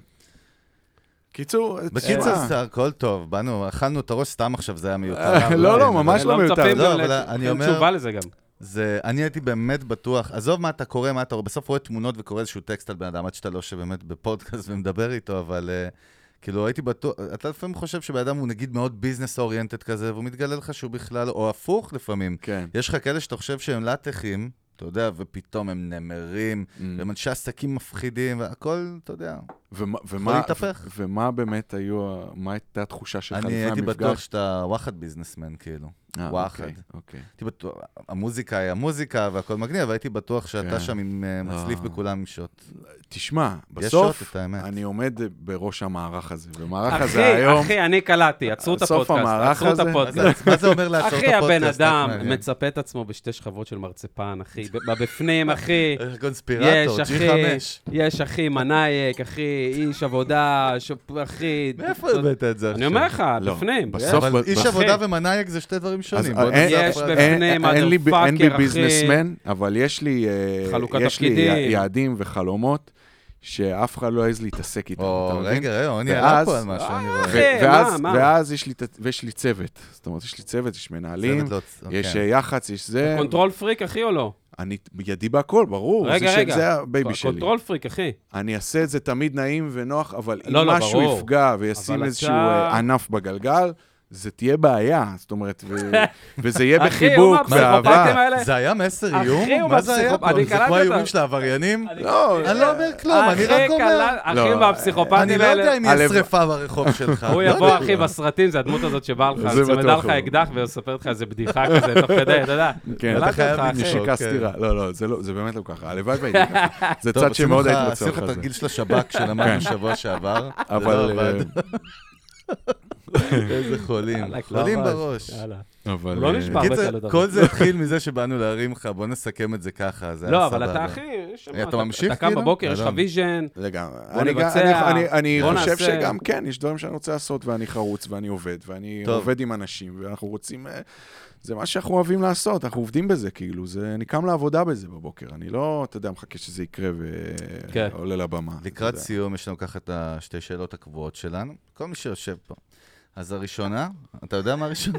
S6: קיצור, אה,
S4: בקיצור,
S6: תשמע,
S4: סטאר, הכל טוב, באנו, אכלנו את הראש, סתם עכשיו זה היה מיותר.
S6: אה, לא, לא, ממש
S5: זה
S6: לא מיותר.
S5: מצפים
S4: לא,
S5: גם
S4: אבל
S5: ל-
S4: אני
S5: אין
S4: אומר-
S5: תשובה לזה גם.
S4: זה, אני הייתי באמת בטוח, עזוב מה אתה קורא, מה אתה רואה, בסוף רואה תמונות וקורא איזשהו טקסט על בן אדם, עד שאתה לא שבאמת בפודקאסט ומדבר איתו, אבל uh, כאילו הייתי בטוח, אתה לפעמים חושב שבן אדם הוא נגיד מאוד ביזנס אוריינטד כזה, והוא מתגלה לך שהוא בכלל, או הפוך לפעמים.
S6: כן.
S4: יש לך כאלה שאתה חושב שהם לטחים, אתה יודע, ופתאום הם נמרים,
S6: Mm.
S4: והם אנשי עסקים מפחידים, והכל, אתה יודע.
S6: ומה-
S4: יכול
S6: ומה
S4: להתהפך.
S6: ו- ומה באמת היו, ה- מה הייתה התחושה שלך
S4: אני
S6: לפני המפגש?
S4: הייתי בטוח שאתה וואחד ביזנסמן, כאילו.
S6: אה,
S4: וואחד.
S6: אוקיי, אוקיי.
S4: הייתי בטוח, המוזיקה היא המוזיקה והכל מגניב, והייתי בטוח שאתה
S6: כן.
S4: שם עם אה, מצליף
S6: אה.
S4: בכולם עם שוט.
S6: תשמע,
S4: יש
S6: בסוף,
S4: שוט, את האמת.
S6: אני עומד בראש המערך הזה, והמערך הזה
S5: אחי,
S6: היום...
S5: אחי, אני קלעתי, עצרו את
S6: סוף
S5: הפודקאסט,
S6: המערך
S5: עצרו את
S6: הזה?
S4: אז
S5: הפודקאסט.
S4: מה אה, זה אומר לעצור את
S5: אחי, הבן
S4: הפודקאסט? כן.
S5: אדם
S4: רק מעניין.
S5: מצפה את עצמו בשתי שכבות של מרצפן, אחי. ב- בבפנים, אחי.
S4: איך
S5: יש,
S4: קונספירטור,
S5: אחי,
S4: G5.
S5: יש, אחי, מנאייק, אחי, איש עבודה, שופ- אחי.
S4: מאיפה הבאת את זה עכשיו?
S5: אני אומר לך,
S6: לא,
S5: בפנים.
S6: בסוף-
S4: בסוף, אבל
S6: בסוף,
S4: איש
S6: אחי.
S4: עבודה ומנאייק זה שתי דברים שונים.
S6: אז
S4: בוא
S6: אין-
S4: נעשה
S5: יש
S4: הפרדה.
S5: בפנים.
S6: אין- אין לי ב- אין לי
S5: motherfucker, אחי.
S6: ביזנסמן, אבל יש לי אה,
S5: חלוקת
S6: יש לי
S5: תפקידים.
S6: י- יעדים וחלומות שאף אחד לא העז להתעסק איתם.
S4: או,
S6: אתה מבין?
S4: רגע, רגע, אני
S6: ואז-
S4: עלה פה על משהו, אני
S5: אחי,
S4: רואה.
S6: ו- ואז-
S5: מה, מה?
S6: ואז יש לי ת- ויש לי צוות. זאת אומרת, יש לי צוות, יש מנהלים,
S4: צוות לא-
S6: יש
S4: אוקיי.
S6: אה, יח"צ, יש זה.
S5: כן. קונטרול פריק, אחי, או לא?
S6: אני ידי בהכל, ברור.
S5: רגע,
S6: זה של-
S5: רגע.
S6: זה הבייבי שלי.
S5: קונטרול פריק, אחי.
S6: אני אעשה את זה תמיד נעים ונוח, אבל אם
S5: לא, לא,
S6: משהו
S5: ברור.
S6: יפגע וישים
S5: אבל
S6: איזשהו
S5: אתה-
S6: אה, ענף בגלגל, זה תהיה בעיה, זאת אומרת, ו... וזה יהיה
S5: אחי,
S6: בחיבוק,
S5: הוא מהפסיכופטים
S6: באהבה.
S5: האלה.
S4: זה היה מסר
S5: אה, אחי,
S4: איום?
S5: הוא
S4: מה זה היה
S5: מהפסיכופ-
S4: פה?
S5: אני
S4: זה
S5: קלטתי
S4: כמו האיומים
S5: אותו.
S4: של העבריינים?
S6: לא,
S4: אני לא אומר כלום, אני רק
S5: אחי,
S4: אומר. אה,
S5: קלע- אחי,
S6: לא,
S4: אני
S5: מהפסיכופטים
S4: לא יודע
S5: האלה.
S4: אם יש
S6: הלב-
S4: שריפה ברחוב שלך.
S5: הוא
S4: לא
S5: יבוא,
S4: יודע.
S5: אחי, בסרטים, זה הדמות הזאת שבאה לך,
S6: זה
S5: אז צמדה לך
S6: בטוח הוא.
S5: אקדח ויספר לך איזה בדיחה כזה, תוך כדי, אתה יודע.
S6: כן,
S5: קלטתי
S4: אתה חייב
S5: אותך, אחי.
S4: למשוך.
S6: נשיקה
S4: אוקיי.
S6: סתירה. לא, לא, זה לא- זה באמת לא ככה. הלוואי והייתי ככה. זה
S4: טוב,
S6: צד
S4: עשינו
S6: שמאוד
S4: לך-
S6: הייתי רוצה
S4: עשינו לך
S6: לך זה.
S4: תרגיל של השב"כ שלמדנו שבוע שעבר. זה לא
S6: אבל...
S4: עבד.
S6: אה,
S4: איזה חולים.
S5: וואלכ, לא
S4: חולים
S5: עבד.
S4: בראש.
S5: יאללה.
S6: אבל...
S5: לא
S6: אה,
S5: נשמע. הרבה כאלה
S4: קיצר,
S5: דברים.
S4: כל זה התחיל מזה שבאנו להרים לך, בוא נסכם את זה ככה, זה היה
S5: לא,
S4: סבבה.
S5: אבל אתה, אחי, יש שם-
S4: אתה ממשיך,
S5: אתה קם
S4: כאילו?
S5: בבוקר, יש לך
S4: אלון.
S5: ויז'ן,
S6: לגמרי.
S5: בוא
S6: אני גם-
S5: נבצע,
S6: אני- אני
S5: בוא
S6: חושב
S5: נעשה.
S6: שגם כן, יש דברים שאני רוצה לעשות, ואני חרוץ, ואני עובד, ואני
S4: טוב.
S6: עובד עם אנשים, ואנחנו רוצים... אה, זה מה שאנחנו אוהבים לעשות, אנחנו עובדים בזה, כאילו, זה... אני קם לעבודה בזה בבוקר, אני לא, אתה יודע, מחכה שזה יקרה
S5: כן.
S6: ועולה לבמה. אתה
S4: לקראת
S6: יודע.
S4: סיום, יש לנו ככה את השתי שאלות הקבועות שלנו, כל מי שיושב פה. אז הראשונה, אתה יודע מה הראשונה?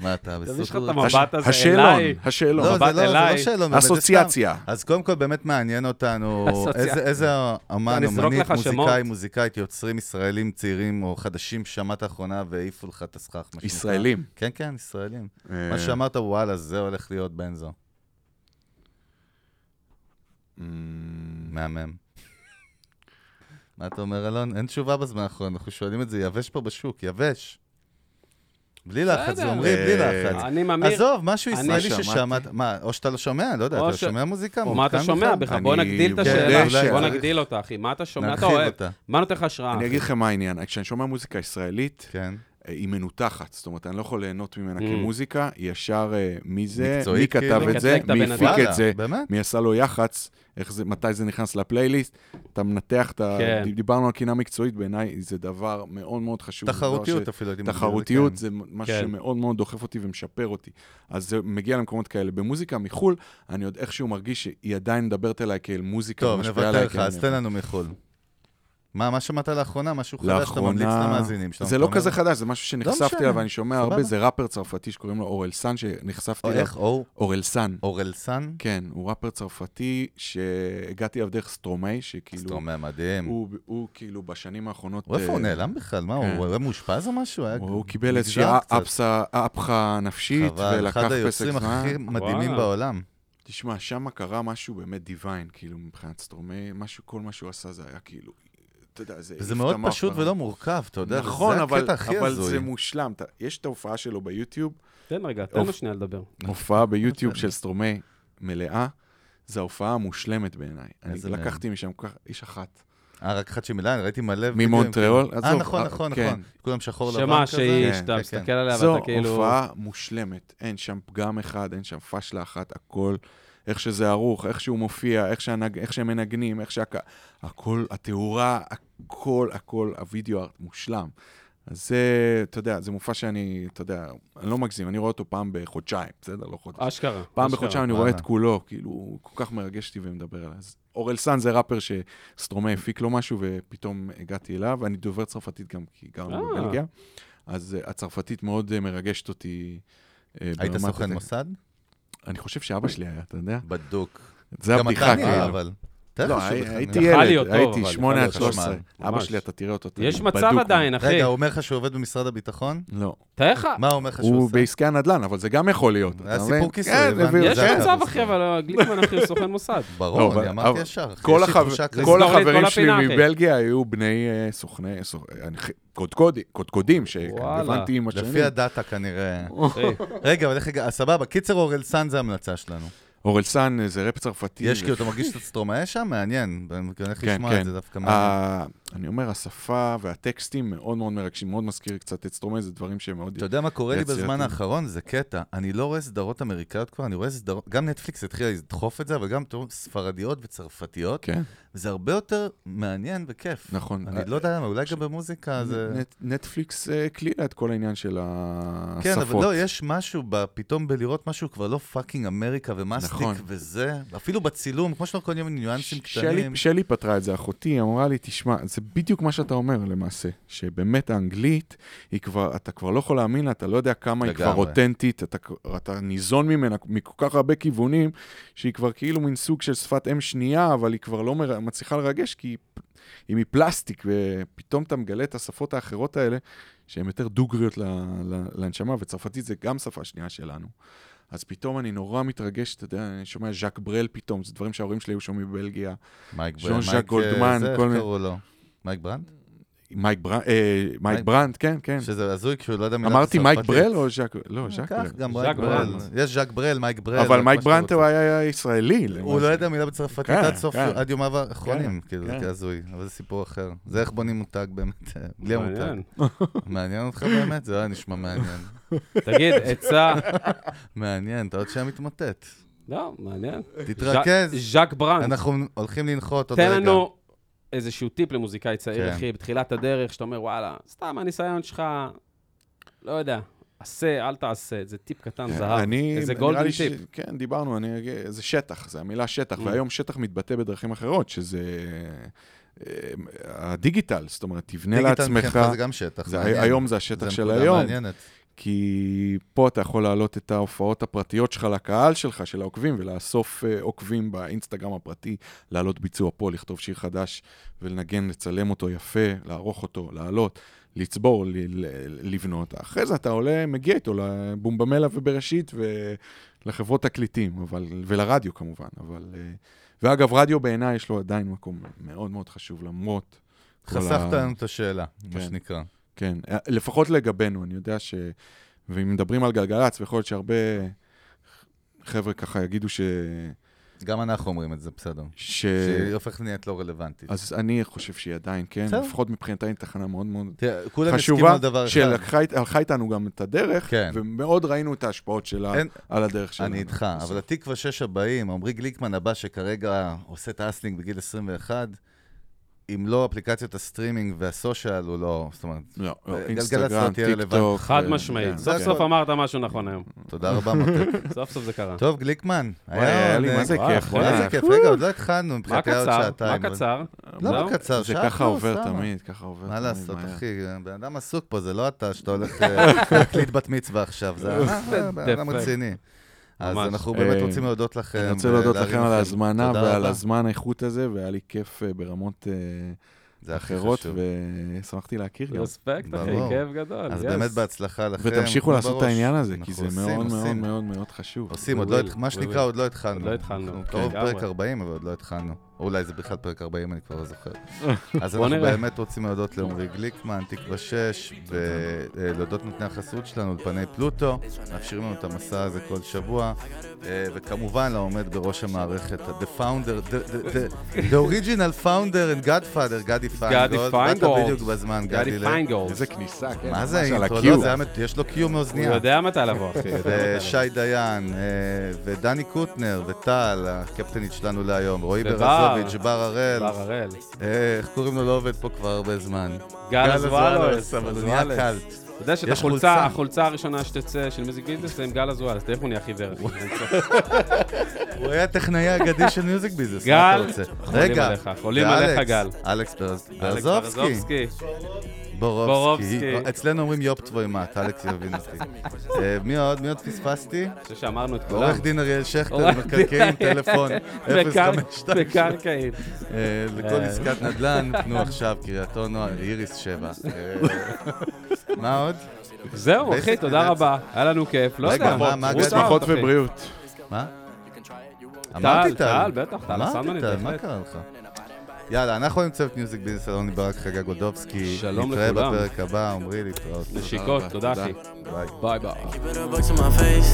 S4: מה אתה,
S5: אז יש לך את
S4: בסופו...
S6: הש-
S5: המבט הזה
S6: השאלון,
S5: אליי.
S6: השאלון.
S4: לא, זה לא,
S5: מבט
S4: זה לא
S5: אליי.
S4: שאלות. באמת, זה סתם.
S6: אסוציאציה.
S4: אז קודם כל, באמת מעניין אותנו
S5: אסוציאציה.
S4: איזה- איזה אמן,
S5: אני אזרוק
S4: אומנית,
S5: לך שמות.
S4: מוזיקאי, מוזיקאית, יוצרים ישראלים צעירים או חדשים שמעת האחרונה והעיפו לך את הסכך. מה שנקרא.
S6: ישראלים.
S4: כן, כן, ישראלים.
S6: אה,
S4: מה שאמרת, וואלה, זה הולך להיות בן זו.
S6: אמ,
S4: מהמם. מה אתה אומר, אלון? אין תשובה בזמן האחרון, אנחנו שואלים את זה יבש פה בשוק, יבש. בלי לחץ,
S5: בסדר.
S4: זה אומרים, בלי לחץ.
S5: לא אה, אני ממיר,
S4: עזוב, משהו
S5: אני
S4: ישראלי
S6: שמעתי.
S4: ששמעת, מה, או שאתה לא שומע, לא יודע,
S5: או
S4: אתה
S5: ש-
S4: שומע מוזיקה?
S5: או מה אתה
S4: מותקן
S5: שומע
S4: בכלל?
S5: בכלל? בוא
S6: אני כן,
S5: נגדיל את
S6: יודע
S5: השאלה,
S4: ש-
S5: בוא נגדיל אותה, אחי. מה אתה שומע? אתה
S4: כן, לא, נרחיב
S5: אוהב.
S4: אותה.
S5: מה נותן לך השראה?
S6: אני
S5: אחי?
S6: אגיד לכם מה העניין, כשאני שומע מוזיקה ישראלית,
S4: כן.
S6: אה, היא מנותחת, זאת אומרת, אני לא יכול ליהנות ממנה
S5: Mm.
S6: כמוזיקה, היא ישר אה, מי זה, מי
S4: מקצועית,
S6: כתב
S4: כאילו?
S6: את זה,
S5: מקטלג את
S6: מי
S5: הבן
S6: הפיק
S4: וואלה,
S6: את זה,
S4: באמת?
S6: מי עשה לו יח"צ, איך זה, מתי זה נכנס לפלייליסט, אתה מנתח, אתה,
S5: כן.
S6: דיברנו על קינה מקצועית, בעיניי זה דבר מאוד מאוד חשוב. זה דבר
S4: תחרותיות
S6: לא, ש-
S4: אפילו. הייתי מגדיר את זה,
S6: תחרותיות
S4: כן.
S6: זה משהו
S5: כן.
S6: שמאוד מאוד דוחף אותי ומשפר אותי. אז זה מגיע למקומות כאלה. במוזיקה מחו"ל, אני עוד איכשהו מרגיש שהיא עדיין מדברת אליי כאל מוזיקה,
S4: טוב,
S6: משפיעה
S4: נוותר
S6: עליי
S4: לך,
S6: כאל-
S4: אז תן לנו מחו"ל. מה, מה שמעת לאחרונה? משהו חדש שאתה ממליץ
S6: לאחרונה...
S4: למאזינים שלנו?
S6: זה
S4: אתה
S6: לא
S4: אומר,
S6: כזה חדש, זה משהו שנחשפתי
S4: משנה,
S6: אליו, ואני שומע הרבה,
S4: סבבה.
S6: זה ראפר צרפתי שקוראים לו אורלסן, שנחשפתי
S4: או,
S6: אליו.
S4: איך, אור,
S6: אורלסן.
S4: אורלסן?
S6: כן, הוא ראפר צרפתי שהגעתי אליו דרך סטרומי, שכאילו...
S4: סטרומה מדהים.
S6: הוא, הוא כאילו בשנים האחרונות...
S4: Mm. הוא איפה הוא
S6: אה,
S4: נעלם בכלל? מה,
S6: כן.
S4: הוא היה מאושפז או משהו? היה
S6: הוא קיבל
S4: נגזר
S6: איזושהי
S4: קצת.
S6: אפסה- אפחה נפשית,
S4: חבל,
S6: ולקח
S4: אחד
S6: פסק
S4: היוצרים
S6: זמן.
S4: הכי מדהימים
S5: וואלה.
S4: בעולם.
S6: תשמע, שם קרה משהו באמת דיוויין, כאילו, מבחינת סטרומי, משהו, כל מה שהוא עשה זה היה כאילו, אתה יודע, זה...
S4: זה
S6: העיף
S4: מאוד
S6: את המוח
S4: פשוט
S6: ברמה.
S4: ולא מורכב, אתה יודע,
S6: נכון,
S4: זה
S6: אבל,
S4: הקטע הכי
S6: אבל זה
S4: הזוי.
S6: מושלם. אתה, יש את ההופעה שלו ביוטיוב,
S5: תן רגע, תן לו
S6: אוף.
S5: שנייה לדבר.
S4: נכון.
S6: הופעה ביוטיוב של סטרומי מלאה, זו ההופעה המושלמת בעיניי. אני
S4: איזה מהם?
S6: לקחתי משם כל כך, יש אחת.
S4: אה, רק אחת שמילאה, אני ראיתי מלא... וידאוים,
S6: ממונטריאול,
S4: כאילו. אה,
S6: עזוב,
S4: נכון,
S6: אה,
S4: נכון,
S6: כן.
S4: נכון. כולם שחור לבן כזה.
S5: שמה, שהיא,
S6: כן,
S5: שאתה
S4: כן,
S5: מסתכל
S4: כן.
S5: עליה
S6: זו
S5: ואתה כאילו...
S6: הופעה מושלמת. אין שם פגם אחד, אין שם פשלה אחת, הכל, איך שזה ערוך, איך שהוא מופיע, איך, שהנג... איך שהם מנגנים, איך שהק... הכל, התאורה, הכל, הכל, הווידאו ארט מושלם. אז זה, אתה יודע, זה מופע שאני, אתה יודע, אני לא מגזים, אני רואה אותו פעם בחודשיים, בסדר? לא חודש.
S5: אשכרה.
S6: פעם
S5: אשכרה.
S6: בחודשיים אני רואה את
S4: וואלה.
S6: כולו, כאילו, הוא כל כך מרגש אותי ומדבר עליו. אז אורל סאן זה ראפר שסטרומה הפיק לו משהו, ופתאום הגעתי אליו, אני דובר צרפתית גם, כי גרנו
S5: אה.
S6: בבלגיה, אז אה, הצרפתית מאוד אה, מרגשת אותי. אה,
S4: היית
S6: ברמת
S4: סוכן
S6: הזה.
S4: מוסד?
S6: אני חושב שאבא שלי היה, אתה יודע?
S4: בדוק.
S6: זה
S4: גם אתה
S6: הבדיחה,
S4: נראה,
S6: כאילו.
S4: אבל... תאר
S6: לא,
S4: לך שהוא בכלל
S6: הייתי
S4: נראה.
S5: יכול להיות
S6: ילד,
S5: טוב,
S6: הייתי
S5: אבל,
S6: 8 עד
S4: יכול להיות
S6: 13.
S4: חשמל.
S6: אבא
S5: ממש.
S6: שלי, אתה תראה אותו. תמיד,
S5: יש
S6: בדוק
S5: מצב
S6: מאוד.
S5: עדיין, אחי.
S4: רגע, הוא אומר לך שהוא עובד במשרד הביטחון?
S6: לא.
S5: תאר לך,
S4: מה הוא אומר לך שהוא
S6: הוא
S4: עושה?
S6: בעסקי הנדל"ן, אבל זה גם יכול להיות.
S4: היה
S6: אתה
S4: סיפור
S6: מבין?
S4: כיסוי,
S6: כן,
S4: הבנתי.
S6: הביאו-
S5: יש
S4: זה
S6: כן.
S5: מצב,
S4: אבל-
S5: אחי, אבל גליקמן, אחי, הוא סוכן מוסד.
S6: לא,
S4: ברור,
S6: אבל-
S4: אני אמרתי
S6: אבל-
S4: ישר. אחי,
S6: כל,
S4: יש לי
S6: החבר...
S4: תחושה כזאת.
S6: כל
S5: לסגור לי את
S6: החברים
S5: כל
S6: שלי
S5: הפינה, אחי.
S6: מבלגיה היו בני אה, סוכני, סוכ... אני חי- קודקודי- קודקודים,
S5: וואלה.
S6: שהבנתי עם השנים.
S4: לפי הדאטה כנראה.
S5: אחי,
S4: רגע, אבל איך הגע... אה, סבבה, קיצר אורל סאן זה המלצה שלנו.
S6: אורלסן אה, זה ראפ צרפתי.
S4: יש
S6: ו-
S4: כאילו, אתה מרגיש את הסטרומאה שם? מעניין. אני הולך
S6: כן,
S4: לשמוע
S6: כן.
S4: את זה דווקא מעניין.
S6: ה... אני אומר, השפה והטקסטים מאוד מאוד מרגשים, מאוד מזכיר קצת את סטרומי, זה דברים שמאוד...
S4: אתה יודע מה קורה לי
S6: יצירתי.
S4: בזמן האחרון? זה קטע. אני לא רואה סדרות אמריקאיות כבר, אני רואה סדרות... גם נטפליקס התחילה לדחוף את זה, אבל גם אתה רואה, ספרדיות וצרפתיות.
S6: כן,
S4: זה הרבה יותר מעניין וכיף.
S6: נכון.
S4: אני לא יודע למה, אולי גם במוזיקה זה...
S6: נט- נטפליקס אה, הקלילה את כל העניין של השפות.
S4: כן, אבל לא, יש משהו ב- פתאום בלראות משהו כבר לא פאקינג אמריקה ומאסטיק
S6: נכון.
S4: וזה, אפילו בצילום, כמו שאתה אומר, כל מיני ניואנסים
S6: שלי,
S4: קטנים.
S6: שלי פתרה את זה, אחותי אמרה לי, תשמע, זה בדיוק מה שאתה אומר למעשה, שבאמת האנגלית, היא כבר, אתה כבר לא יכול להאמין לה, אתה לא יודע כמה היא כבר
S4: לגמרי.
S6: אותנטית, אתה, אתה ניזון ממנה מכל כך הרבה כיוונים, שהיא כבר כאילו מין סוג של שפת אם שנייה, אבל היא כבר לא מר... מצליחה לרגש, כי היא, פ- היא מפלסטיק, ופתאום אתה מגלה את השפות האחרות האלה, שהן יותר דוגריות ל, ל, לנשמה, וצרפתית זה גם שפה שנייה שלנו. אז פתאום אני נורא מתרגש, אתה יודע, אני שומע ז'אק ברל פתאום, זה דברים שההורים שלי היו שומעים בבלגיה.
S4: מייק ברנד,
S6: ז'אן ז'אק
S4: מייק, אה,
S6: גולדמן,
S4: זה, איך
S6: כל מיני-
S4: קראו לו? מייק ברנד?
S6: מייק ברנד, אה, מייק
S4: מייק-
S6: ברנד, כן, כן.
S4: שזה הזוי כשהוא לא יודע מילה
S6: אמרתי מייק
S4: בצרפתית.
S6: ברל או ז'אק? לא, ז'אק
S4: אה, כך,
S6: ברל.
S4: גם
S5: ז'אק
S4: מייק ברל.
S5: ברל.
S4: יש ז'אק ברל, מייק ברל.
S6: אבל
S4: מה
S6: מייק
S4: שאתה
S6: ברנד
S4: רוצה.
S6: הוא היה ישראלי.
S4: הוא לא
S6: למעשה.
S4: ידע מילה בצרפתית
S6: כן,
S4: עד סוף,
S6: כן.
S4: עד יומיו האחרונים, כאילו,
S6: כן.
S4: זה הזוי, אבל זה סיפור אחר. זה איך בונים מותג באמת, אה, בלי
S6: לא
S4: המותג.
S5: מעניין.
S4: מעניין אותך באמת? זה היה נשמע מעניין.
S5: תגיד, עצה...
S4: מעניין, אתה עוד שנייה מתמוטט.
S5: לא, מעניין.
S4: תתרכז.
S5: ז'אק- ז'אק ברנד,
S4: אנחנו הולכים לנחות עוד רגע.
S5: תן לנו איזשהו טיפ למוזיקאי צעיר,
S4: כן.
S5: אחי, בתחילת הדרך, שאתה אומר, וואלה, סתם הניסיון שלך, לא יודע, עשה, אל תעשה, זה טיפ קטן
S4: כן,
S5: זהב.
S6: כן, אני,
S5: איזה
S6: נראה לי
S5: golden
S6: ש-
S5: tip.
S6: כן, דיברנו, אני, אגיד, זה שטח, זה המילה שטח,
S5: Mm.
S6: והיום שטח מתבטא בדרכים אחרות, שזה אה, הדיגיטל, זאת אומרת, תבנה
S4: דיגיטל
S6: לעצמך,
S4: מבחינתך זה גם שטח.
S6: זה
S4: מעניין.
S6: היום זה השטח
S4: זה
S6: של
S4: נקודה
S6: היום,
S4: מעניינת.
S6: כי פה אתה יכול להעלות את ההופעות הפרטיות שלך לקהל שלך, של העוקבים, ולאסוף אה, עוקבים באינסטגרם הפרטי, להעלות ביצוע פה, לכתוב שיר חדש ולנגן, לצלם אותו יפה, לערוך אותו, לעלות, לצבור, ל- ל- לבנות. אחרי זה אתה עולה, מגיע איתו לבומבמלה ובראשית ולחברות תקליטים, אבל, ולרדיו כמובן, אבל... אה, ואגב, רדיו בעיניי יש לו עדיין מקום מאוד מאוד חשוב, למרות... כל ה-
S4: חשפת לנו את השאלה, מה
S6: כן.
S4: שנקרא.
S6: כן, לפחות לגבינו, אני יודע ש... ואם מדברים על גלגלצ, ויכול להיות שהרבה חבר'ה ככה יגידו ש...
S4: גם אנחנו אומרים את זה, בסדר.
S6: ש...
S4: שהיא הופכת להיות לא רלוונטית.
S6: אה, אז אני חושב שהיא עדיין, כן,
S4: בסדר.
S6: לפחות מבחינתה היא תחנה מאוד מאוד
S4: תראה, כולם הסכימו
S6: חשובה,
S4: על דבר אחד.
S6: שהלכה איתנו גם את הדרך,
S4: כן.
S6: ומאוד ראינו את ההשפעות שלה
S4: אין-
S6: על הדרך שלנו.
S4: אני איתך, אבל התקווה שש הבאים, עמרי גליקמן הבא שכרגע עושה את האסלינג בגיל 21, אם לא אפליקציות הסטרימינג והסושיאל, הוא לא, זאת אומרת,
S6: לא, לא,
S4: גלגלצ
S6: אינסטגרם,
S4: לא תהיה
S6: טיק טוק.
S4: רלוונטית.
S5: חד
S6: ו- כן,
S5: משמעית. סוף
S6: כן.
S5: סוף אמרת משהו נכון היום.
S4: תודה רבה, מותק.
S5: סוף סוף זה קרה.
S4: טוב, גליקמן,
S6: וואי, היה לי,
S4: עוד,
S6: מה זה
S4: אה,
S5: וואי,
S6: כיף,
S5: אחי,
S4: וואי,
S6: וואי.
S4: איזה כיף, רגע, עוד לא התחלנו,
S5: מה
S4: מבחינתי היה עוד
S5: קצר?
S4: שעתיים.
S5: מה
S4: אבל-
S5: קצר?
S4: לא
S5: זהו?
S4: בקצר,
S6: זה
S4: שעה
S6: ככה
S4: פלוס,
S6: עובר
S4: למה?
S6: תמיד, ככה עובר תמיד.
S4: מה לעשות,
S6: מהר.
S4: אחי? בן אדם עסוק פה, זה לא אתה שאתה הולך אה, להקליט בת מצווה עכשיו, זה אתה, בן אדם
S5: דפק.
S4: רציני. אז
S5: ממש.
S4: אנחנו באמת
S6: אה,
S4: רוצים להודות לכם.
S6: אני רוצה להודות
S4: כן, ולהרים
S6: לכם על
S4: לכם.
S6: ההזמנה
S4: תודה
S6: ועל
S4: רבה.
S6: הזמן האיכות הזה, והיה לי כיף אה, ברמות אה,
S4: זה הכי
S6: אחרות,
S4: חשוב.
S6: ושמחתי להכיר גם.
S5: רספקט, אחי,
S4: לא, ברור.
S5: כיף גדול.
S4: אז
S5: yes.
S4: באמת בהצלחה לכם.
S6: ותמשיכו
S4: אנחנו
S6: לעשות את
S4: בראש.
S6: העניין הזה, כי זה
S4: אנחנו עושים,
S6: מאוד מאוד
S4: עושים.
S6: מאוד מאוד חשוב.
S4: עושים,
S5: We
S4: עוד לא,
S5: will,
S4: התח- מה
S5: we
S4: שנקרא,
S5: will.
S4: עוד לא התחלנו.
S5: עוד לא התחלנו,
S4: אנחנו
S5: כן,
S4: קרוב
S5: לגמרי.
S4: פרק 40, אבל עוד לא התחלנו. או אולי זה בכלל פרק 40, אני כבר לא זוכר. אז
S5: בוא
S4: אנחנו
S5: נראה.
S4: באמת רוצים להודות לעמרי גליקמן, תקווה 6, ולהודות לנותני החסות שלנו, אולפני פלוטו, מאפשרים לנו את המסע הזה כל שבוע, אה, וכמובן לעומד בראש המערכת, the founder, the- the- the- the original founder and godfather, גדי פיינגולד.
S5: פיינגולד.
S4: באת בדיוק בזמן, גדי.
S5: גדי
S4: ל-
S5: פיינגולד.
S6: איזה כניסה, כן.
S4: מה זה
S6: ממש על
S4: האינטרו?
S6: ה-Q.
S4: לא, זה היה מת- יש לו קיום
S5: הוא
S4: מאוזניה.
S5: יודע מתי לבוא, אחי.
S4: ושי דיין, אה, ודני קוטנר, וטל, הקפטנית שלנו להיום, רועי
S5: ובר.
S4: ברזוביץ', בר הראל,
S5: בר הראל.
S4: אה, איך קוראים לו? לא עובד פה כבר הרבה זמן.
S5: גל
S4: אזואלוס,
S5: אזואלס.
S4: אבל הוא נהיה
S5: אזואלס.
S4: קלט.
S5: אתה יודע שאת
S4: יש
S5: החולצה,
S4: חולצה.
S5: החולצה הראשונה שתצא של מיוזיק ביזנס זה עם גל אזואלס, תראה איך הוא נהיה חיוור. אחי.
S4: הוא היה הטכנאי האגדי של מיוזיק ביזנס,
S5: גל,
S4: מה אתה רוצה?
S5: חולים
S4: רגע,
S5: עליך, חולים
S4: זה
S5: עליך,
S4: אלכס,
S5: גל.
S4: אלכס ברז-
S5: אלכס
S4: ברזובסקי.
S5: ברזובסקי.
S4: בורובסקי.
S5: בורובסקי.
S4: אצלנו אומרים יופ טבוימט, אלכס יבין אותי. אה, מי עוד? מי עוד פספסתי?
S5: אני חושב שאמרנו את כולם.
S4: עורך דין אריאל שכטר,
S5: עורך
S4: מקרקעין,
S5: דין.
S4: טלפון,
S5: בקר-
S4: 052.
S5: בקרקעין.
S4: אה,
S5: כן.
S4: לכל עסקת נדל"ן, פנו עכשיו, קריית אונו, איריס 7. מה עוד?
S5: זהו, אחי,
S4: בייסיק
S5: תודה
S4: מנצח.
S5: רבה. היה לנו כיף, לא
S4: רגע,
S5: יודע.
S4: מה- מה
S5: רוץ
S4: גדי?
S5: אאוט,
S6: שמחות
S5: אחי.
S6: ובריאות.
S4: מה?
S5: טל, טל, בטח, טל הסלמן,
S4: אמרתי טל, מה
S5: בהחלט.
S4: קרה לך? יאללה, אנחנו עם צוות מיוזיק ביזנס, אלוני ברק, חגה גולדובסקי.
S5: שלום
S4: נתראה
S5: לכולם.
S4: בפרק הבא, עמרי להתראות.
S5: נשיקות, תודה,
S6: תודה.
S5: אחי.
S4: ביי.
S5: ביי ביי.
S2: Keep it a buck to my face.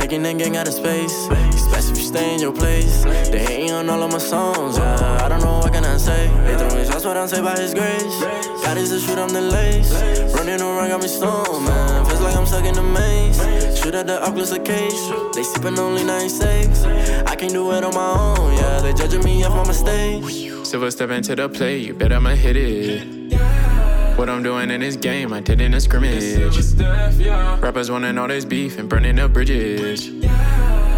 S2: Taking that gang out of space. Especially if you stay in your place. They hating on all of my songs. Yeah, I don't know what can I say. They throw his shots, what I'm saved by his grace. God is the shoot, I'm the lace. Running around, got me stoned, man. Feels like I'm stuck in a maze. Shoot at the Oculus the case. They sipping only 96. I can't do it on my own. Yeah, they judging me off my mistakes.
S7: Silver step into the play, you bet I'ma hit it. What I'm doing in this game, I did in a scrimmage. Rappers wanting all this beef and burning up bridges.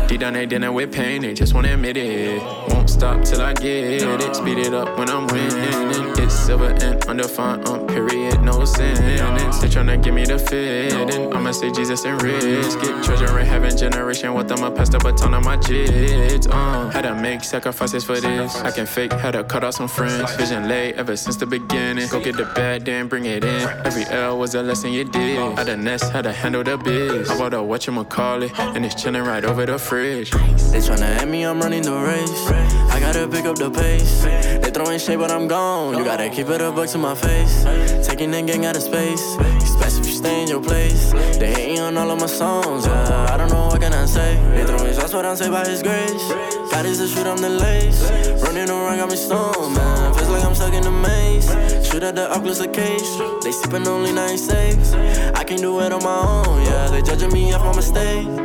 S7: Deep down they dinner with pain, they just wanna admit it. Won't stop till I get it. Speed it up when I'm winning. It's silver and under font, um, period, no sentence. They tryna give me the fit, and I'ma say Jesus and risk it. Treasure in heaven, generation wealth, I'ma pass the baton on my kids. Um, had to make sacrifices for this. I can fake, had to cut off some friends. Vision late ever since the beginning. Go get the bag, then bring it in. Every L was a lesson you did. How to nest, how to handle the biz. I bought a whatchamacallit, and it's chilling right over the fridge.
S2: They tryna at me, I'm running the race. I gotta pick up the pace. They throwing shade, but I'm gone. You gotta keep it a buck to my face. Taking that gang out of space. Especially if you stay in your place. They hating on all of my songs. Yeah, I don't know what can I say. They throwing shots, but I'm saved by His grace. God is the shoot, I'm the lace. Running around, got me stoned, man. Feels like I'm stuck in a maze. Shoot at the Oculus the case. They sipping only 96. I can't do it on my own. Yeah, they judging me off my mistakes.